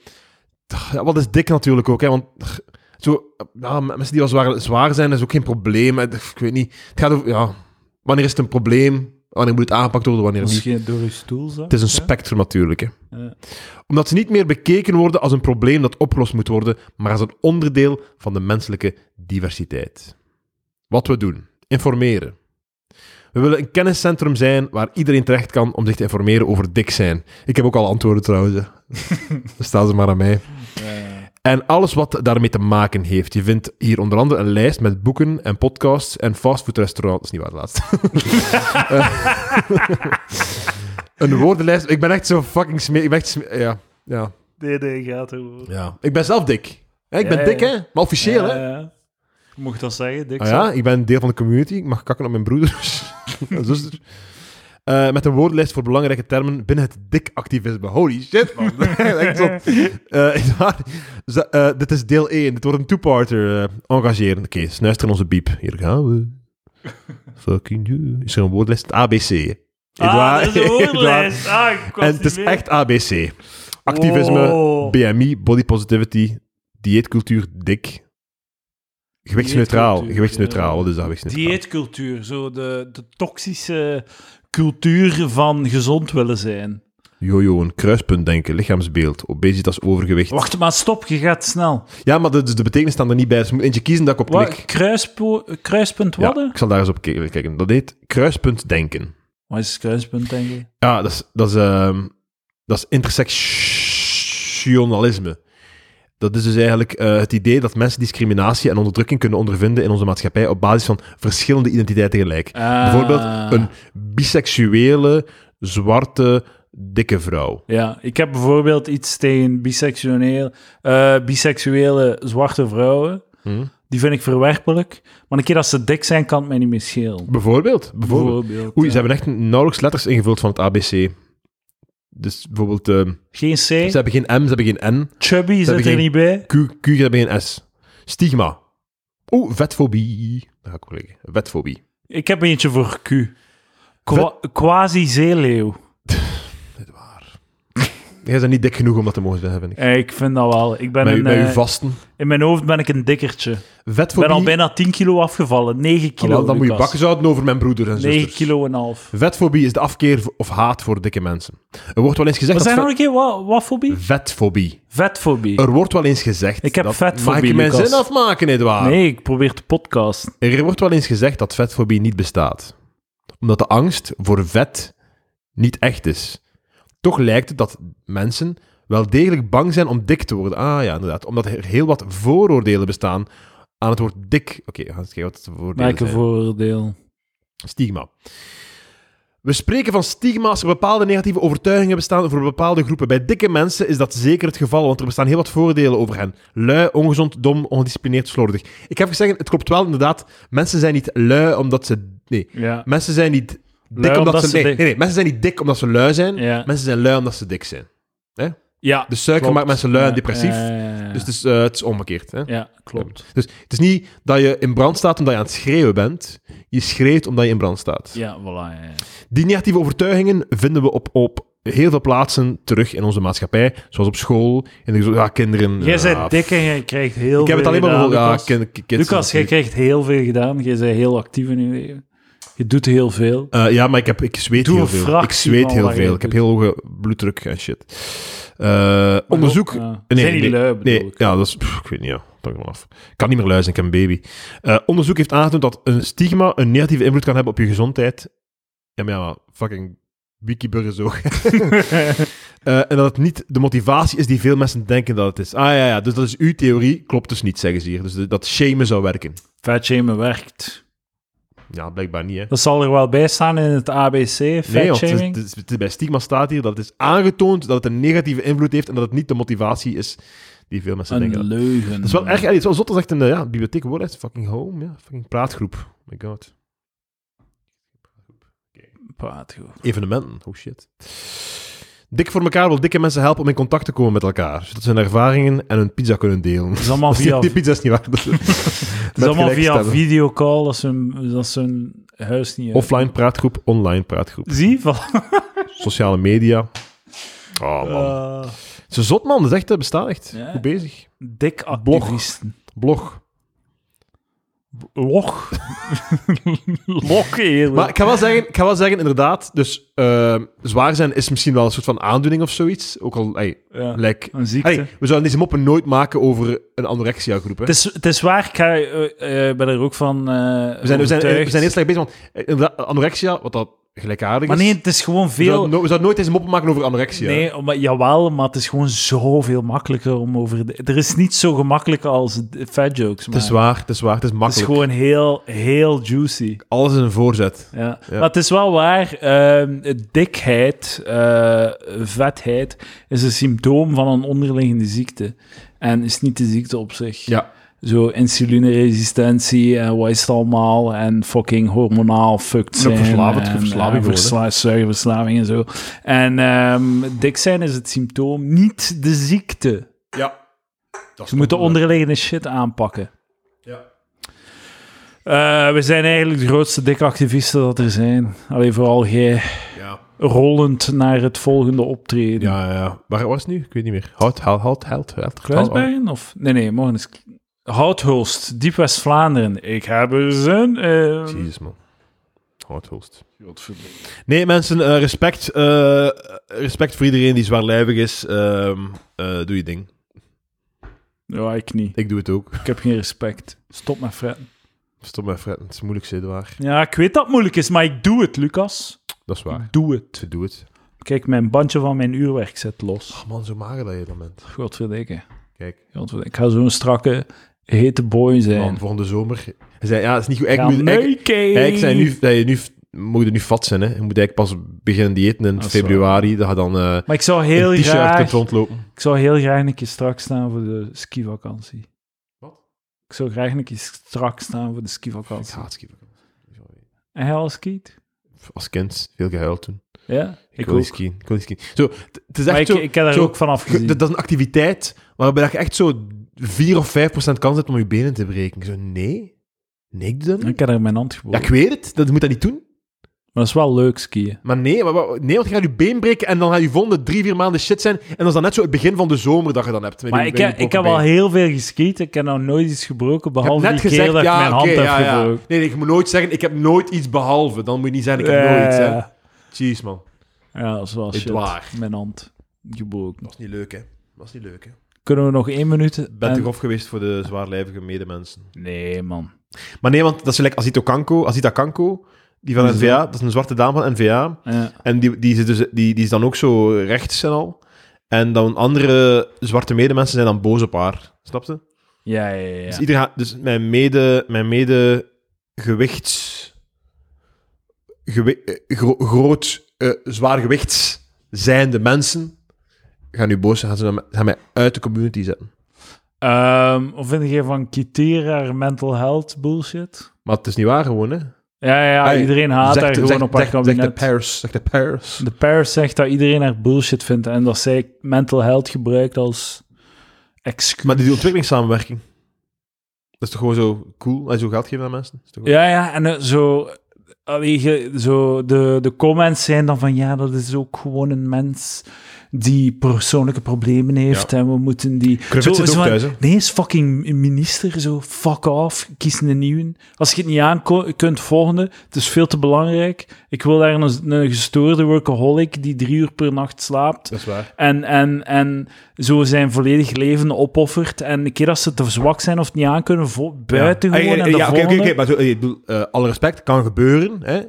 [SPEAKER 2] ja, wat is dik natuurlijk ook, hè? Want zo, ja, mensen die wel zwaar, zwaar zijn, is ook geen probleem. Eh, Ik weet niet. Het gaat over, ja, wanneer is het een probleem? Wanneer moet het aangepakt worden? Wanneer niet?
[SPEAKER 1] Misschien door uw stoel zo.
[SPEAKER 2] Het is een spectrum natuurlijk. Hè.
[SPEAKER 1] Ja.
[SPEAKER 2] Omdat ze niet meer bekeken worden als een probleem dat opgelost moet worden, maar als een onderdeel van de menselijke diversiteit. Wat we doen: informeren. We willen een kenniscentrum zijn waar iedereen terecht kan om zich te informeren over dik zijn. Ik heb ook al antwoorden trouwens. hè. Dan staan ze maar aan mij. En alles wat daarmee te maken heeft. Je vindt hier onder andere een lijst met boeken en podcasts en fastfoodrestaurants. Dat is niet waar, laatst. Een woordenlijst. Ik ben echt zo fucking smee. Ik ben echt sme- ja. Ja.
[SPEAKER 1] Nee, nee, gaat erover.
[SPEAKER 2] ja. Ik ben zelf dik. Hè, ik ben
[SPEAKER 1] Ja,
[SPEAKER 2] dik,
[SPEAKER 1] ja.
[SPEAKER 2] hè? Maar officieel,
[SPEAKER 1] Ja,
[SPEAKER 2] hè?
[SPEAKER 1] ja. Je mocht dat zeggen, Dik.
[SPEAKER 2] Ah ja, ik ben deel van de community. Ik mag kakken op mijn broeders en zusters. Eh, met een woordenlijst voor belangrijke termen binnen het dik-activisme. Holy shit, man. Echt zo. Eh, Edouard, ze- eh, dit is deel 1. Dit wordt een two-parter. eh engageren. Oké, snuister in onze biep. Hier gaan we. Fucking you. Is er een woordenlijst? ABC.
[SPEAKER 1] Ah,
[SPEAKER 2] Edouard-
[SPEAKER 1] dat is een
[SPEAKER 2] Edouard-
[SPEAKER 1] woordenlijst. Ah, ik was
[SPEAKER 2] En het
[SPEAKER 1] niet
[SPEAKER 2] is
[SPEAKER 1] mee.
[SPEAKER 2] echt ABC. Activisme,
[SPEAKER 1] Wow.
[SPEAKER 2] BMI, body positivity, dieetcultuur, dik. Gewichtsneutraal.
[SPEAKER 1] Dieetcultuur,
[SPEAKER 2] Gewichtsneutraal,
[SPEAKER 1] ja.
[SPEAKER 2] wat is dat? Gewichtsneutraal.
[SPEAKER 1] Dieetcultuur, zo de, de toxische cultuur van gezond willen zijn.
[SPEAKER 2] Jojo, een kruispunt denken, lichaamsbeeld, obesitas, overgewicht.
[SPEAKER 1] Wacht, maar stop, je gaat snel.
[SPEAKER 2] Ja, maar de, dus de betekenis staan er niet bij. Dus je moet eentje kiezen dat ik op
[SPEAKER 1] Wat,
[SPEAKER 2] klik.
[SPEAKER 1] kruispo, kruispunt
[SPEAKER 2] Ja,
[SPEAKER 1] worden?
[SPEAKER 2] ik zal daar eens op ki- kijken. Dat heet kruispunt denken.
[SPEAKER 1] Wat is kruispunt, denk je?
[SPEAKER 2] Ja, dat is, dat is, ehm, dat is intersectionalisme. Dat is dus eigenlijk eh, het idee dat mensen discriminatie en onderdrukking kunnen ondervinden in onze maatschappij op basis van verschillende identiteiten gelijk. Bijvoorbeeld een biseksuele, zwarte, dikke vrouw.
[SPEAKER 1] Ja, ik heb bijvoorbeeld iets tegen biseksueel, eh, biseksuele zwarte vrouwen.
[SPEAKER 2] Hm.
[SPEAKER 1] Die vind ik verwerpelijk. Maar een keer als ze dik zijn, kan het mij niet meer schelen.
[SPEAKER 2] Bijvoorbeeld. bijvoorbeeld.
[SPEAKER 1] Bijvoorbeeld, eh,
[SPEAKER 2] Oei,
[SPEAKER 1] ja.
[SPEAKER 2] ze hebben echt nauwelijks letters ingevuld van het ABC. Dus bijvoorbeeld, ehm,
[SPEAKER 1] Geen
[SPEAKER 2] ze
[SPEAKER 1] C.
[SPEAKER 2] hebben geen M, ze hebben geen N.
[SPEAKER 1] Chubby zit er
[SPEAKER 2] geen-
[SPEAKER 1] niet bij.
[SPEAKER 2] Q, Q, ze hebben geen S. Stigma. Oeh, vetfobie. Daar ga ik voor liggen. Vetfobie.
[SPEAKER 1] Ik heb eentje voor Q. Qua- Quasi-zeeleeuw.
[SPEAKER 2] Dit waar. Jij bent niet dik genoeg om dat te mogen zeggen, vind ik.
[SPEAKER 1] Eh, Ik vind dat wel. Ik ben
[SPEAKER 2] Met,
[SPEAKER 1] een,
[SPEAKER 2] uw- met uw
[SPEAKER 1] eh,
[SPEAKER 2] vasten.
[SPEAKER 1] in mijn hoofd ben ik een dikkertje.
[SPEAKER 2] Vetfobie.
[SPEAKER 1] Ik ben al bijna 10 kilo afgevallen. 9
[SPEAKER 2] Ah,
[SPEAKER 1] kilo.
[SPEAKER 2] wel, dan moet je
[SPEAKER 1] Lucas.
[SPEAKER 2] bakken zouten over mijn broeder en
[SPEAKER 1] 9
[SPEAKER 2] zusters.
[SPEAKER 1] kilo en een half.
[SPEAKER 2] Vetfobie is de afkeer v- of haat voor dikke mensen. Er wordt wel eens gezegd
[SPEAKER 1] Wat zijn
[SPEAKER 2] dat...
[SPEAKER 1] nou een keer? Wat, wat fobie?
[SPEAKER 2] vet- Vetfobie.
[SPEAKER 1] Vetfobie.
[SPEAKER 2] Er wordt wel eens gezegd...
[SPEAKER 1] Ik heb
[SPEAKER 2] dat...
[SPEAKER 1] vetfobie,
[SPEAKER 2] Mag ik je mijn
[SPEAKER 1] Lucas.
[SPEAKER 2] zin afmaken, Edouard?
[SPEAKER 1] Nee, ik probeer te podcasten.
[SPEAKER 2] Er wordt wel eens gezegd dat vetfobie niet bestaat. Omdat de angst voor vet niet echt is. Toch lijkt het dat mensen wel degelijk bang zijn om dik te worden. Ah ja, inderdaad. Omdat er heel wat vooroordelen bestaan aan het woord dik. Oké, we gaan eens kijken wat de vooroordelen
[SPEAKER 1] Maak een
[SPEAKER 2] zijn.
[SPEAKER 1] vooroordeel.
[SPEAKER 2] Stigma. We spreken van stigma als er bepaalde negatieve overtuigingen bestaan voor bepaalde groepen. Bij dikke mensen is dat zeker het geval, want er bestaan heel wat voordelen over hen. Lui, ongezond, dom, ongedisciplineerd, slordig. Ik heb gezegd, het klopt wel inderdaad. Mensen zijn niet lui omdat ze... Nee,
[SPEAKER 1] Ja.
[SPEAKER 2] mensen zijn niet dik
[SPEAKER 1] Lui
[SPEAKER 2] omdat,
[SPEAKER 1] omdat
[SPEAKER 2] ze...
[SPEAKER 1] ze
[SPEAKER 2] nee,
[SPEAKER 1] dik-
[SPEAKER 2] nee, nee, mensen zijn niet dik omdat ze lui zijn.
[SPEAKER 1] Ja.
[SPEAKER 2] Mensen zijn lui omdat ze dik zijn. Hè?
[SPEAKER 1] Ja,
[SPEAKER 2] Dus suiker
[SPEAKER 1] klopt.
[SPEAKER 2] maakt mensen lui en depressief.
[SPEAKER 1] Ja, ja, ja, ja.
[SPEAKER 2] Dus het is, eh, het is omgekeerd. Hè?
[SPEAKER 1] Ja, klopt.
[SPEAKER 2] Dus het is niet dat je in brand staat omdat je aan het schreeuwen bent. Je schreeuwt omdat je in brand staat.
[SPEAKER 1] Ja, voilà. ja, ja.
[SPEAKER 2] Die negatieve overtuigingen vinden we op, op heel veel plaatsen terug in onze maatschappij. Zoals op school. In de, gezo- ja, kinderen.
[SPEAKER 1] Jij
[SPEAKER 2] ja,
[SPEAKER 1] bent dik en jij krijgt heel
[SPEAKER 2] Ik
[SPEAKER 1] veel
[SPEAKER 2] heb het alleen maar
[SPEAKER 1] gedaan,
[SPEAKER 2] over... Ja,
[SPEAKER 1] Lucas.
[SPEAKER 2] kind, kids
[SPEAKER 1] Lucas, jij
[SPEAKER 2] natuurlijk.
[SPEAKER 1] krijgt heel veel gedaan. Jij bent heel actief in je leven. Je doet heel veel.
[SPEAKER 2] Eh, ja, maar ik, heb, ik zweet
[SPEAKER 1] Doe
[SPEAKER 2] heel
[SPEAKER 1] een
[SPEAKER 2] veel.
[SPEAKER 1] fractie
[SPEAKER 2] Ik zweet
[SPEAKER 1] van
[SPEAKER 2] heel
[SPEAKER 1] waar je
[SPEAKER 2] veel. Ik heb
[SPEAKER 1] doet.
[SPEAKER 2] heel hoge bloeddruk en shit. Eh, onderzoek...
[SPEAKER 1] Ja.
[SPEAKER 2] Nee,
[SPEAKER 1] Zijn die
[SPEAKER 2] nee,
[SPEAKER 1] lui, bedoel
[SPEAKER 2] nee,
[SPEAKER 1] ik.
[SPEAKER 2] ja, dat is... pff, ik weet niet, ja. Dank me af. Ik kan niet meer luisteren, ik heb een baby. Eh, onderzoek heeft aangetoond dat een stigma een negatieve invloed kan hebben op je gezondheid. Ja, maar ja, maar fucking Wikiburger zo. Eh, en dat het niet de motivatie is die veel mensen denken dat het is. Ah ja, ja, dus dat is uw theorie. Klopt dus niet, zeggen ze hier. Dus de- dat shamen zou werken.
[SPEAKER 1] Fat shamen werkt.
[SPEAKER 2] Ja, blijkbaar niet, hè.
[SPEAKER 1] Dat zal er wel bij staan in het ABC, fat
[SPEAKER 2] Nee, want het is-
[SPEAKER 1] shaming.
[SPEAKER 2] het is- het is bij stigma staat hier dat het is aangetoond dat het een negatieve invloed heeft en dat het niet de motivatie is die veel mensen denken.
[SPEAKER 1] een
[SPEAKER 2] Dat
[SPEAKER 1] leugen.
[SPEAKER 2] is wel erg, het is wel zot als echt een eh, ja, bibliotheek woordlijst, fucking home, ja, fucking praatgroep. Oh my god.
[SPEAKER 1] Praat goed.
[SPEAKER 2] Evenementen, oh shit. Dik voor elkaar wil dikke mensen helpen om in contact te komen met elkaar, zodat ze hun ervaringen en hun pizza kunnen delen.
[SPEAKER 1] Het is allemaal
[SPEAKER 2] Die,
[SPEAKER 1] via,
[SPEAKER 2] die
[SPEAKER 1] het
[SPEAKER 2] pizza is niet waar. Dat-
[SPEAKER 1] is
[SPEAKER 2] met
[SPEAKER 1] allemaal via
[SPEAKER 2] gelijkgestemden.
[SPEAKER 1] videocall dat ze hun, dat ze hun huis niet hebben.
[SPEAKER 2] Offline praatgroep, online praatgroep.
[SPEAKER 1] Zie, voilà.
[SPEAKER 2] Sociale media. Oh man.
[SPEAKER 1] Eh,
[SPEAKER 2] Ze zot man, dat is echt, dat bestaat echt.
[SPEAKER 1] Ja.
[SPEAKER 2] Goed bezig.
[SPEAKER 1] dik activisten.
[SPEAKER 2] Blog.
[SPEAKER 1] Log. Log, eerlijk.
[SPEAKER 2] Maar ik ga wel zeggen, ik ga wel zeggen inderdaad, dus eh, zwaar zijn is misschien wel een soort van aandoening of zoiets. Ook al, ey,
[SPEAKER 1] Ja,
[SPEAKER 2] lijk.
[SPEAKER 1] Een ziekte.
[SPEAKER 2] Ey, we zouden deze moppen nooit maken over een anorexia groep. Hè.
[SPEAKER 1] Het is, het is waar, ik ga, eh, eh, ben er ook van
[SPEAKER 2] We, zijn, we, zijn, we zijn heel slecht bezig, want eh, inderdaad, anorexia, wat dat gelijkaardig
[SPEAKER 1] Maar
[SPEAKER 2] is.
[SPEAKER 1] nee, het is gewoon
[SPEAKER 2] we,
[SPEAKER 1] veel...
[SPEAKER 2] zouden no- we zouden nooit deze moppen maken over anorexia.
[SPEAKER 1] Nee, maar, jawel, maar het is gewoon zoveel makkelijker om over... De, er is niet zo gemakkelijk als de fat jokes,
[SPEAKER 2] Het is
[SPEAKER 1] maken.
[SPEAKER 2] waar, het is waar, het is
[SPEAKER 1] Het is
[SPEAKER 2] makkelijk.
[SPEAKER 1] gewoon heel, heel juicy.
[SPEAKER 2] Alles is een voorzet.
[SPEAKER 1] Ja. Maar het is wel waar, ehm, dikheid, eh, vetheid, is een symptoom van een onderliggende ziekte. En is niet de ziekte op zich.
[SPEAKER 2] Ja.
[SPEAKER 1] Zo insulineresistentie en wat is het allemaal en fucking hormonaal fucked
[SPEAKER 2] En ook
[SPEAKER 1] zijn.
[SPEAKER 2] verslavend,
[SPEAKER 1] en,
[SPEAKER 2] verslaving
[SPEAKER 1] eh,
[SPEAKER 2] gewoon,
[SPEAKER 1] versla suikerverslaving en zo. En ehm, dik zijn is het symptoom, niet de ziekte.
[SPEAKER 2] Ja. Dat
[SPEAKER 1] Ze moeten onderliggende shit aanpakken.
[SPEAKER 2] Ja.
[SPEAKER 1] Eh, we zijn eigenlijk de grootste dikactivisten dat er zijn. Alleen vooral jij.
[SPEAKER 2] Ja.
[SPEAKER 1] Rollend naar het volgende optreden.
[SPEAKER 2] Ja, ja. Waar was het nu? Ik weet niet meer. Hout, hout, hout, hout. hout.
[SPEAKER 1] Kruisbergen? Of? Nee, nee, morgen is... Houthulst, Diep West-Vlaanderen. Ik heb er zin in.
[SPEAKER 2] Jezus, man. Houthulst. Nee, mensen, eh, respect. eh, respect voor iedereen die zwaarlijvig is. Ehm, eh, doe je ding.
[SPEAKER 1] Ja, ik niet.
[SPEAKER 2] Ik doe het ook.
[SPEAKER 1] Ik heb geen respect. Stop met fretten.
[SPEAKER 2] Stop met fretten. Het is moeilijk, Zedwaar.
[SPEAKER 1] Ja, ik weet dat het moeilijk is, maar ik doe het, Lucas.
[SPEAKER 2] Dat is waar.
[SPEAKER 1] Doe het.
[SPEAKER 2] Ze doet het.
[SPEAKER 1] Kijk, mijn bandje van mijn uurwerk zit los.
[SPEAKER 2] Oh man, zo mager dat je dan bent.
[SPEAKER 1] Godverdikke.
[SPEAKER 2] Kijk.
[SPEAKER 1] Godverdikke. Ik ga zo'n strakke, hete boy zijn.
[SPEAKER 2] Man, volgende zomer. Hij zei, ja, het is niet goed.
[SPEAKER 1] Ik ga
[SPEAKER 2] Eigenlijk moet, eigenlijk,
[SPEAKER 1] neuken.
[SPEAKER 2] eigenlijk zei nu, dat je nu, moet je nu vat zijn, hè. Je moet eigenlijk pas beginnen diëten in
[SPEAKER 1] Dat is
[SPEAKER 2] februari. Dat je dan eh,
[SPEAKER 1] Maar ik zou
[SPEAKER 2] in
[SPEAKER 1] heel
[SPEAKER 2] t-shirt
[SPEAKER 1] graag...
[SPEAKER 2] kunt rondlopen.
[SPEAKER 1] Ik zou heel graag een keer strak staan voor de skivakantie.
[SPEAKER 2] Wat?
[SPEAKER 1] Ik zou graag een keer strak staan voor de skivakantie.
[SPEAKER 2] haat skiën.
[SPEAKER 1] En hij al skiet?
[SPEAKER 2] Als kind, veel gehuild toen.
[SPEAKER 1] Ja, ik,
[SPEAKER 2] Ik, wil
[SPEAKER 1] ook.
[SPEAKER 2] niet skiën. Ik wil niet skiën. Zo, het- het is echt
[SPEAKER 1] Maar ik,
[SPEAKER 2] zo...
[SPEAKER 1] ik heb daar
[SPEAKER 2] zo-
[SPEAKER 1] ook van
[SPEAKER 2] Ge-
[SPEAKER 1] afgezien.
[SPEAKER 2] Dat dat is een activiteit waarbij dat je echt zo 4 of 5 procent kans hebt om je benen te breken. Ik Zo, nee. Nee, ik doe dat niet.
[SPEAKER 1] Ik heb er mijn hand
[SPEAKER 2] Ja,
[SPEAKER 1] geboden.
[SPEAKER 2] ik weet het. Dat je moet dat niet doen.
[SPEAKER 1] Maar dat is wel leuk skiën.
[SPEAKER 2] Maar nee, maar, maar- nee want je gaat je been breken en dan gaat je volgende drie, vier maanden shit zijn. En dan is dat net zo het begin van de zomer dat je dan hebt. met
[SPEAKER 1] Maar
[SPEAKER 2] die-
[SPEAKER 1] ik
[SPEAKER 2] met die
[SPEAKER 1] heb, ik heb
[SPEAKER 2] gebroken
[SPEAKER 1] al
[SPEAKER 2] been.
[SPEAKER 1] heel veel geskiet. Ik heb nog nooit iets gebroken,
[SPEAKER 2] Je hebt
[SPEAKER 1] behalve die
[SPEAKER 2] net
[SPEAKER 1] keer
[SPEAKER 2] gezegd,
[SPEAKER 1] dat ik
[SPEAKER 2] ja,
[SPEAKER 1] mijn hand
[SPEAKER 2] oké,
[SPEAKER 1] heb
[SPEAKER 2] ja, ja.
[SPEAKER 1] gebroken.
[SPEAKER 2] Nee, nee, je moet nooit zeggen, ik heb nooit iets behalve. Dan moet je niet zeggen, ik heb
[SPEAKER 1] Ja,
[SPEAKER 2] nooit. Hè.
[SPEAKER 1] ja.
[SPEAKER 2] Jeez, man.
[SPEAKER 1] Eh, Ja, dat is wel shit.
[SPEAKER 2] waar.
[SPEAKER 1] Mijn hand gebroken.
[SPEAKER 2] Dat is niet leuk, hè. Dat is niet leuk, hè.
[SPEAKER 1] Kunnen we nog één minuut?
[SPEAKER 2] Ben
[SPEAKER 1] en-
[SPEAKER 2] te grof geweest voor de zwaarlijvige medemensen.
[SPEAKER 1] Nee, man.
[SPEAKER 2] Maar nee, want dat is gelijk Azito Kanko, Azita Kanko, die van NVA, dat is een zwarte dame van NVA.
[SPEAKER 1] Ja.
[SPEAKER 2] En die, die, zit dus, die, die is dan ook zo rechts en al. En dan andere zwarte medemensen zijn dan boos op haar. Snap je?
[SPEAKER 1] Ja, ja, ja.
[SPEAKER 2] Dus,
[SPEAKER 1] ja.
[SPEAKER 2] iedereen, gaat- dus mijn mede, mijn mede gewichts... gewi- eh, gro- groot, eh, zwaar gewichts zijnde mensen gaan nu boos zijn, gaan, ze dan- gaan mij uit de community zetten.
[SPEAKER 1] Ehm, of vind je van Kitera mental health bullshit?
[SPEAKER 2] Maar het is niet waar gewoon, hè?
[SPEAKER 1] Ja, ja, ja,
[SPEAKER 2] Hey,
[SPEAKER 1] iedereen haat
[SPEAKER 2] zegt-
[SPEAKER 1] haar Ah, gewoon
[SPEAKER 2] zegt-
[SPEAKER 1] op haar
[SPEAKER 2] zegt- zegt
[SPEAKER 1] kabinet.
[SPEAKER 2] de Paris. Zegt de Paris.
[SPEAKER 1] De Paris zegt dat iedereen haar bullshit vindt en dat zij mental health gebruikt als excuus.
[SPEAKER 2] Maar die ontwikkelingssamenwerking. Dat is toch gewoon zo cool? Hij zo geld geven aan mensen? Dat is toch
[SPEAKER 1] Ja, ja, en eh, zo... Allee, je- zo de, de comments zijn dan van, ja, dat is ook gewoon een mens die persoonlijke problemen heeft en we moeten die...
[SPEAKER 2] Kruk zit ook
[SPEAKER 1] van,
[SPEAKER 2] thuis, hè?
[SPEAKER 1] Nee, is fucking minister, zo, fuck off, kies een nieuwe. Als je het niet aan kunt, volgende, het is veel te belangrijk. Ik wil daar een, een gestoorde workaholic die drie uur per nacht slaapt.
[SPEAKER 2] Dat is waar.
[SPEAKER 1] En, en, en zo zijn volledig leven opoffert. En een keer als ze te zwak zijn of het niet aan kunnen, vo- buiten gewoon.
[SPEAKER 2] Ja,
[SPEAKER 1] en de
[SPEAKER 2] ja, oké, oké,
[SPEAKER 1] volgende.
[SPEAKER 2] oké, maar zo, eh, ik bedoel, eh, alle respect, kan gebeuren. Hè?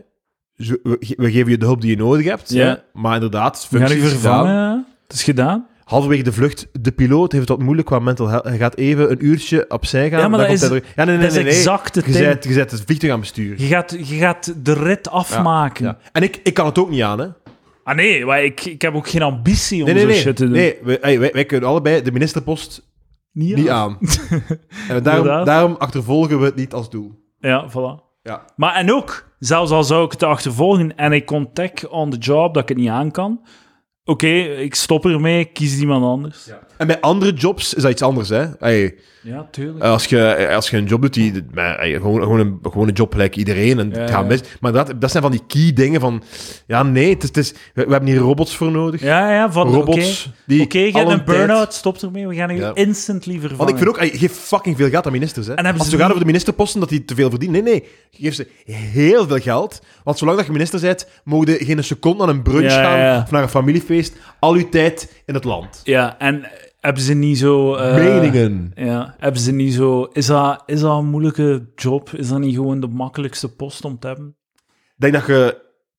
[SPEAKER 2] Zo, we, ge- we geven je de hulp die je nodig hebt.
[SPEAKER 1] Ja.
[SPEAKER 2] hè. Maar inderdaad,
[SPEAKER 1] We gaan
[SPEAKER 2] functie
[SPEAKER 1] u
[SPEAKER 2] is gedaan.
[SPEAKER 1] vervangen. Het is gedaan.
[SPEAKER 2] Halverwege de vlucht, de piloot heeft wat moeilijk qua mental health. Hij gaat even een uurtje opzij gaan.
[SPEAKER 1] Ja, maar dat
[SPEAKER 2] dan komt
[SPEAKER 1] is-
[SPEAKER 2] hij terug. Ja, nee, nee,
[SPEAKER 1] dat is
[SPEAKER 2] nee, nee.
[SPEAKER 1] exact het
[SPEAKER 2] Je
[SPEAKER 1] ding.
[SPEAKER 2] bent- Je bent het vliegtuig aan het besturen.
[SPEAKER 1] Je gaat, je gaat de rit afmaken.
[SPEAKER 2] Ja. En ik, ik kan het ook niet aan, hè?
[SPEAKER 1] Ah nee, maar ik, ik heb ook geen ambitie om
[SPEAKER 2] Nee, nee,
[SPEAKER 1] zo'n
[SPEAKER 2] nee.
[SPEAKER 1] shit te doen.
[SPEAKER 2] nee wij, hey, wij, wij kunnen allebei de ministerpost
[SPEAKER 1] Niet
[SPEAKER 2] niet
[SPEAKER 1] aan.
[SPEAKER 2] aan. en daarom,
[SPEAKER 1] Inderdaad.
[SPEAKER 2] daarom achtervolgen we het niet als doel.
[SPEAKER 1] Ja, voilà.
[SPEAKER 2] Ja.
[SPEAKER 1] Maar en ook, zelfs al zou ik het achtervolgen en ik contact on the job dat ik het niet aan kan. Oké, ik stop ermee, ik kies iemand anders. Ja,
[SPEAKER 2] En bij andere jobs is dat iets anders, hè? Hey,
[SPEAKER 1] tuurlijk.
[SPEAKER 2] Eh, als, je, als je een job doet, die, maar, hey, gewoon, gewoon, een, gewoon een job gelijk iedereen. En het
[SPEAKER 1] Ja,
[SPEAKER 2] gaat
[SPEAKER 1] ja.
[SPEAKER 2] mis. Maar dat, dat zijn van die key dingen van... Ja, nee, het is, het is, we, we hebben hier robots voor nodig.
[SPEAKER 1] Ja, ja, van oké.
[SPEAKER 2] robots die
[SPEAKER 1] Oké, je hebt
[SPEAKER 2] al
[SPEAKER 1] een
[SPEAKER 2] tijd-
[SPEAKER 1] burn-out, stop ermee. We gaan je
[SPEAKER 2] Ja.
[SPEAKER 1] instantly vervangen.
[SPEAKER 2] Want ik vind ook, hey, geef fucking veel geld aan ministers. Hè.
[SPEAKER 1] En hebben
[SPEAKER 2] Als
[SPEAKER 1] ze
[SPEAKER 2] het gaat
[SPEAKER 1] niet-
[SPEAKER 2] over de ministerposten, dat die te veel verdienen. Nee, nee. Geef ze heel veel geld. Want zolang dat je minister bent, mogen je geen seconde aan een brunch
[SPEAKER 1] Ja,
[SPEAKER 2] gaan
[SPEAKER 1] ja.
[SPEAKER 2] of naar een familiefeest. Al uw tijd in het land.
[SPEAKER 1] Ja, en hebben ze niet zo... eh,
[SPEAKER 2] Meningen.
[SPEAKER 1] Ja, hebben ze niet zo... Is dat, is dat een moeilijke job? Is dat niet gewoon de makkelijkste post om te hebben?
[SPEAKER 2] Ik denk dat je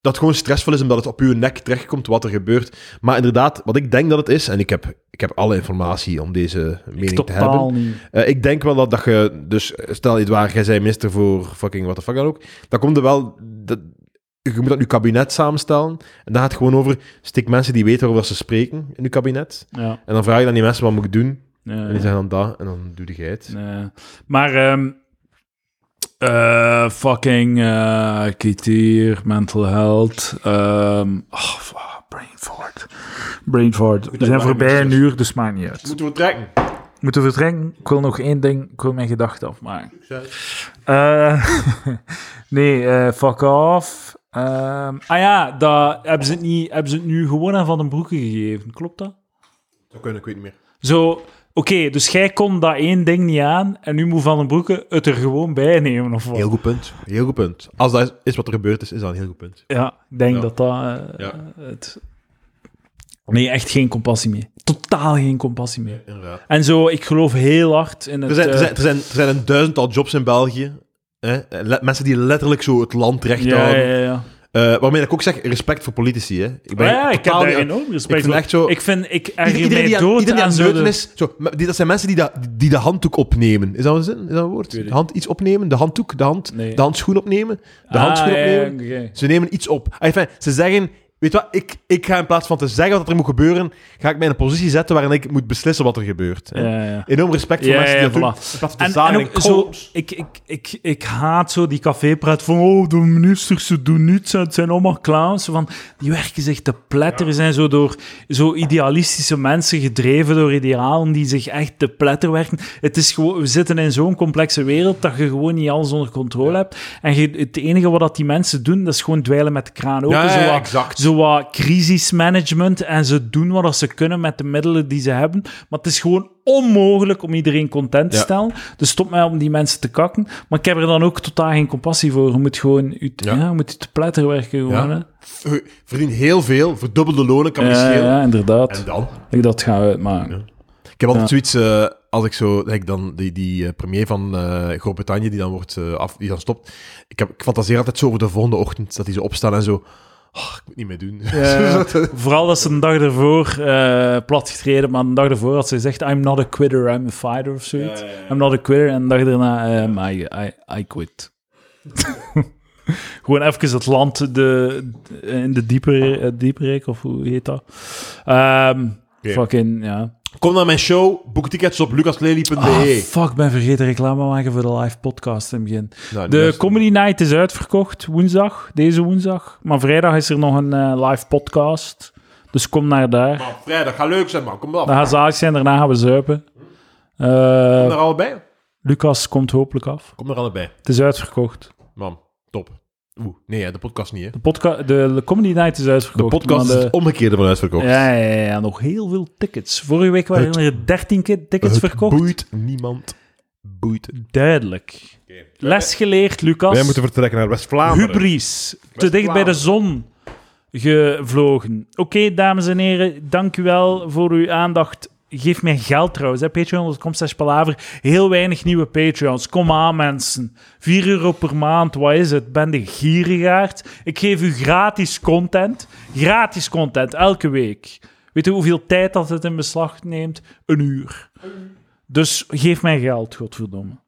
[SPEAKER 2] dat het gewoon stressvol is omdat het op je nek terechtkomt wat er gebeurt. Maar inderdaad, wat ik denk dat het is, en ik heb, ik heb alle informatie om deze mening te hebben.
[SPEAKER 1] Totaal niet.
[SPEAKER 2] Eh, ik denk wel dat, dat je, dus eh, stel je waar, jij zei minister voor fucking what the fuck dan ook, dan komt er wel, dat, je moet dat nu kabinet samenstellen. En dan gaat het gewoon over, stik mensen die weten waarover ze spreken in je kabinet.
[SPEAKER 1] Ja,
[SPEAKER 2] En dan vraag je aan die mensen wat moet ik doen.
[SPEAKER 1] ja,
[SPEAKER 2] En die zeggen dan dat, en dan doe je het.
[SPEAKER 1] ja. Maar... ehm, eh, fucking eh kitier, mental health. ehm, ah, fuck, brain fart. Brain fart. We zijn voorbij een uur, dus maakt niet uit.
[SPEAKER 2] Moeten we trekken?
[SPEAKER 1] moeten vertrekken. Ik wil nog één ding, ik wil mijn gedachten afmaken. Eh, nee, eh, fuck off. Ehm, ah ja, dat, hebben, ze het niet, hebben ze het nu gewoon aan Van den Broeke gegeven, klopt dat?
[SPEAKER 2] Dat kunnen, ik weet niet meer.
[SPEAKER 1] Zo, oké, dus jij kon dat één ding niet aan en nu moet Van den Broeke het er gewoon bij nemen of wat?
[SPEAKER 2] Heel goed punt. Heel goed punt. Als dat is, is wat er gebeurd is, is dat een heel goed punt.
[SPEAKER 1] Ja, ik denk
[SPEAKER 2] Ja.
[SPEAKER 1] dat dat... eh,
[SPEAKER 2] Ja.
[SPEAKER 1] het... Nee, echt geen compassie meer. Totaal geen compassie meer.
[SPEAKER 2] Inderdaad.
[SPEAKER 1] En zo, ik geloof heel hard in het...
[SPEAKER 2] Er zijn, er,
[SPEAKER 1] eh,
[SPEAKER 2] zijn, er, zijn, er zijn een duizendtal jobs in België. Hè? Eh, le- mensen die letterlijk zo het land recht
[SPEAKER 1] ja,
[SPEAKER 2] houden.
[SPEAKER 1] ja, ja, ja.
[SPEAKER 2] Eh, waarmee ik ook zeg, respect voor politici. Hè. Ik
[SPEAKER 1] Maar Oh Ah ja, ik heb
[SPEAKER 2] totaal
[SPEAKER 1] daar
[SPEAKER 2] niet-
[SPEAKER 1] enorm respect
[SPEAKER 2] ik vind
[SPEAKER 1] voor.
[SPEAKER 2] echt zo-
[SPEAKER 1] Ik vind, ik erger
[SPEAKER 2] Iedereen
[SPEAKER 1] mij
[SPEAKER 2] die aan,
[SPEAKER 1] dood
[SPEAKER 2] iedereen die aan
[SPEAKER 1] aan
[SPEAKER 2] het
[SPEAKER 1] zo de-
[SPEAKER 2] neuten is... Zo, maar die- dat zijn mensen die, dat- die de handdoek opnemen. Is dat een zin? Is dat een woord?
[SPEAKER 1] Tuurlijk.
[SPEAKER 2] De hand iets opnemen, de handdoek, de, hand,
[SPEAKER 1] Nee.
[SPEAKER 2] de handschoen opnemen, de
[SPEAKER 1] Ah,
[SPEAKER 2] handschoen
[SPEAKER 1] ja,
[SPEAKER 2] opnemen.
[SPEAKER 1] ja, oké.
[SPEAKER 2] Ze nemen iets op. Ah, enfin, ze zeggen... Weet je wat, ik, ik ga in plaats van te zeggen wat er moet gebeuren, ga ik mij in een positie zetten waarin ik moet beslissen wat er gebeurt. hè.
[SPEAKER 1] Ja, ja.
[SPEAKER 2] Enorm respect voor
[SPEAKER 1] Ja,
[SPEAKER 2] mensen
[SPEAKER 1] ja,
[SPEAKER 2] die dat doen.
[SPEAKER 1] voilà.
[SPEAKER 2] In plaats van te
[SPEAKER 1] En,
[SPEAKER 2] zagen
[SPEAKER 1] en
[SPEAKER 2] in
[SPEAKER 1] ook zo,
[SPEAKER 2] columns.
[SPEAKER 1] ik, ik, ik, ik haat zo die cafépraat van oh, de ministers, ze doen niets, het zijn allemaal clowns. Van, die werken zich te pletter, zijn zo door zo idealistische mensen gedreven door idealen die zich echt te pletter werken. Het is gewoon, we zitten in zo'n complexe wereld dat je gewoon niet alles onder controle hebt. En je, het enige wat dat die mensen doen, dat is gewoon dweilen met de kraan open.
[SPEAKER 2] Ja, ja,
[SPEAKER 1] zo wat-
[SPEAKER 2] exact.
[SPEAKER 1] zo wat crisismanagement en ze doen wat dat ze kunnen met de middelen die ze hebben. Maar het is gewoon onmogelijk om iedereen content te
[SPEAKER 2] Ja.
[SPEAKER 1] stellen. Dus stop mij om die mensen te kakken. Maar ik heb er dan ook totaal geen compassie voor. Je moet gewoon je, te-
[SPEAKER 2] Ja.
[SPEAKER 1] ja. je moet je te pletter werken. Gewoon,
[SPEAKER 2] Ja.
[SPEAKER 1] hè.
[SPEAKER 2] Je verdient heel veel, verdubbelde lonen kan me
[SPEAKER 1] Ja,
[SPEAKER 2] schelen.
[SPEAKER 1] ja, inderdaad.
[SPEAKER 2] En dan?
[SPEAKER 1] Ik dat ga uitmaken.
[SPEAKER 2] Ik heb altijd zoiets, eh, als ik zo, like dan die, die eh, premier van eh, Groot-Brittannië, die dan, wordt, eh, af, die dan stopt. Ik, heb, ik fantaseer altijd zo over de volgende ochtend, dat hij zo opstaat en zo... "Ah, ik moet niet meer doen.
[SPEAKER 1] Eh, vooral dat ze een dag ervoor eh platgetreden, maar een dag ervoor had ze gezegd: I'm not a quitter, I'm a fighter of zoiets. I'm not a quitter. En een dag daarna: ehm, I, I, I quit. Gewoon even het land de, de- in de diepe, eh, diepe reek, of hoe heet dat? Ehm,
[SPEAKER 2] Oké.
[SPEAKER 1] Fucking, ja.
[SPEAKER 2] Kom naar mijn show, boek tickets op lucaslely.be.
[SPEAKER 1] Ah, fuck, ben vergeten reclame maken voor de live podcast in het begin.
[SPEAKER 2] Nou,
[SPEAKER 1] De
[SPEAKER 2] luister.
[SPEAKER 1] Comedy Night is uitverkocht woensdag, deze woensdag. Maar vrijdag is er nog een eh, live podcast. Dus kom naar daar.
[SPEAKER 2] Man, Ah, Vrijdag, ga leuk zijn man, kom dan.
[SPEAKER 1] Dan gaan ze zalig zijn, daarna gaan we zuipen. Eh,
[SPEAKER 2] Kom er allebei.
[SPEAKER 1] Lucas komt hopelijk af.
[SPEAKER 2] Kom er allebei.
[SPEAKER 1] Het is uitverkocht.
[SPEAKER 2] Man, top. Oeh, nee, hè, de podcast niet hè.
[SPEAKER 1] De, podca- de, de Comedy Night is
[SPEAKER 2] De
[SPEAKER 1] uitverkocht.
[SPEAKER 2] podcast
[SPEAKER 1] maar
[SPEAKER 2] is
[SPEAKER 1] de-
[SPEAKER 2] het omgekeerde van uitverkocht.
[SPEAKER 1] ja, ja, ja, ja, nog heel veel tickets. Vorige week waren
[SPEAKER 2] Het-
[SPEAKER 1] er 13 keer tickets
[SPEAKER 2] Het
[SPEAKER 1] verkocht.
[SPEAKER 2] boeit niemand. Boeit.
[SPEAKER 1] Duidelijk. Les geleerd, Lucas.
[SPEAKER 2] Wij moeten vertrekken naar West-Vlaanderen.
[SPEAKER 1] Hubris. Te dicht bij de zon gevlogen. Oké, dames en heren, dank u wel voor uw aandacht. Geef mij geld trouwens. hè. Patreon.com slash palaver. Heel weinig nieuwe Patreons. Kom aan, mensen. 4 euro per maand, wat is het? Ben de gierigaard. Ik geef u gratis content. Gratis content, elke week. Weet u hoeveel tijd dat het in beslag neemt? Een uur. Dus geef mij geld, godverdomme.